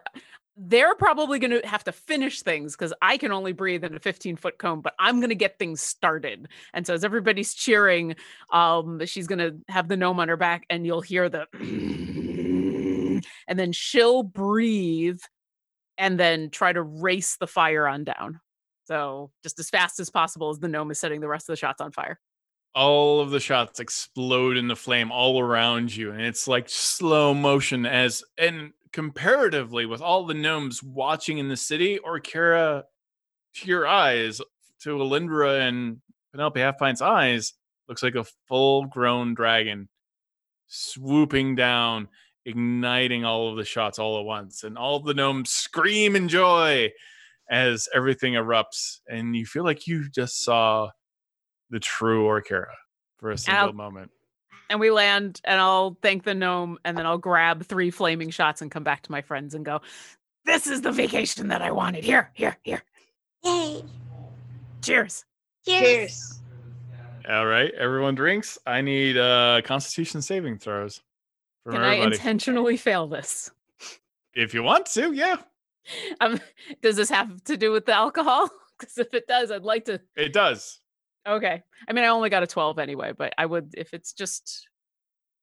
[SPEAKER 2] they're probably going to have to finish things because I can only breathe in a 15 foot cone, but I'm going to get things started. And so, as everybody's cheering, um, she's going to have the gnome on her back, and you'll hear the, and then she'll breathe and then try to race the fire on down. So, just as fast as possible as the gnome is setting the rest of the shots on fire.
[SPEAKER 1] all of the shots explode into flame all around you and it's like slow motion as and comparatively with all the gnomes watching in the city or Kara to your eyes to Alindra and Penelope Halfpine's eyes looks like a full grown dragon swooping down igniting all of the shots all at once and all the gnomes scream in joy as everything erupts and you feel like you just saw the true Orcara for a single
[SPEAKER 2] Ow.
[SPEAKER 1] moment.
[SPEAKER 2] and we land and I'll thank the gnome and then I'll grab three flaming shots and come back to my friends and go, This is the vacation that I wanted. Here, here, here.
[SPEAKER 4] Yay!
[SPEAKER 2] Cheers.
[SPEAKER 4] Cheers.
[SPEAKER 5] Cheers.
[SPEAKER 1] All right, everyone drinks. I need uh constitution saving throws from
[SPEAKER 2] Can I
[SPEAKER 1] everybody.
[SPEAKER 2] intentionally fail this?
[SPEAKER 1] if you want to, yeah.
[SPEAKER 2] Um, does this have to do with the alcohol? Because if it does, I'd like to.
[SPEAKER 1] It does.
[SPEAKER 2] Okay. I mean, I only got a 12 anyway, but I would, if it's just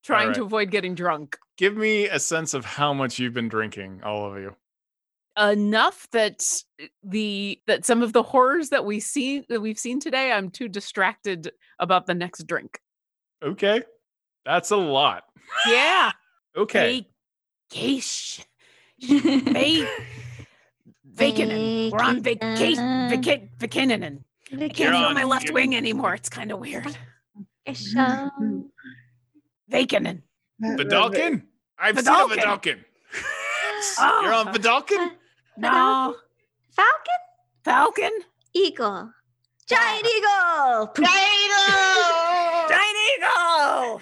[SPEAKER 2] trying to
[SPEAKER 1] right.
[SPEAKER 2] avoid getting drunk
[SPEAKER 1] Give me a sense of how much you've been drinking, all of you.
[SPEAKER 2] enough that eh, the that some of the horrors that we see that we've seen today i'm too distracted about the next drink
[SPEAKER 1] Okay. That's a lot.
[SPEAKER 2] yeah
[SPEAKER 1] Okay.
[SPEAKER 6] Vacation. Va- vacanin. We're on vacation. Vaca- vacanin. I can't
[SPEAKER 1] You're
[SPEAKER 6] feel
[SPEAKER 1] on
[SPEAKER 6] my left
[SPEAKER 1] vacation.
[SPEAKER 6] wing anymore. It's kind of weird.
[SPEAKER 4] Vacation.
[SPEAKER 6] Vacanin.
[SPEAKER 1] Vidalkin? I've seen a Vidalkin.
[SPEAKER 6] Oh.
[SPEAKER 1] You're on Vidalkin?
[SPEAKER 6] No.
[SPEAKER 4] Falcon?
[SPEAKER 6] Falcon?
[SPEAKER 4] Eagle. Giant eagle!
[SPEAKER 6] Giant eagle!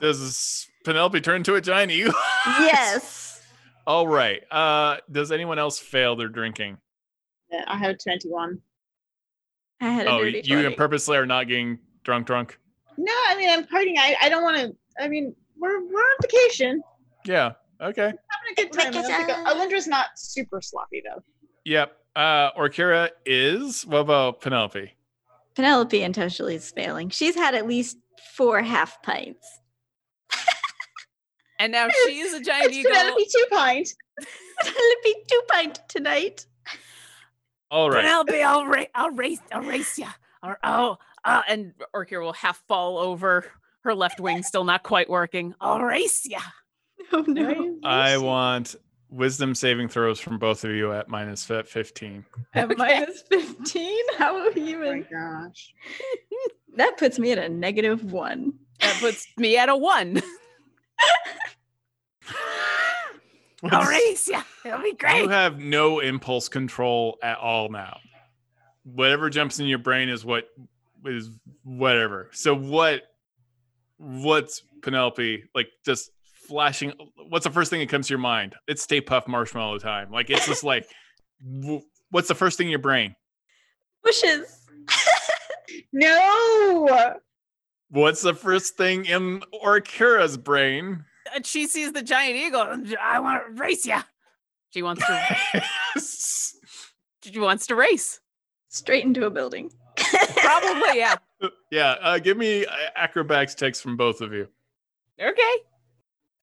[SPEAKER 1] Does Penelope turn to a giant eagle?
[SPEAKER 4] yes.
[SPEAKER 1] All right. Uh does anyone else fail their drinking?
[SPEAKER 3] I have 21.
[SPEAKER 5] I had a
[SPEAKER 1] Oh,
[SPEAKER 5] dirty
[SPEAKER 1] you
[SPEAKER 5] 20.
[SPEAKER 1] purposely are not getting drunk drunk.
[SPEAKER 3] No, I mean, I'm partying. I, I don't want to. I mean, we're, we're on vacation.
[SPEAKER 1] Yeah. Okay.
[SPEAKER 3] Having a good time. I don't think- Alindra's not super sloppy, though.
[SPEAKER 1] Yep. Uh Orkira is. What about Penelope?
[SPEAKER 5] Penelope intentionally is failing. She's had at least four half pints.
[SPEAKER 2] And now she is a giant
[SPEAKER 3] It's
[SPEAKER 2] eagle.
[SPEAKER 3] Penelope two pint.
[SPEAKER 5] Penelope two pint tonight.
[SPEAKER 1] All right.
[SPEAKER 6] Penelope, I'll, ra- I'll race, I'll race ya. Or, oh,
[SPEAKER 2] Uh, and Orkir will half fall over. Her left wing still not quite working.
[SPEAKER 6] I'll race ya.
[SPEAKER 5] Oh no.
[SPEAKER 1] I want wisdom saving throws from both of you at minus fi- 15.
[SPEAKER 5] At minus 15? How are you
[SPEAKER 3] Oh my
[SPEAKER 5] even?
[SPEAKER 3] gosh.
[SPEAKER 5] That puts me at a negative one.
[SPEAKER 2] That puts me at a one.
[SPEAKER 6] I'll race ya. It'll be
[SPEAKER 1] You
[SPEAKER 6] great.
[SPEAKER 1] have no impulse control at all now. Whatever jumps in your brain is what is whatever. So what what's Penelope like just flashing what's the first thing that comes to your mind? It's Stay Puff Marshmallow time. Like it's just like w- what's the first thing in your brain?
[SPEAKER 5] Bushes.
[SPEAKER 3] No.
[SPEAKER 1] What's the first thing in Orkira's brain?
[SPEAKER 2] And she sees the giant eagle.
[SPEAKER 6] I want to race ya.
[SPEAKER 2] She wants to. she wants to race.
[SPEAKER 5] Straight into a building.
[SPEAKER 2] Probably, yeah.
[SPEAKER 1] yeah, uh, give me uh, acrobatics takes from both of you.
[SPEAKER 2] Okay.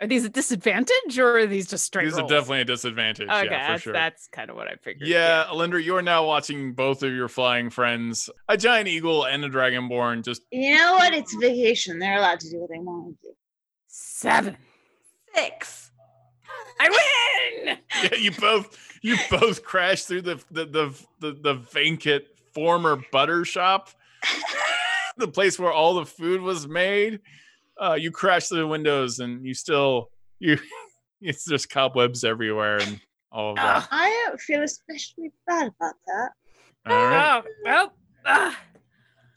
[SPEAKER 2] Are these a disadvantage or are these just straight?
[SPEAKER 1] These are
[SPEAKER 2] rolls?
[SPEAKER 1] definitely a disadvantage.
[SPEAKER 2] Okay,
[SPEAKER 1] yeah, for
[SPEAKER 2] that's,
[SPEAKER 1] sure.
[SPEAKER 2] that's kind of what I figured.
[SPEAKER 1] Yeah, Alindra, you are now watching both of your flying friends, a giant eagle and a dragonborn, just
[SPEAKER 3] You know what? It's vacation. They're allowed to do what they want to do.
[SPEAKER 6] Seven.
[SPEAKER 5] Six.
[SPEAKER 6] I win!
[SPEAKER 1] yeah, you both you both crash through the the the the, the vacant former butter shop, the place where all the food was made. Uh, you crash through the windows, and you still you it's there's cobwebs everywhere and all of that.
[SPEAKER 3] I don't feel especially bad about that.
[SPEAKER 1] all right.
[SPEAKER 6] Oh, oh, ah,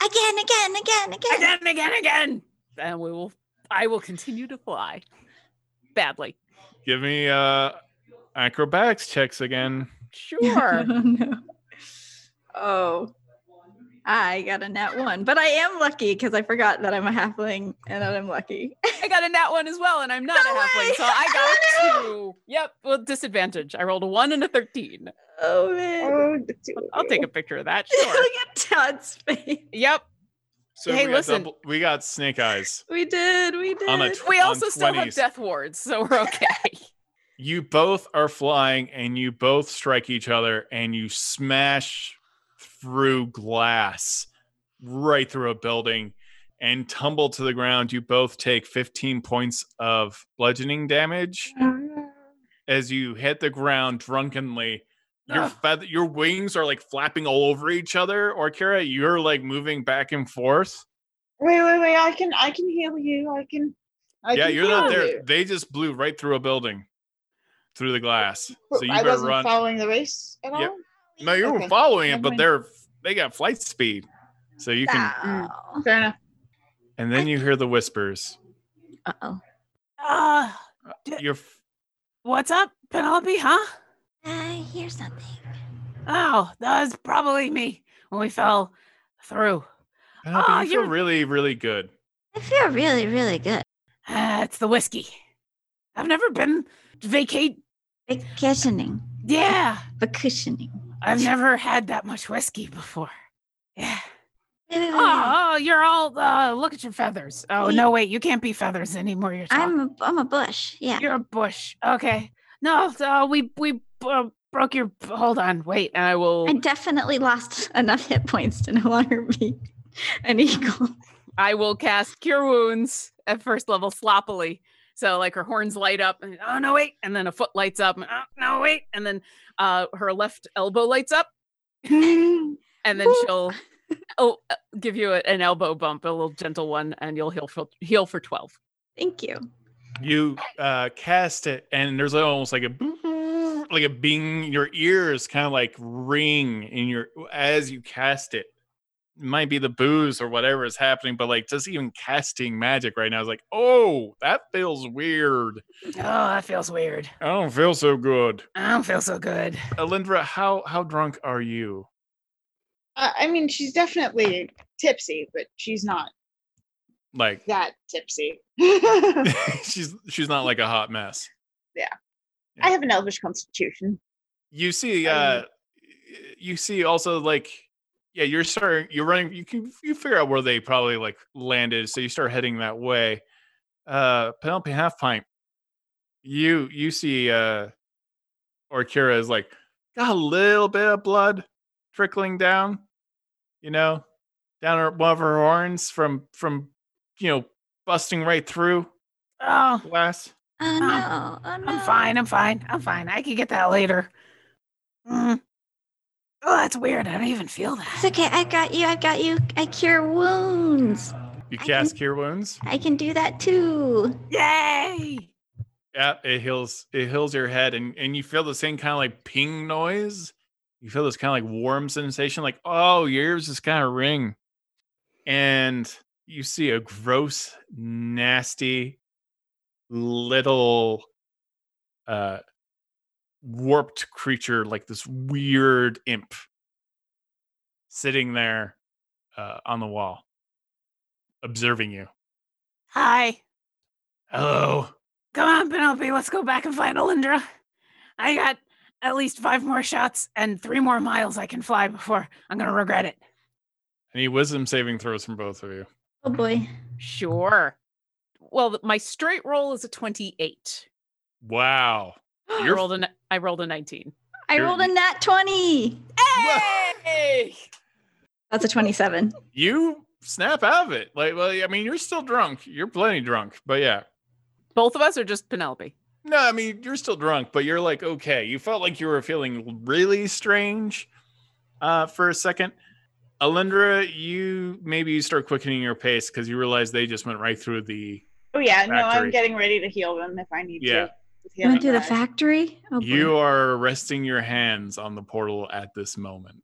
[SPEAKER 4] Again, again, again, again.
[SPEAKER 6] again, again, again.
[SPEAKER 2] And we will. I will continue to fly. Badly.
[SPEAKER 1] Give me uh acrobatics checks again.
[SPEAKER 2] Sure.
[SPEAKER 5] oh no. Oh. I got a net one, but I am lucky because I forgot that I'm a halfling and that I'm lucky.
[SPEAKER 2] I got a nat one as well, and I'm not
[SPEAKER 5] No
[SPEAKER 2] a halfling,
[SPEAKER 5] way!
[SPEAKER 2] so I got a two. Yep, well, disadvantage. I rolled a one and a thirteen.
[SPEAKER 5] oh man.
[SPEAKER 3] Oh, the two of
[SPEAKER 2] I'll
[SPEAKER 3] you.
[SPEAKER 2] take a picture of that. Sure.
[SPEAKER 5] Look at Todd's face.
[SPEAKER 2] yep.
[SPEAKER 1] So
[SPEAKER 2] Hey,
[SPEAKER 1] we
[SPEAKER 2] listen.
[SPEAKER 1] got double, we got snake eyes
[SPEAKER 5] We did. We did.
[SPEAKER 1] on a.
[SPEAKER 2] We
[SPEAKER 1] on
[SPEAKER 2] also still have
[SPEAKER 1] 20s.
[SPEAKER 2] death wards, so we're okay.
[SPEAKER 1] You both are flying, and you both strike each other, and you smash through glass, right through a building, and tumble to the ground. You both take 15 points of bludgeoning damage. as you hit the ground drunkenly. Your
[SPEAKER 3] Ah.
[SPEAKER 1] feather, your wings are like flapping all over each other. Or Kara, you're like moving back and forth.
[SPEAKER 3] Wait, wait, wait! I can, I can heal you. I can. I
[SPEAKER 1] yeah,
[SPEAKER 3] can
[SPEAKER 1] you're not
[SPEAKER 3] heal
[SPEAKER 1] there.
[SPEAKER 3] you.
[SPEAKER 1] They just blew right through a building, through the glass. So you
[SPEAKER 3] I
[SPEAKER 1] better
[SPEAKER 3] wasn't
[SPEAKER 1] run.
[SPEAKER 3] following the race at all.
[SPEAKER 1] Yep. no, you were
[SPEAKER 3] Okay,
[SPEAKER 1] following it,
[SPEAKER 3] never
[SPEAKER 1] but
[SPEAKER 3] mind.
[SPEAKER 1] they're they got flight speed, so you can.
[SPEAKER 4] Oh.
[SPEAKER 3] Fair enough.
[SPEAKER 1] And then you hear the whispers.
[SPEAKER 4] Uh oh.
[SPEAKER 6] Uh,
[SPEAKER 1] You're f-
[SPEAKER 6] what's up, Penelope? Huh?
[SPEAKER 4] I hear uh, something.
[SPEAKER 6] Oh, that was probably me when we fell through.
[SPEAKER 1] Penelope,
[SPEAKER 3] Oh,
[SPEAKER 6] Ah,
[SPEAKER 1] you feel
[SPEAKER 6] you're-
[SPEAKER 1] really, really good.
[SPEAKER 4] I feel really, really good.
[SPEAKER 6] Uh, it's the whiskey. I've never been vacate.
[SPEAKER 4] Vacationing.
[SPEAKER 6] Yeah,
[SPEAKER 4] Vacationing.
[SPEAKER 6] I've never had that much whiskey before. Yeah.
[SPEAKER 4] Wait, wait, wait, wait, wait.
[SPEAKER 6] Oh, oh, you're all. Uh, look at your feathers. Oh no, wait, you can't be feathers anymore. You're. tall.
[SPEAKER 4] I'm a, I'm a bush. Yeah.
[SPEAKER 6] You're a bush. Okay. No, uh, we we uh, broke your. Hold on. Wait.
[SPEAKER 2] And I will
[SPEAKER 5] I definitely lost enough hit points to no longer be an eagle.
[SPEAKER 2] I will cast Cure Wounds at first level sloppily. So like her horns light up and oh no wait, and then a foot lights up and oh no wait, and then uh her left elbow lights up, and then
[SPEAKER 5] Woo.
[SPEAKER 2] she'll oh uh, give you a- an elbow bump, a little gentle one, and you'll heal for heal for twelve.
[SPEAKER 5] Thank you.
[SPEAKER 1] you uh cast it and there's almost like a boop, like a bing your ears kind of like ring in your as you cast it It might be the booze or whatever is happening but like just even casting magic right now is like oh that feels weird
[SPEAKER 6] Oh, that feels weird.
[SPEAKER 1] i don't feel so good
[SPEAKER 6] I don't feel so good.
[SPEAKER 1] alindra how how drunk are you
[SPEAKER 3] I, I mean, she's definitely tipsy, but she's not
[SPEAKER 1] like
[SPEAKER 3] that tipsy. I
[SPEAKER 1] she's she's not like a hot mess
[SPEAKER 3] have an elvish constitution.
[SPEAKER 1] you see
[SPEAKER 3] I
[SPEAKER 1] uh you see also like yeah you're starting you're running you can you figure out where they probably like landed so you start heading that way uh penelope half pint you you see uh or kira is like got a little bit of blood trickling down you know down her one of her horns from from you know busting right through
[SPEAKER 6] Oh,
[SPEAKER 1] glass
[SPEAKER 4] Oh no. Oh no.
[SPEAKER 6] I'm fine. I'm fine. I'm fine. I can get that later. Mm. Oh, that's weird. I don't even feel
[SPEAKER 4] It's
[SPEAKER 6] that.
[SPEAKER 4] okay. I got you. I got you. I cure wounds.
[SPEAKER 1] you
[SPEAKER 4] I
[SPEAKER 1] cast cure wounds
[SPEAKER 4] I can do that too.
[SPEAKER 6] Yay!
[SPEAKER 1] Yeah, it heals. It heals your head, and and you feel the same kind of like ping noise. You feel this kind of like warm sensation, like oh, yours is kind of ring, and you see a gross, nasty, little, uh, warped creature, like this weird imp, sitting there, uh, on the wall, observing you.
[SPEAKER 6] Hi.
[SPEAKER 1] Hello.
[SPEAKER 6] Come on, Penelope. Let's go back and find Alindra. I got at least five more shots and three more miles I can fly before I'm gonna regret it.
[SPEAKER 1] I need wisdom saving throws from both of you.
[SPEAKER 5] Oh boy.
[SPEAKER 2] Sure. Well, th- my straight roll is a twenty-eight.
[SPEAKER 1] Wow.
[SPEAKER 2] I
[SPEAKER 1] You're-
[SPEAKER 2] rolled a, ni- I rolled a nineteen.
[SPEAKER 5] I
[SPEAKER 1] You're-
[SPEAKER 5] rolled a nat 20.
[SPEAKER 2] Hey!
[SPEAKER 5] That's a 27.
[SPEAKER 1] you snap out of it. Like, well, I mean, you're still drunk. You're plenty drunk, but yeah.
[SPEAKER 2] Both of us are just Penelope.
[SPEAKER 1] No, I mean, you're still drunk, but you're like, okay. You felt like you were feeling really strange uh, for a second. Alindra, you maybe you start quickening your pace because you realize they just went right through the.
[SPEAKER 3] Oh yeah, no,
[SPEAKER 1] Factory.
[SPEAKER 3] I'm getting ready to heal them if I need
[SPEAKER 1] Yeah.
[SPEAKER 3] to. with
[SPEAKER 5] You
[SPEAKER 3] healing
[SPEAKER 5] went through the
[SPEAKER 3] eyes.
[SPEAKER 5] factory? Oh boy.
[SPEAKER 1] You are resting your hands on the portal at this moment.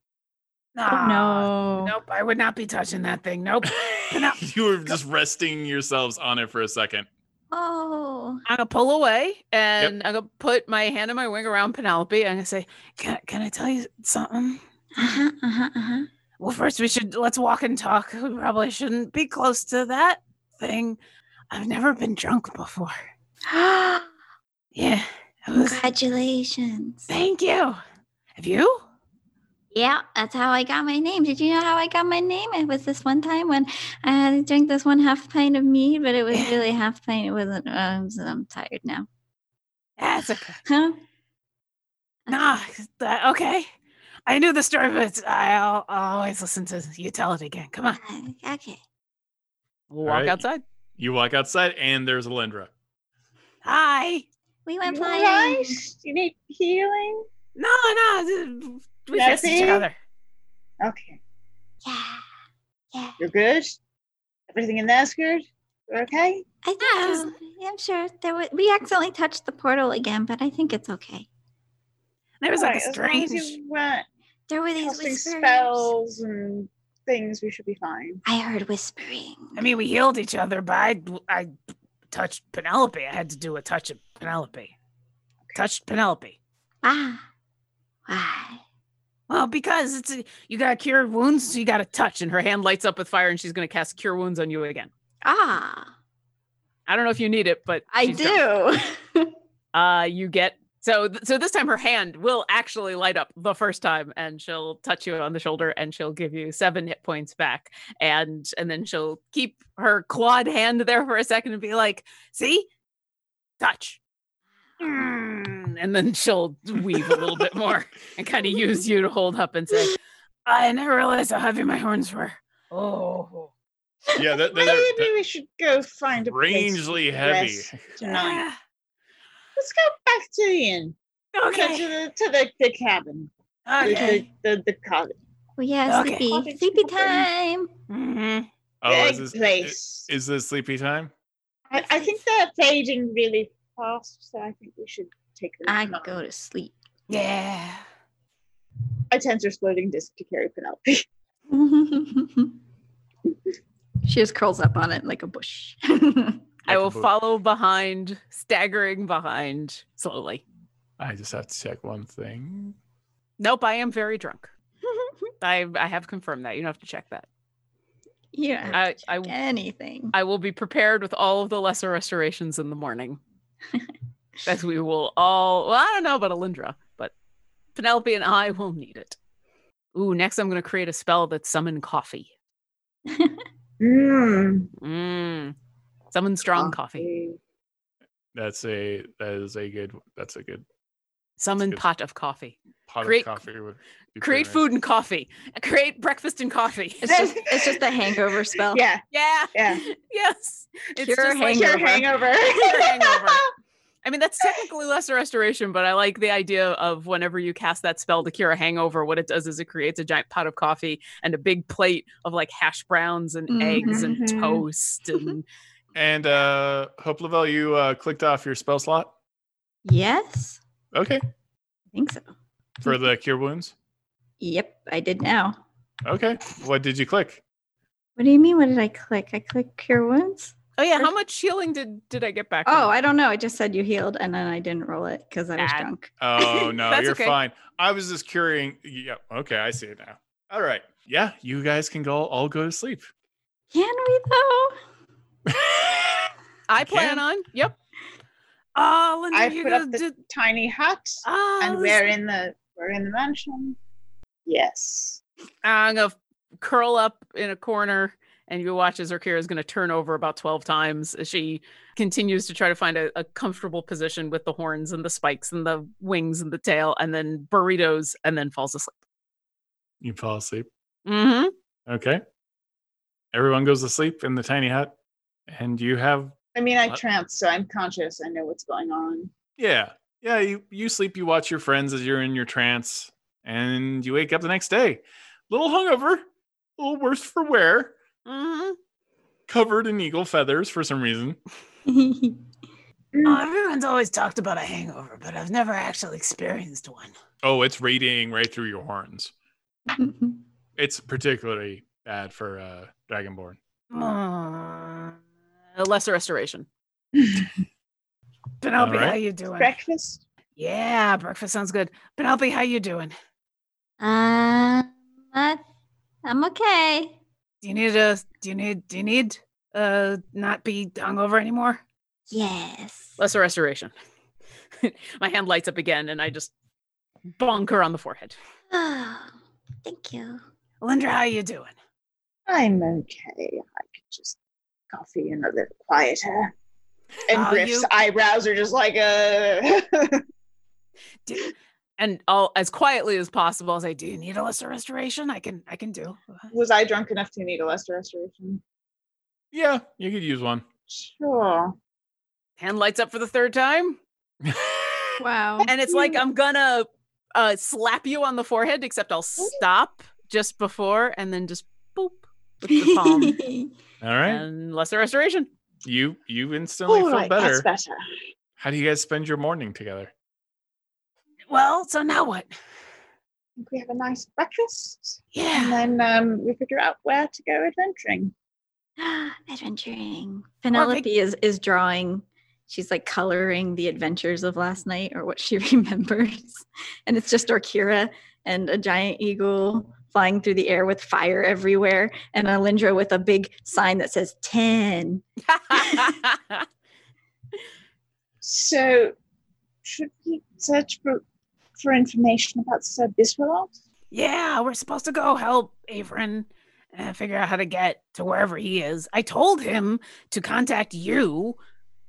[SPEAKER 5] Oh no.
[SPEAKER 6] Nope, I would not be touching that thing. Nope. Penel-
[SPEAKER 1] you were just resting yourselves on it for a second.
[SPEAKER 4] Oh.
[SPEAKER 2] I'm gonna pull away and I'm gonna put my hand and my wing around Penelope. and I'm gonna say,
[SPEAKER 6] Can, can I tell you something?
[SPEAKER 4] Uh-huh, Uh huh. Uh huh. Uh huh.
[SPEAKER 6] well, first we should let's walk and talk. We probably shouldn't be close to that thing. I've never been drunk before.
[SPEAKER 4] uh-huh.
[SPEAKER 6] Yeah. I was-
[SPEAKER 4] Congratulations.
[SPEAKER 6] thank you. Have you?
[SPEAKER 4] Yeah, that's how I got my name. Did you know how I got my name? It was this one time when I had to drink this one half pint of mead, but it was really half pint. It wasn't. Uh, it was- I'm tired now.
[SPEAKER 6] That's okay.
[SPEAKER 4] Huh?
[SPEAKER 6] Nah, Ah, that- okay. I knew the story, but I'll, I'll always listen to you tell it again. Come on.
[SPEAKER 4] Uh, Okay.
[SPEAKER 2] We'll
[SPEAKER 1] All
[SPEAKER 2] walk
[SPEAKER 1] right.
[SPEAKER 2] outside.
[SPEAKER 1] You walk outside, and there's Alindra.
[SPEAKER 6] Hi.
[SPEAKER 4] We went
[SPEAKER 3] You all
[SPEAKER 4] flying.
[SPEAKER 3] right? You need healing?
[SPEAKER 6] No, no. th- We missed each
[SPEAKER 3] Nothing?
[SPEAKER 6] other.
[SPEAKER 3] Okay.
[SPEAKER 4] Yeah. Yeah.
[SPEAKER 3] You're good? Everything in there's good? You're okay?
[SPEAKER 4] I think it was- I'm sure there was, we accidentally touched the portal again, but I think it's okay.
[SPEAKER 6] There was like a
[SPEAKER 3] Alright, as long
[SPEAKER 6] strange.
[SPEAKER 3] as you weren't
[SPEAKER 4] There were these
[SPEAKER 3] casting
[SPEAKER 4] whispers.
[SPEAKER 3] spells and things, we should be fine.
[SPEAKER 4] I heard whispering.
[SPEAKER 6] I mean, we healed each other, but I, I touched Penelope. I had to do a touch of Penelope. Touched Penelope.
[SPEAKER 4] Why? Ah. Why?
[SPEAKER 6] Well, because it's a, you got to cure wounds, so you got to touch.
[SPEAKER 2] And her hand lights up with fire, and she's going to cast Cure Wounds on you again.
[SPEAKER 4] Ah,
[SPEAKER 2] I don't know if you need it, but
[SPEAKER 5] I
[SPEAKER 2] she's gonna-
[SPEAKER 5] do.
[SPEAKER 2] Uh, you get so th- so this time her hand will actually light up the first time, and she'll touch you on the shoulder, and she'll give you seven hit points back, and and then she'll keep her clawed hand there for a second and be like, "See, touch," Mm, and then she'll weave a little bit more and kind of use you to hold up and say,
[SPEAKER 6] I never realized how heavy my horns were. Oh,
[SPEAKER 1] Yeah, that, that,
[SPEAKER 3] Maybe
[SPEAKER 1] that- that-
[SPEAKER 3] we should go find a place to
[SPEAKER 1] strangely heavy.
[SPEAKER 3] rest Tonight.
[SPEAKER 6] Ah,
[SPEAKER 3] Let's go back to the inn. Go to
[SPEAKER 6] okay.
[SPEAKER 3] the to the, the cabin. The-
[SPEAKER 6] Okay.
[SPEAKER 3] The, the, the cottage.
[SPEAKER 4] we yeah,
[SPEAKER 6] Okay.
[SPEAKER 4] sleepy,
[SPEAKER 3] Cottage
[SPEAKER 4] sleepy
[SPEAKER 3] cabin.
[SPEAKER 4] time.
[SPEAKER 6] Mhm.
[SPEAKER 1] Oh,
[SPEAKER 3] Big
[SPEAKER 1] is this,
[SPEAKER 3] place.
[SPEAKER 1] is this sleepy time?
[SPEAKER 3] I, I think they're fading really fast, so I think we should take them.
[SPEAKER 4] I
[SPEAKER 3] out.
[SPEAKER 4] go to sleep.
[SPEAKER 6] Yeah.
[SPEAKER 3] I tend to exploding disc to carry Penelope.
[SPEAKER 5] she just curls up on it like a bush.
[SPEAKER 2] "I will
[SPEAKER 1] Like a book.
[SPEAKER 2] follow behind, staggering behind slowly."
[SPEAKER 1] I just have to check one thing.
[SPEAKER 2] Nope, I am very drunk. I I have confirmed that. You don't have to check that.
[SPEAKER 5] you don't have
[SPEAKER 2] I
[SPEAKER 5] to
[SPEAKER 2] I
[SPEAKER 5] check anything.
[SPEAKER 2] I will be prepared with all of the lesser restorations in the morning. as we will all, well, I don't know about Alindra, but Penelope and I will need it. Ooh, next I'm going to create a spell that summon coffee.
[SPEAKER 3] Mmm.
[SPEAKER 2] Mm. Summon strong coffee.
[SPEAKER 1] That's a that is a good that's a good
[SPEAKER 2] Summon
[SPEAKER 1] good.
[SPEAKER 2] pot of coffee.
[SPEAKER 1] pot
[SPEAKER 2] Create-
[SPEAKER 1] of coffee. Would be pretty
[SPEAKER 2] Create
[SPEAKER 1] nice.
[SPEAKER 2] food and coffee. Create breakfast and coffee.
[SPEAKER 5] It's just it's just a hangover spell.
[SPEAKER 3] Yeah.
[SPEAKER 2] yeah.
[SPEAKER 3] Yeah.
[SPEAKER 2] yes.
[SPEAKER 5] Cure
[SPEAKER 2] like-
[SPEAKER 3] Cure hangover.
[SPEAKER 2] Cure hangover. I mean, that's technically lesser restoration, but I like the idea of whenever you cast that spell to cure a hangover, what it does is it creates a giant pot of coffee and a big plate of like hash browns and eggs and
[SPEAKER 3] Mhm.
[SPEAKER 2] toast. And
[SPEAKER 1] And uh Hope Lavelle, you uh clicked off your spell slot.
[SPEAKER 5] Yes,
[SPEAKER 1] Okay.
[SPEAKER 5] I think so.
[SPEAKER 1] For the cure wounds.
[SPEAKER 5] Yep, I did now.
[SPEAKER 1] Okay. What did you click?
[SPEAKER 5] What do you mean? What did I click? I clicked cure wounds.
[SPEAKER 2] oh yeah, how much healing did did I get back? from
[SPEAKER 5] Oh,
[SPEAKER 2] that?
[SPEAKER 5] I don't know. It just said you healed, and then I didn't roll it because I was
[SPEAKER 2] Ah.
[SPEAKER 5] drunk.
[SPEAKER 1] Oh no,
[SPEAKER 2] That's
[SPEAKER 1] you're
[SPEAKER 2] okay.
[SPEAKER 1] fine. I was just curing yeah, okay, I see it now. All right. Yeah, you guys can go all go to sleep.
[SPEAKER 5] Can we though?
[SPEAKER 2] I
[SPEAKER 1] you
[SPEAKER 2] plan
[SPEAKER 1] can.
[SPEAKER 2] on. Yep.
[SPEAKER 6] Oh, Linda,
[SPEAKER 3] I
[SPEAKER 6] you
[SPEAKER 3] put
[SPEAKER 6] gonna
[SPEAKER 3] up the
[SPEAKER 6] do?
[SPEAKER 3] tiny hut,
[SPEAKER 6] Oh,
[SPEAKER 3] and
[SPEAKER 6] this-
[SPEAKER 3] we're in the we're in the mansion. Yes.
[SPEAKER 2] I'm gonna curl up in a corner. And you watch as Arkira is going to turn over about 12 times as she continues to try to find a, a comfortable position with the horns and the spikes and the wings and the tail and then burritos and then falls asleep.
[SPEAKER 1] You fall asleep.
[SPEAKER 2] Mm-hmm.
[SPEAKER 1] Okay. Everyone goes to sleep in the tiny hut. And you have
[SPEAKER 3] I mean, I
[SPEAKER 1] What?
[SPEAKER 3] tramped, so I'm conscious. I know what's going on.
[SPEAKER 1] Yeah. Yeah, you, you sleep, you watch your friends as you're in your trance, and you wake up the next day. Little hungover, a little worse for wear,
[SPEAKER 2] Mm-hmm.
[SPEAKER 1] covered in eagle feathers for some reason.
[SPEAKER 6] Oh, everyone's always talked about a hangover, but I've never actually experienced one.
[SPEAKER 1] Oh, it's radiating right through your horns. It's particularly bad for uh, Dragonborn.
[SPEAKER 6] Mm.
[SPEAKER 2] A Uh, lesser restoration.
[SPEAKER 6] Penelope, how
[SPEAKER 1] right.
[SPEAKER 6] you doing?
[SPEAKER 3] Breakfast.
[SPEAKER 6] Yeah, breakfast sounds good. Penelope, how you doing?
[SPEAKER 4] Um, not Uh, I'm okay.
[SPEAKER 6] Do you need a? Do you need? Do you need? Uh, not be hungover anymore.
[SPEAKER 4] Yes.
[SPEAKER 2] Lesser restoration. My hand lights up again, and I just bonk her on the forehead.
[SPEAKER 4] Oh, thank you.
[SPEAKER 6] Alindra, how you doing?
[SPEAKER 3] I'm okay. I could just coffee and a little quieter. And
[SPEAKER 6] Are
[SPEAKER 3] Griff's
[SPEAKER 6] Ah, you-
[SPEAKER 3] eyebrows are just like uh, a.
[SPEAKER 6] Do, and I'll as quietly as possible. I'll say, "Do you need a lesser restoration? I can. I can do."
[SPEAKER 3] Was I drunk enough to need a Lester restoration?
[SPEAKER 1] Yeah, you could use one.
[SPEAKER 3] Sure.
[SPEAKER 2] Hand lights up for the third time,
[SPEAKER 5] Wow.
[SPEAKER 2] and it's like I'm gonna uh, slap you on the forehead, except I'll stop just before and then just boop with the palm
[SPEAKER 1] All right.
[SPEAKER 2] and lesser restoration.
[SPEAKER 1] You you instantly feel
[SPEAKER 3] Alright,
[SPEAKER 1] better.
[SPEAKER 3] That's better.
[SPEAKER 1] How do you guys spend your morning together?
[SPEAKER 6] Well, so now what?
[SPEAKER 3] think we have a nice breakfast and
[SPEAKER 6] Yeah.
[SPEAKER 3] then um, we figure out where to go adventuring.
[SPEAKER 4] Adventuring.
[SPEAKER 6] Penelope
[SPEAKER 5] Penelope is is drawing. She's like coloring the adventures of last night or what she remembers. And it's just Orkira and a giant eagle flying through the air with fire everywhere and Alindra with a big sign that says 10.
[SPEAKER 3] So, should we search for, for information about Sir Biswalot?
[SPEAKER 6] Yeah, we're supposed to go help Averin uh, figure out how to get to wherever he is. I told him to contact you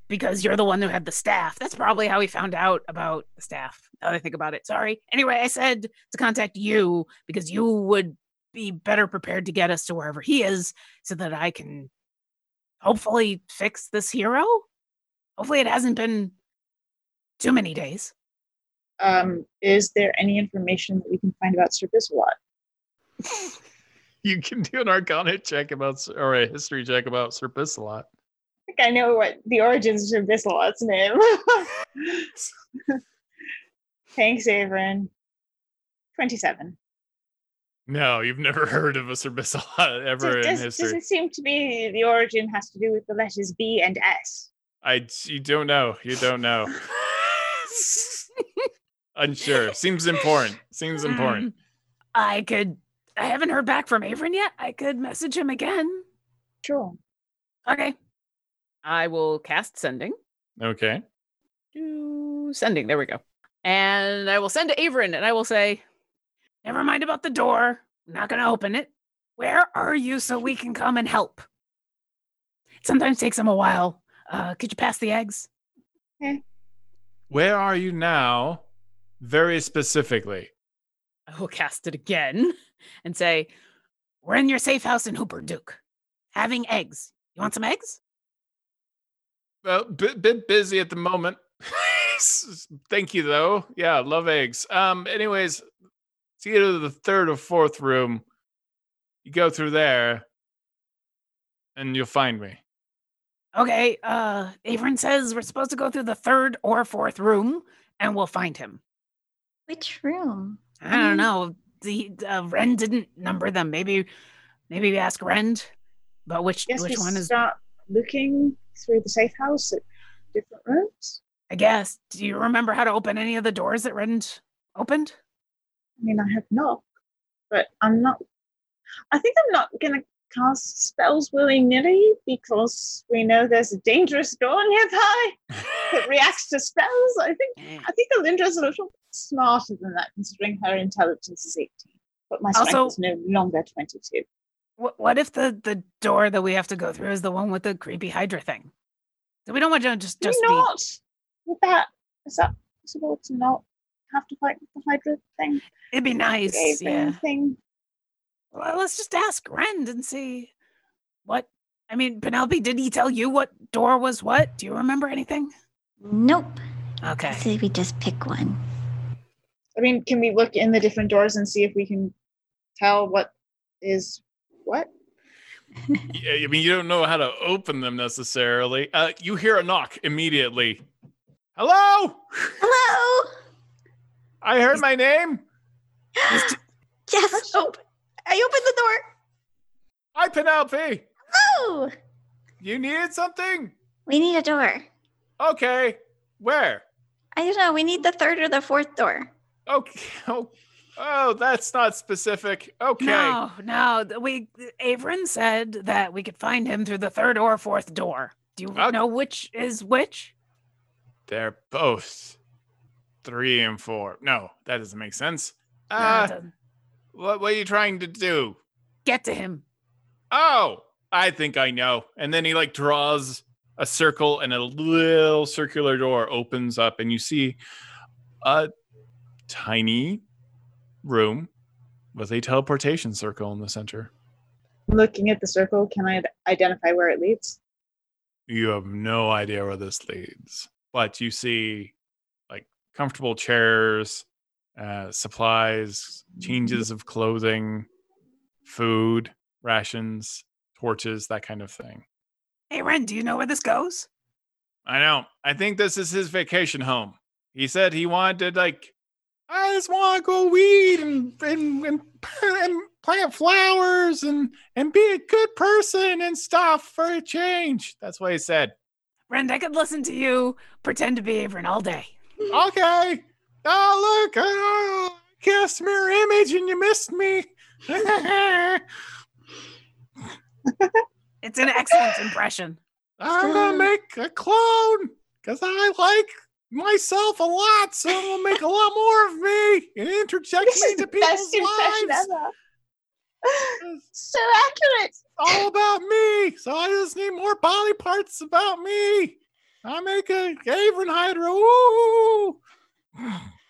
[SPEAKER 6] because you're the one who had the staff. That's probably how he found out about the staff. Now that I think about it, sorry. Anyway, I said to contact you because you would be better prepared to get us to wherever he is so that I can hopefully fix this hero. Hopefully, it hasn't been too many days.
[SPEAKER 3] Um, is there any information that we can find about Sir Biswalot?
[SPEAKER 1] You can do an Arcana check about Sir- or a history check about Sir Pissalot.
[SPEAKER 3] I think I know what the origins of Biswalot's name. Thanks, Averin. 27.
[SPEAKER 1] No, you've never heard of a Sir Bissalot ever
[SPEAKER 3] does,
[SPEAKER 1] in
[SPEAKER 3] does
[SPEAKER 1] history.
[SPEAKER 3] it seem to be the origin has to do with the letters B and S?
[SPEAKER 1] I you don't know. You don't know. Unsure. Seems important.
[SPEAKER 2] Um,
[SPEAKER 1] Seems important.
[SPEAKER 6] I could. I haven't heard back from Averin yet. I could message him again.
[SPEAKER 3] Sure.
[SPEAKER 6] Okay.
[SPEAKER 2] I will cast sending.
[SPEAKER 1] Okay.
[SPEAKER 2] Do sending. There we go. And I will send to Averin, and I will say,
[SPEAKER 6] Never mind about the door. I'm not going to open it. Where are you so we can come and help? It sometimes takes them a while. Uh, could you pass the eggs?
[SPEAKER 1] Where are you now? Very specifically.
[SPEAKER 2] I will cast it again, and say,
[SPEAKER 6] We're in your safe house in Hooper Duke. Having eggs. You want some eggs?
[SPEAKER 1] Well, bit, bit busy at the moment. Thank you though. Yeah, love eggs. Um, anyways, it's either the third or fourth room. You go through there and you'll find me.
[SPEAKER 6] Okay. Uh, Averin says we're supposed to go through the third or fourth room and we'll find him.
[SPEAKER 4] Which room?
[SPEAKER 6] I don't know. The uh, Ren didn't number them. Maybe, maybe we ask Rend about which
[SPEAKER 3] Yes,
[SPEAKER 6] which
[SPEAKER 3] we
[SPEAKER 6] one is.
[SPEAKER 3] start looking through the safe house at different rooms.
[SPEAKER 6] I guess. Do you remember how to open any of the doors that Rend opened?
[SPEAKER 3] I mean, I have not, but I'm not. I think I'm not going to cast spells willy nilly because we know there's a dangerous door nearby that reacts to spells. I think I think Alindra's a little smarter than that, considering her intelligence is 18, but my strength
[SPEAKER 6] Also-
[SPEAKER 3] is no longer 22.
[SPEAKER 6] What what if the the door that we have to go through is the one with the creepy Hydra thing? So we don't want to just
[SPEAKER 3] Do we
[SPEAKER 6] just be-
[SPEAKER 3] not with that. Is that possible to not have to fight with the Hydra thing?
[SPEAKER 6] it'd be nice.
[SPEAKER 3] Gave
[SPEAKER 6] Yeah.
[SPEAKER 3] Thing?
[SPEAKER 6] Well, let's just ask Rend and see what. I mean, Penelope, did he tell you what door was what? Do you remember anything?
[SPEAKER 4] Nope. I
[SPEAKER 6] Okay.
[SPEAKER 4] say we just pick one.
[SPEAKER 3] I mean, can we look in the different doors and see if we can tell what is what?
[SPEAKER 1] Yeah, I mean, you don't know how to open them necessarily. Uh, you hear a knock immediately. Hello?
[SPEAKER 4] Hello.
[SPEAKER 1] I heard my name.
[SPEAKER 4] yes. Oh, I opened the door.
[SPEAKER 1] Hi, Penelope.
[SPEAKER 4] Oh,
[SPEAKER 1] You needed something?
[SPEAKER 4] we need a door.
[SPEAKER 1] Okay. Where?
[SPEAKER 4] I don't know. We need the third or the fourth door.
[SPEAKER 1] Okay. Oh, Oh, that's not specific. Okay.
[SPEAKER 6] No, no. th- We Averin said that we could find him through the third or fourth door. Do you
[SPEAKER 1] Okay.
[SPEAKER 6] know which is which?
[SPEAKER 1] They're both three and four. No, that doesn't make sense.
[SPEAKER 6] No,
[SPEAKER 1] Uh,
[SPEAKER 6] to
[SPEAKER 1] what, what are you trying to do?
[SPEAKER 6] get to him.
[SPEAKER 1] Oh, I think I know. And then he like draws a circle and a little circular door opens up and you see a tiny room with a teleportation circle in the center.
[SPEAKER 3] Looking at the circle, can I identify where it leads?
[SPEAKER 1] You have no idea where this leads, but you see like comfortable chairs, uh, supplies, changes of clothing, food, rations, torches, that kind of thing.
[SPEAKER 6] Hey, Ren, do you know where this goes?
[SPEAKER 1] I know. I think this is his vacation home. He said he wanted to, like, I just want to go weed and and, and and plant flowers and and be a good person and stuff for a change. That's what he said.
[SPEAKER 6] Ren, I could listen to you pretend to be Averin all day.
[SPEAKER 1] Okay. Oh look, I I cast a mirror image and you missed me. I'm
[SPEAKER 6] It's an excellent impression.
[SPEAKER 3] Hmm.
[SPEAKER 1] gonna make a clone because I like myself a lot, so I'm gonna make a lot more of me and interject
[SPEAKER 3] This
[SPEAKER 1] me
[SPEAKER 3] is
[SPEAKER 1] into
[SPEAKER 3] the
[SPEAKER 1] people's
[SPEAKER 3] best impression
[SPEAKER 1] lives.
[SPEAKER 3] ever.
[SPEAKER 1] It's
[SPEAKER 3] so accurate.
[SPEAKER 1] all about me. So I just need more body parts about me. I make a Avon Hydra. Ooh.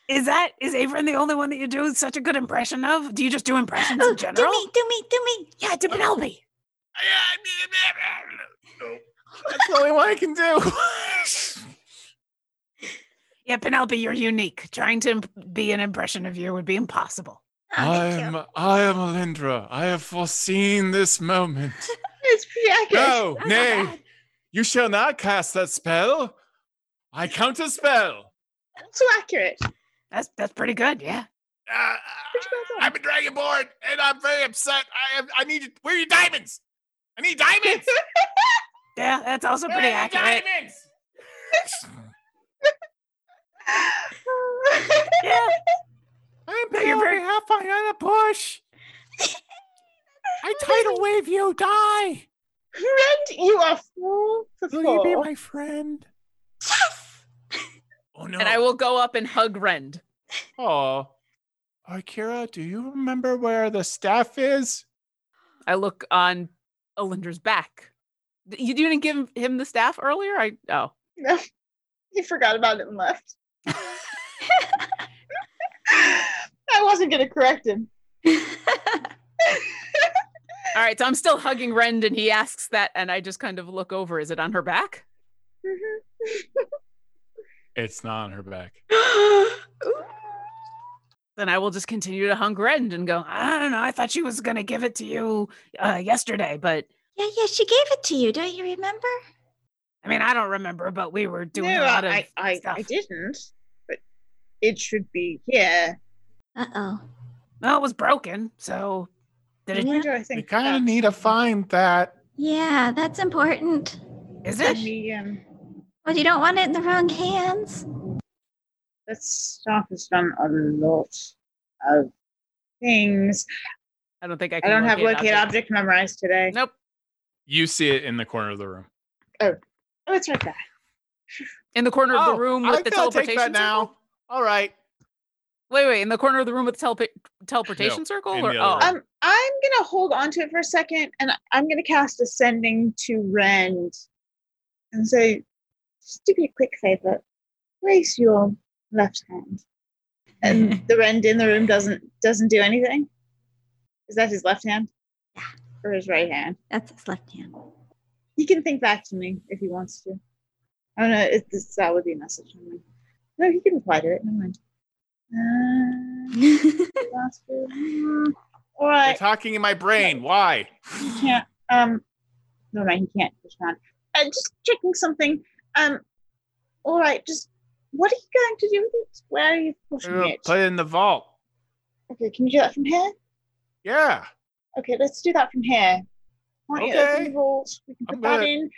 [SPEAKER 6] Is that is Averin the only one that you do such a good impression of? Do you just do impressions
[SPEAKER 4] Oh,
[SPEAKER 6] in
[SPEAKER 4] do
[SPEAKER 6] general?
[SPEAKER 4] me, do me, do me.
[SPEAKER 6] Yeah, to Penelope.
[SPEAKER 1] That's the only one I can do.
[SPEAKER 6] Yeah, Penelope, you're unique. Trying to imp- be an impression of you would be impossible.
[SPEAKER 4] Oh, thank you.
[SPEAKER 1] I am Alindra. I have foreseen this moment.
[SPEAKER 3] It's pretty accurate.
[SPEAKER 1] No, nay, you shall not cast that spell. I count a spell.
[SPEAKER 3] So accurate.
[SPEAKER 6] That's that's pretty good. Yeah.
[SPEAKER 1] Uh,
[SPEAKER 3] Which one's
[SPEAKER 1] I'm a dragonborn, and I'm very upset. I am, I need. Where are your diamonds? I need diamonds.
[SPEAKER 6] Yeah, that's also
[SPEAKER 1] Where
[SPEAKER 6] pretty
[SPEAKER 1] are your
[SPEAKER 6] accurate.
[SPEAKER 1] Diamonds.
[SPEAKER 6] Yeah.
[SPEAKER 1] I'm
[SPEAKER 6] No, you're very-
[SPEAKER 1] half on a bush. I tidal wave you. Die.
[SPEAKER 3] Friend, you are four for four.
[SPEAKER 1] my friend? oh no.
[SPEAKER 2] And I will go up and hug Rend.
[SPEAKER 1] Oh. Akira, do you remember where the staff is?
[SPEAKER 2] I look on Olindra's back. Th- You didn't give him the staff earlier? I oh.
[SPEAKER 3] No, you forgot about it and left. I wasn't gonna correct him.
[SPEAKER 2] All right, so I'm still hugging Rend and he asks that and I just kind of look over. Is it on her back?
[SPEAKER 1] It's not on her back.
[SPEAKER 2] Then I will just continue to hug Rend and go,
[SPEAKER 6] I don't know. I thought she was gonna give it to you uh, yesterday, but
[SPEAKER 4] yeah, yeah, she gave it to you. Don't you remember?
[SPEAKER 6] I mean, I don't remember. But we were doing
[SPEAKER 3] no,
[SPEAKER 6] a lot of
[SPEAKER 3] I, I,
[SPEAKER 6] stuff.
[SPEAKER 3] I didn't, but it should be here.
[SPEAKER 4] Uh oh.
[SPEAKER 6] Well, it was broken, so did it?
[SPEAKER 4] Yeah.
[SPEAKER 3] Where do I think?
[SPEAKER 1] We kind
[SPEAKER 3] that's
[SPEAKER 1] of need to find that.
[SPEAKER 4] Yeah, that's important.
[SPEAKER 6] Is
[SPEAKER 3] Let
[SPEAKER 6] it?
[SPEAKER 3] me um,
[SPEAKER 4] Well, you don't want it in the wrong hands.
[SPEAKER 3] that staff has done a lot of things.
[SPEAKER 2] I don't think I
[SPEAKER 3] I
[SPEAKER 2] can
[SPEAKER 3] don't have
[SPEAKER 2] locate
[SPEAKER 3] locate object memorized today.
[SPEAKER 2] Nope.
[SPEAKER 1] You see it in the corner of the room.
[SPEAKER 3] Oh, it's right there.
[SPEAKER 2] In the corner
[SPEAKER 1] Oh,
[SPEAKER 2] of the room with the teleportation
[SPEAKER 1] take that
[SPEAKER 2] circle?
[SPEAKER 1] now. All right.
[SPEAKER 2] Wait, wait, in the corner of the room with the telepa- teleportation circle?
[SPEAKER 1] in
[SPEAKER 2] Or
[SPEAKER 1] the
[SPEAKER 2] oh,
[SPEAKER 1] other
[SPEAKER 3] Um, I'm gonna hold on to it for a second, and I- I'm gonna cast ascending to rend, and say, just do me a quick favor, raise your left hand. And the rend in the room doesn't doesn't do anything. Is that his left hand?
[SPEAKER 4] Yeah.
[SPEAKER 3] Or his right hand?
[SPEAKER 4] That's his left hand.
[SPEAKER 3] He can think back to me if he wants to. I don't know. It, this, that would be a message. Never mind. No, he can reply to it. Never mind. Uh, last bit. Mm, all
[SPEAKER 1] You're
[SPEAKER 3] right.
[SPEAKER 1] talking in my brain. Why?
[SPEAKER 3] He can't. Um, no, no, he can't. Just not. Uh, just checking something. Um, all right. Just what are you going to do with it? Where are you pushing
[SPEAKER 1] Uh,
[SPEAKER 3] it?
[SPEAKER 1] Put it in the vault.
[SPEAKER 3] okay, can you do that from here?
[SPEAKER 1] Yeah.
[SPEAKER 3] Okay, let's do that from here. Why don't you open
[SPEAKER 1] Okay.
[SPEAKER 3] the vault? We can put
[SPEAKER 1] I'm
[SPEAKER 3] that
[SPEAKER 1] gonna-
[SPEAKER 3] in.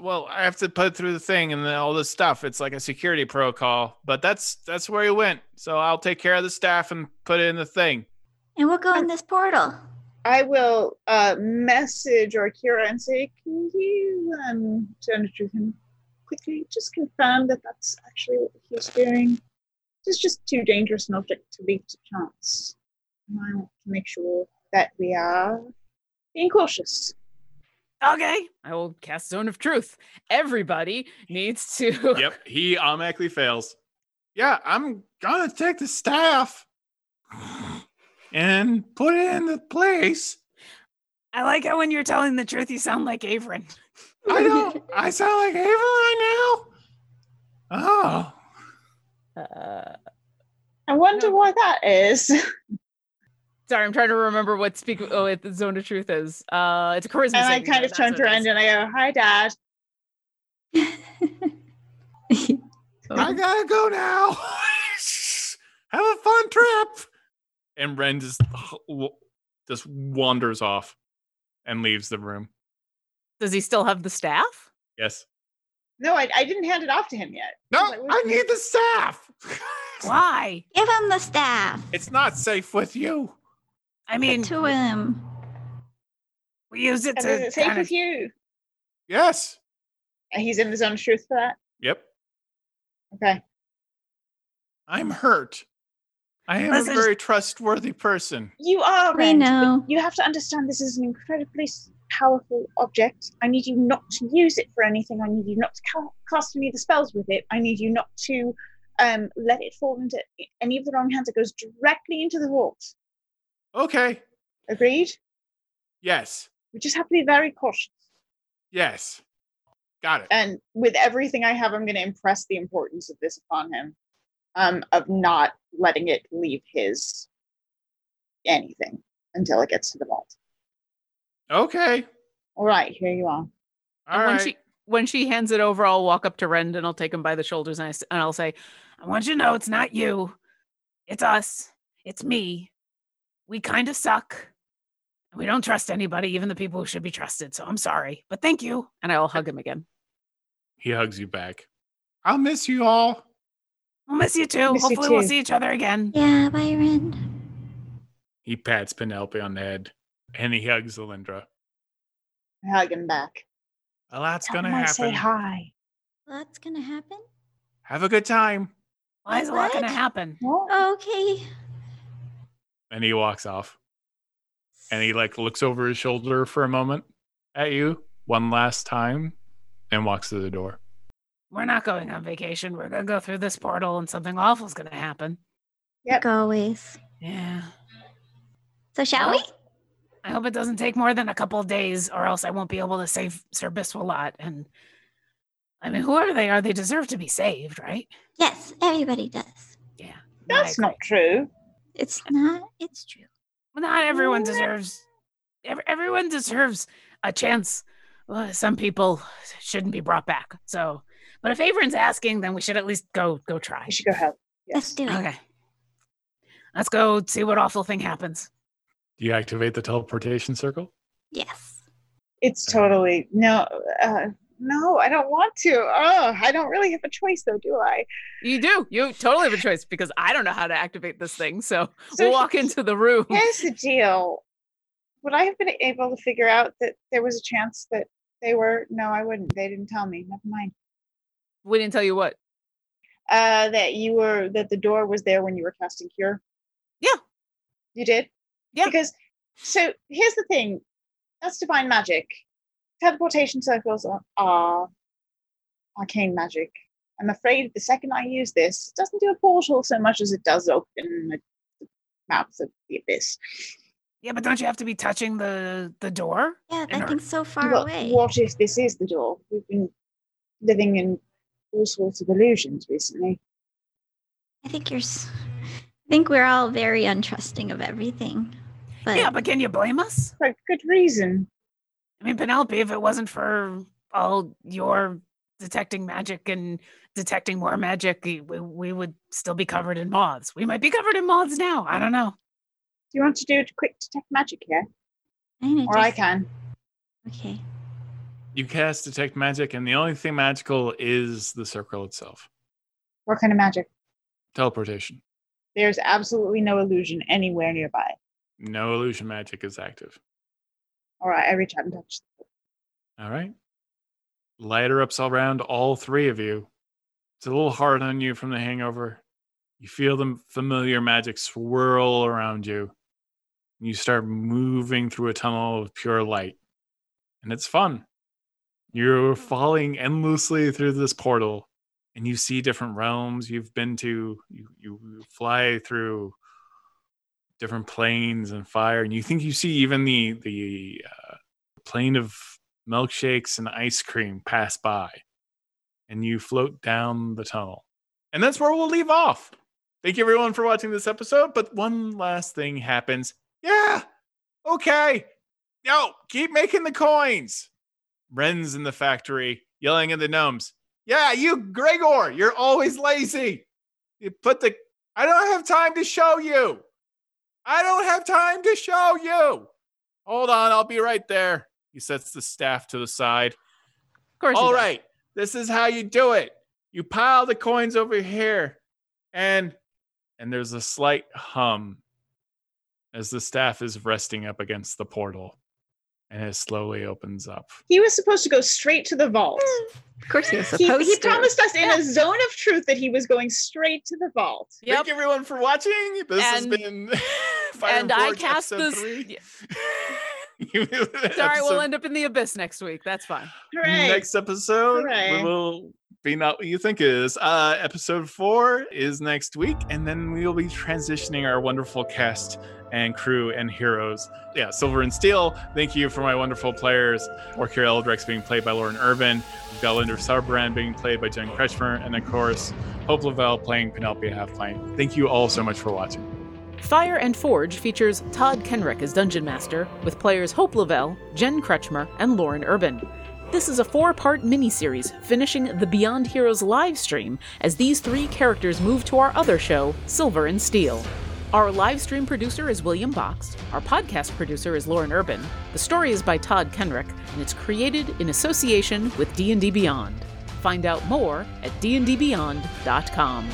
[SPEAKER 1] well, I have to put through the thing and then all this stuff. It's like a security protocol, but that's that's where he went. So I'll take care of the staff and put it in the thing.
[SPEAKER 4] And we'll go in this portal.
[SPEAKER 3] I will uh, message Arkira and say, can you um, turn it to him quickly? Just confirm that that's actually what he's doing. It's just too dangerous an object to leave to chance. And I want to make sure that we are being cautious.
[SPEAKER 2] Okay, I will cast Zone of Truth. Everybody needs to.
[SPEAKER 1] Yep, he automatically fails. Yeah, I'm gonna take the staff and put it in the place.
[SPEAKER 6] I like how when you're telling the truth, you sound like Averin.
[SPEAKER 1] I don't. I sound like Ava right now. Oh,
[SPEAKER 2] Uh,
[SPEAKER 3] I wonder why that is.
[SPEAKER 2] sorry, I'm trying to remember what speak. Oh, it, the Zone of Truth is. Uh, it's a charisma.
[SPEAKER 3] and I
[SPEAKER 2] saving
[SPEAKER 3] kind
[SPEAKER 2] throw,
[SPEAKER 3] of
[SPEAKER 2] that's
[SPEAKER 3] turned
[SPEAKER 2] what it
[SPEAKER 3] around
[SPEAKER 2] is.
[SPEAKER 3] and I go, hi, Dad.
[SPEAKER 1] I gotta go now. Have a fun trip. And Ren just just wanders off and leaves the room.
[SPEAKER 2] Does he still have the staff?
[SPEAKER 1] Yes.
[SPEAKER 3] No, I, I didn't hand it off to him yet.
[SPEAKER 1] No,
[SPEAKER 3] Like, what-
[SPEAKER 1] I need the staff.
[SPEAKER 6] Why?
[SPEAKER 4] Give him the staff.
[SPEAKER 1] it's not safe with you.
[SPEAKER 6] I mean,
[SPEAKER 4] to him.
[SPEAKER 6] we use it
[SPEAKER 3] And is
[SPEAKER 6] to.
[SPEAKER 3] it safe
[SPEAKER 6] kinda-
[SPEAKER 3] with you?
[SPEAKER 1] Yes.
[SPEAKER 3] And he's in his own truth for that.
[SPEAKER 1] Yep.
[SPEAKER 3] Okay.
[SPEAKER 1] I'm hurt. I am
[SPEAKER 6] Listen-
[SPEAKER 1] a very trustworthy person.
[SPEAKER 3] You are,
[SPEAKER 4] We
[SPEAKER 3] Ren. but
[SPEAKER 4] know.
[SPEAKER 3] You have to understand this is an incredibly s- powerful object. I need you not to use it for anything. I need you not to ca- cast any of the spells with it. I need you not to um, let it fall into any of the wrong hands. It goes directly into the vault.
[SPEAKER 1] Okay.
[SPEAKER 3] Agreed?
[SPEAKER 1] Yes.
[SPEAKER 3] We just have to be very cautious.
[SPEAKER 1] Yes. Got it.
[SPEAKER 3] And with everything I have, I'm going to impress the importance of this upon him um, of not letting it leave his anything until it gets to the vault.
[SPEAKER 1] Okay.
[SPEAKER 3] All right, here you are.
[SPEAKER 1] All
[SPEAKER 2] and when
[SPEAKER 1] right.
[SPEAKER 2] she when she hands it over, I'll walk up to Rend and I'll take him by the shoulders and, I, s- and I'll say,
[SPEAKER 6] I want you to know it's not you. It's us. It's me. We kind of suck. We don't trust anybody, even the people who should be trusted. So I'm sorry, but thank you.
[SPEAKER 2] and I'll hug him again.
[SPEAKER 1] he hugs you back. I'll miss you all.
[SPEAKER 6] We'll miss you too.
[SPEAKER 3] Miss you
[SPEAKER 6] Hopefully, we'll
[SPEAKER 3] too.
[SPEAKER 6] see each other again.
[SPEAKER 4] Yeah, Byron.
[SPEAKER 1] He pats Penelope on the head and he hugs Alindra.
[SPEAKER 3] I hug him back.
[SPEAKER 1] A lot's
[SPEAKER 3] Tell
[SPEAKER 1] gonna
[SPEAKER 3] him I Say
[SPEAKER 1] happen.
[SPEAKER 3] hi.
[SPEAKER 4] That's gonna happen.
[SPEAKER 1] Have a good time.
[SPEAKER 6] Why is a lot going to
[SPEAKER 4] What?
[SPEAKER 6] happen?
[SPEAKER 3] What?
[SPEAKER 4] Oh Okay.
[SPEAKER 1] And he walks off. And he like looks over his shoulder for a moment at you one last time and walks to the door.
[SPEAKER 6] We're not going on vacation. We're going to go through this portal and something awful's going to happen.
[SPEAKER 3] Yep.
[SPEAKER 4] Like always.
[SPEAKER 6] Yeah.
[SPEAKER 4] So shall we?
[SPEAKER 6] I hope it doesn't take more than a couple of days, or else I won't be able to save Sir Biswalot. And I mean, whoever they are, they deserve to be saved, right?
[SPEAKER 4] Yes, everybody does.
[SPEAKER 6] No, I
[SPEAKER 3] That's
[SPEAKER 6] agree.
[SPEAKER 3] not true.
[SPEAKER 4] It's not. It's true.
[SPEAKER 6] Well, not everyone deserves. ev- everyone deserves a chance. Uh, some people shouldn't be brought back. So, but if Averin's asking, then we should at least go go try.
[SPEAKER 3] You should go help.
[SPEAKER 4] Let's
[SPEAKER 3] Yes.
[SPEAKER 4] do it.
[SPEAKER 6] Okay. Let's go see what awful thing happens.
[SPEAKER 1] Do you activate the teleportation circle?
[SPEAKER 4] Yes.
[SPEAKER 3] It's totally no, uh, no. I don't want to. Oh, I don't really have a choice though, do I?
[SPEAKER 2] You do. You totally have a choice because I don't know how to activate this thing. So,
[SPEAKER 3] So
[SPEAKER 2] we'll walk into the room.
[SPEAKER 3] Here's the deal. Would I have been able to figure out that there was a chance that they were? No, I wouldn't. They didn't tell me. Never mind.
[SPEAKER 2] We didn't tell you what.
[SPEAKER 3] Uh, that you were that the door was there when you were casting cure.
[SPEAKER 2] Yeah.
[SPEAKER 3] You did.
[SPEAKER 2] Yeah.
[SPEAKER 3] Because so here's the thing. That's divine magic. Teleportation circles are, are arcane magic. I'm afraid the second I use this, it doesn't do a portal so much as it does open the the mouth of the abyss.
[SPEAKER 6] Yeah, but don't you have to be touching the the door?
[SPEAKER 4] Yeah,
[SPEAKER 6] In
[SPEAKER 4] that
[SPEAKER 6] our-
[SPEAKER 4] thing's so far
[SPEAKER 3] But
[SPEAKER 4] away.
[SPEAKER 3] what if this is the door? We've been living in all sorts of illusions recently.
[SPEAKER 4] I think you're. s- I think we're all very untrusting of everything. But
[SPEAKER 6] yeah, but can you blame us?
[SPEAKER 3] For good reason.
[SPEAKER 6] I mean, Penelope, if it wasn't for all your detecting magic and detecting more magic, y- we, we would still be covered in moths. We might be covered in moths now. I don't know.
[SPEAKER 3] Do you want to do a quick detect magic here?
[SPEAKER 4] I know
[SPEAKER 3] Or I
[SPEAKER 4] just-
[SPEAKER 3] can.
[SPEAKER 4] Okay.
[SPEAKER 1] You cast detect magic, and the only thing magical is the circle itself.
[SPEAKER 3] What kind of magic?
[SPEAKER 1] Teleportation.
[SPEAKER 3] There's absolutely no illusion anywhere nearby.
[SPEAKER 1] No illusion magic is active.
[SPEAKER 3] All right, I reach out and touch.
[SPEAKER 1] All right. Lighter ups all round, all three of you. It's a little hard on you from the hangover. You feel the familiar magic swirl around you. And you start moving through a tunnel of pure light. And it's fun. You're falling endlessly through this portal and you see different realms you've been to. You, you you fly through different planes and fire, and you think you see even the the uh, plane of milkshakes and ice cream pass by, and you float down the tunnel. And that's where we'll leave off. Thank you everyone for watching this episode. But one last thing happens. Yeah. Okay. No, keep making the coins. Ren's in the factory yelling at the gnomes. Yeah, you, Gregor, you're always lazy. You put the, I don't have time to show you. I don't have time to show you. Hold on, I'll be right there. He sets the staff to the side.
[SPEAKER 6] Of course.
[SPEAKER 1] All right, this is how you do it. You pile the coins over here, and and there's a slight hum as the staff is resting up against the portal, and it slowly opens up.
[SPEAKER 3] He was supposed to go straight to the vault.
[SPEAKER 4] Of course, he was
[SPEAKER 3] He,
[SPEAKER 4] supposed
[SPEAKER 3] he
[SPEAKER 4] to.
[SPEAKER 3] promised us in a zone of truth that he was going straight to the vault.
[SPEAKER 1] Thank you everyone for watching. This has
[SPEAKER 6] And-
[SPEAKER 1] been Fire
[SPEAKER 6] And I
[SPEAKER 1] Forge
[SPEAKER 6] cast
[SPEAKER 1] episode
[SPEAKER 6] this.
[SPEAKER 1] three.
[SPEAKER 6] yeah,
[SPEAKER 1] You-
[SPEAKER 6] Sorry,
[SPEAKER 1] episode-
[SPEAKER 6] we'll end up in the abyss next week. That's fine.
[SPEAKER 3] Hooray.
[SPEAKER 1] next episode
[SPEAKER 3] Hooray.
[SPEAKER 1] we will be not what you think it is. Uh, episode four is next week, and then we will be transitioning our wonderful cast and crew and heroes. Yeah, Silver and Steel. Thank you for my wonderful players. Orkir Eldrex being played by Lauren Irvin, We've got Linda Sarbrand being played by Jen Kretschmer, and of course, Hope Lavelle playing Penelope Halfpint. Thank you all so much for watching.
[SPEAKER 6] Fire and Forge features Todd Kenrick as Dungeon Master, with players Hope Lavelle, Jen Kretschmer, and Lauren Urban. This is a four part miniseries finishing the Beyond Heroes live stream as these three characters move to our other show, Silver and Steel. Our live stream producer is William Box. Our podcast producer is Lauren Urban. The story is by Todd Kenrick, and it's created in association with D&D Beyond. Find out more at dndbeyond.com.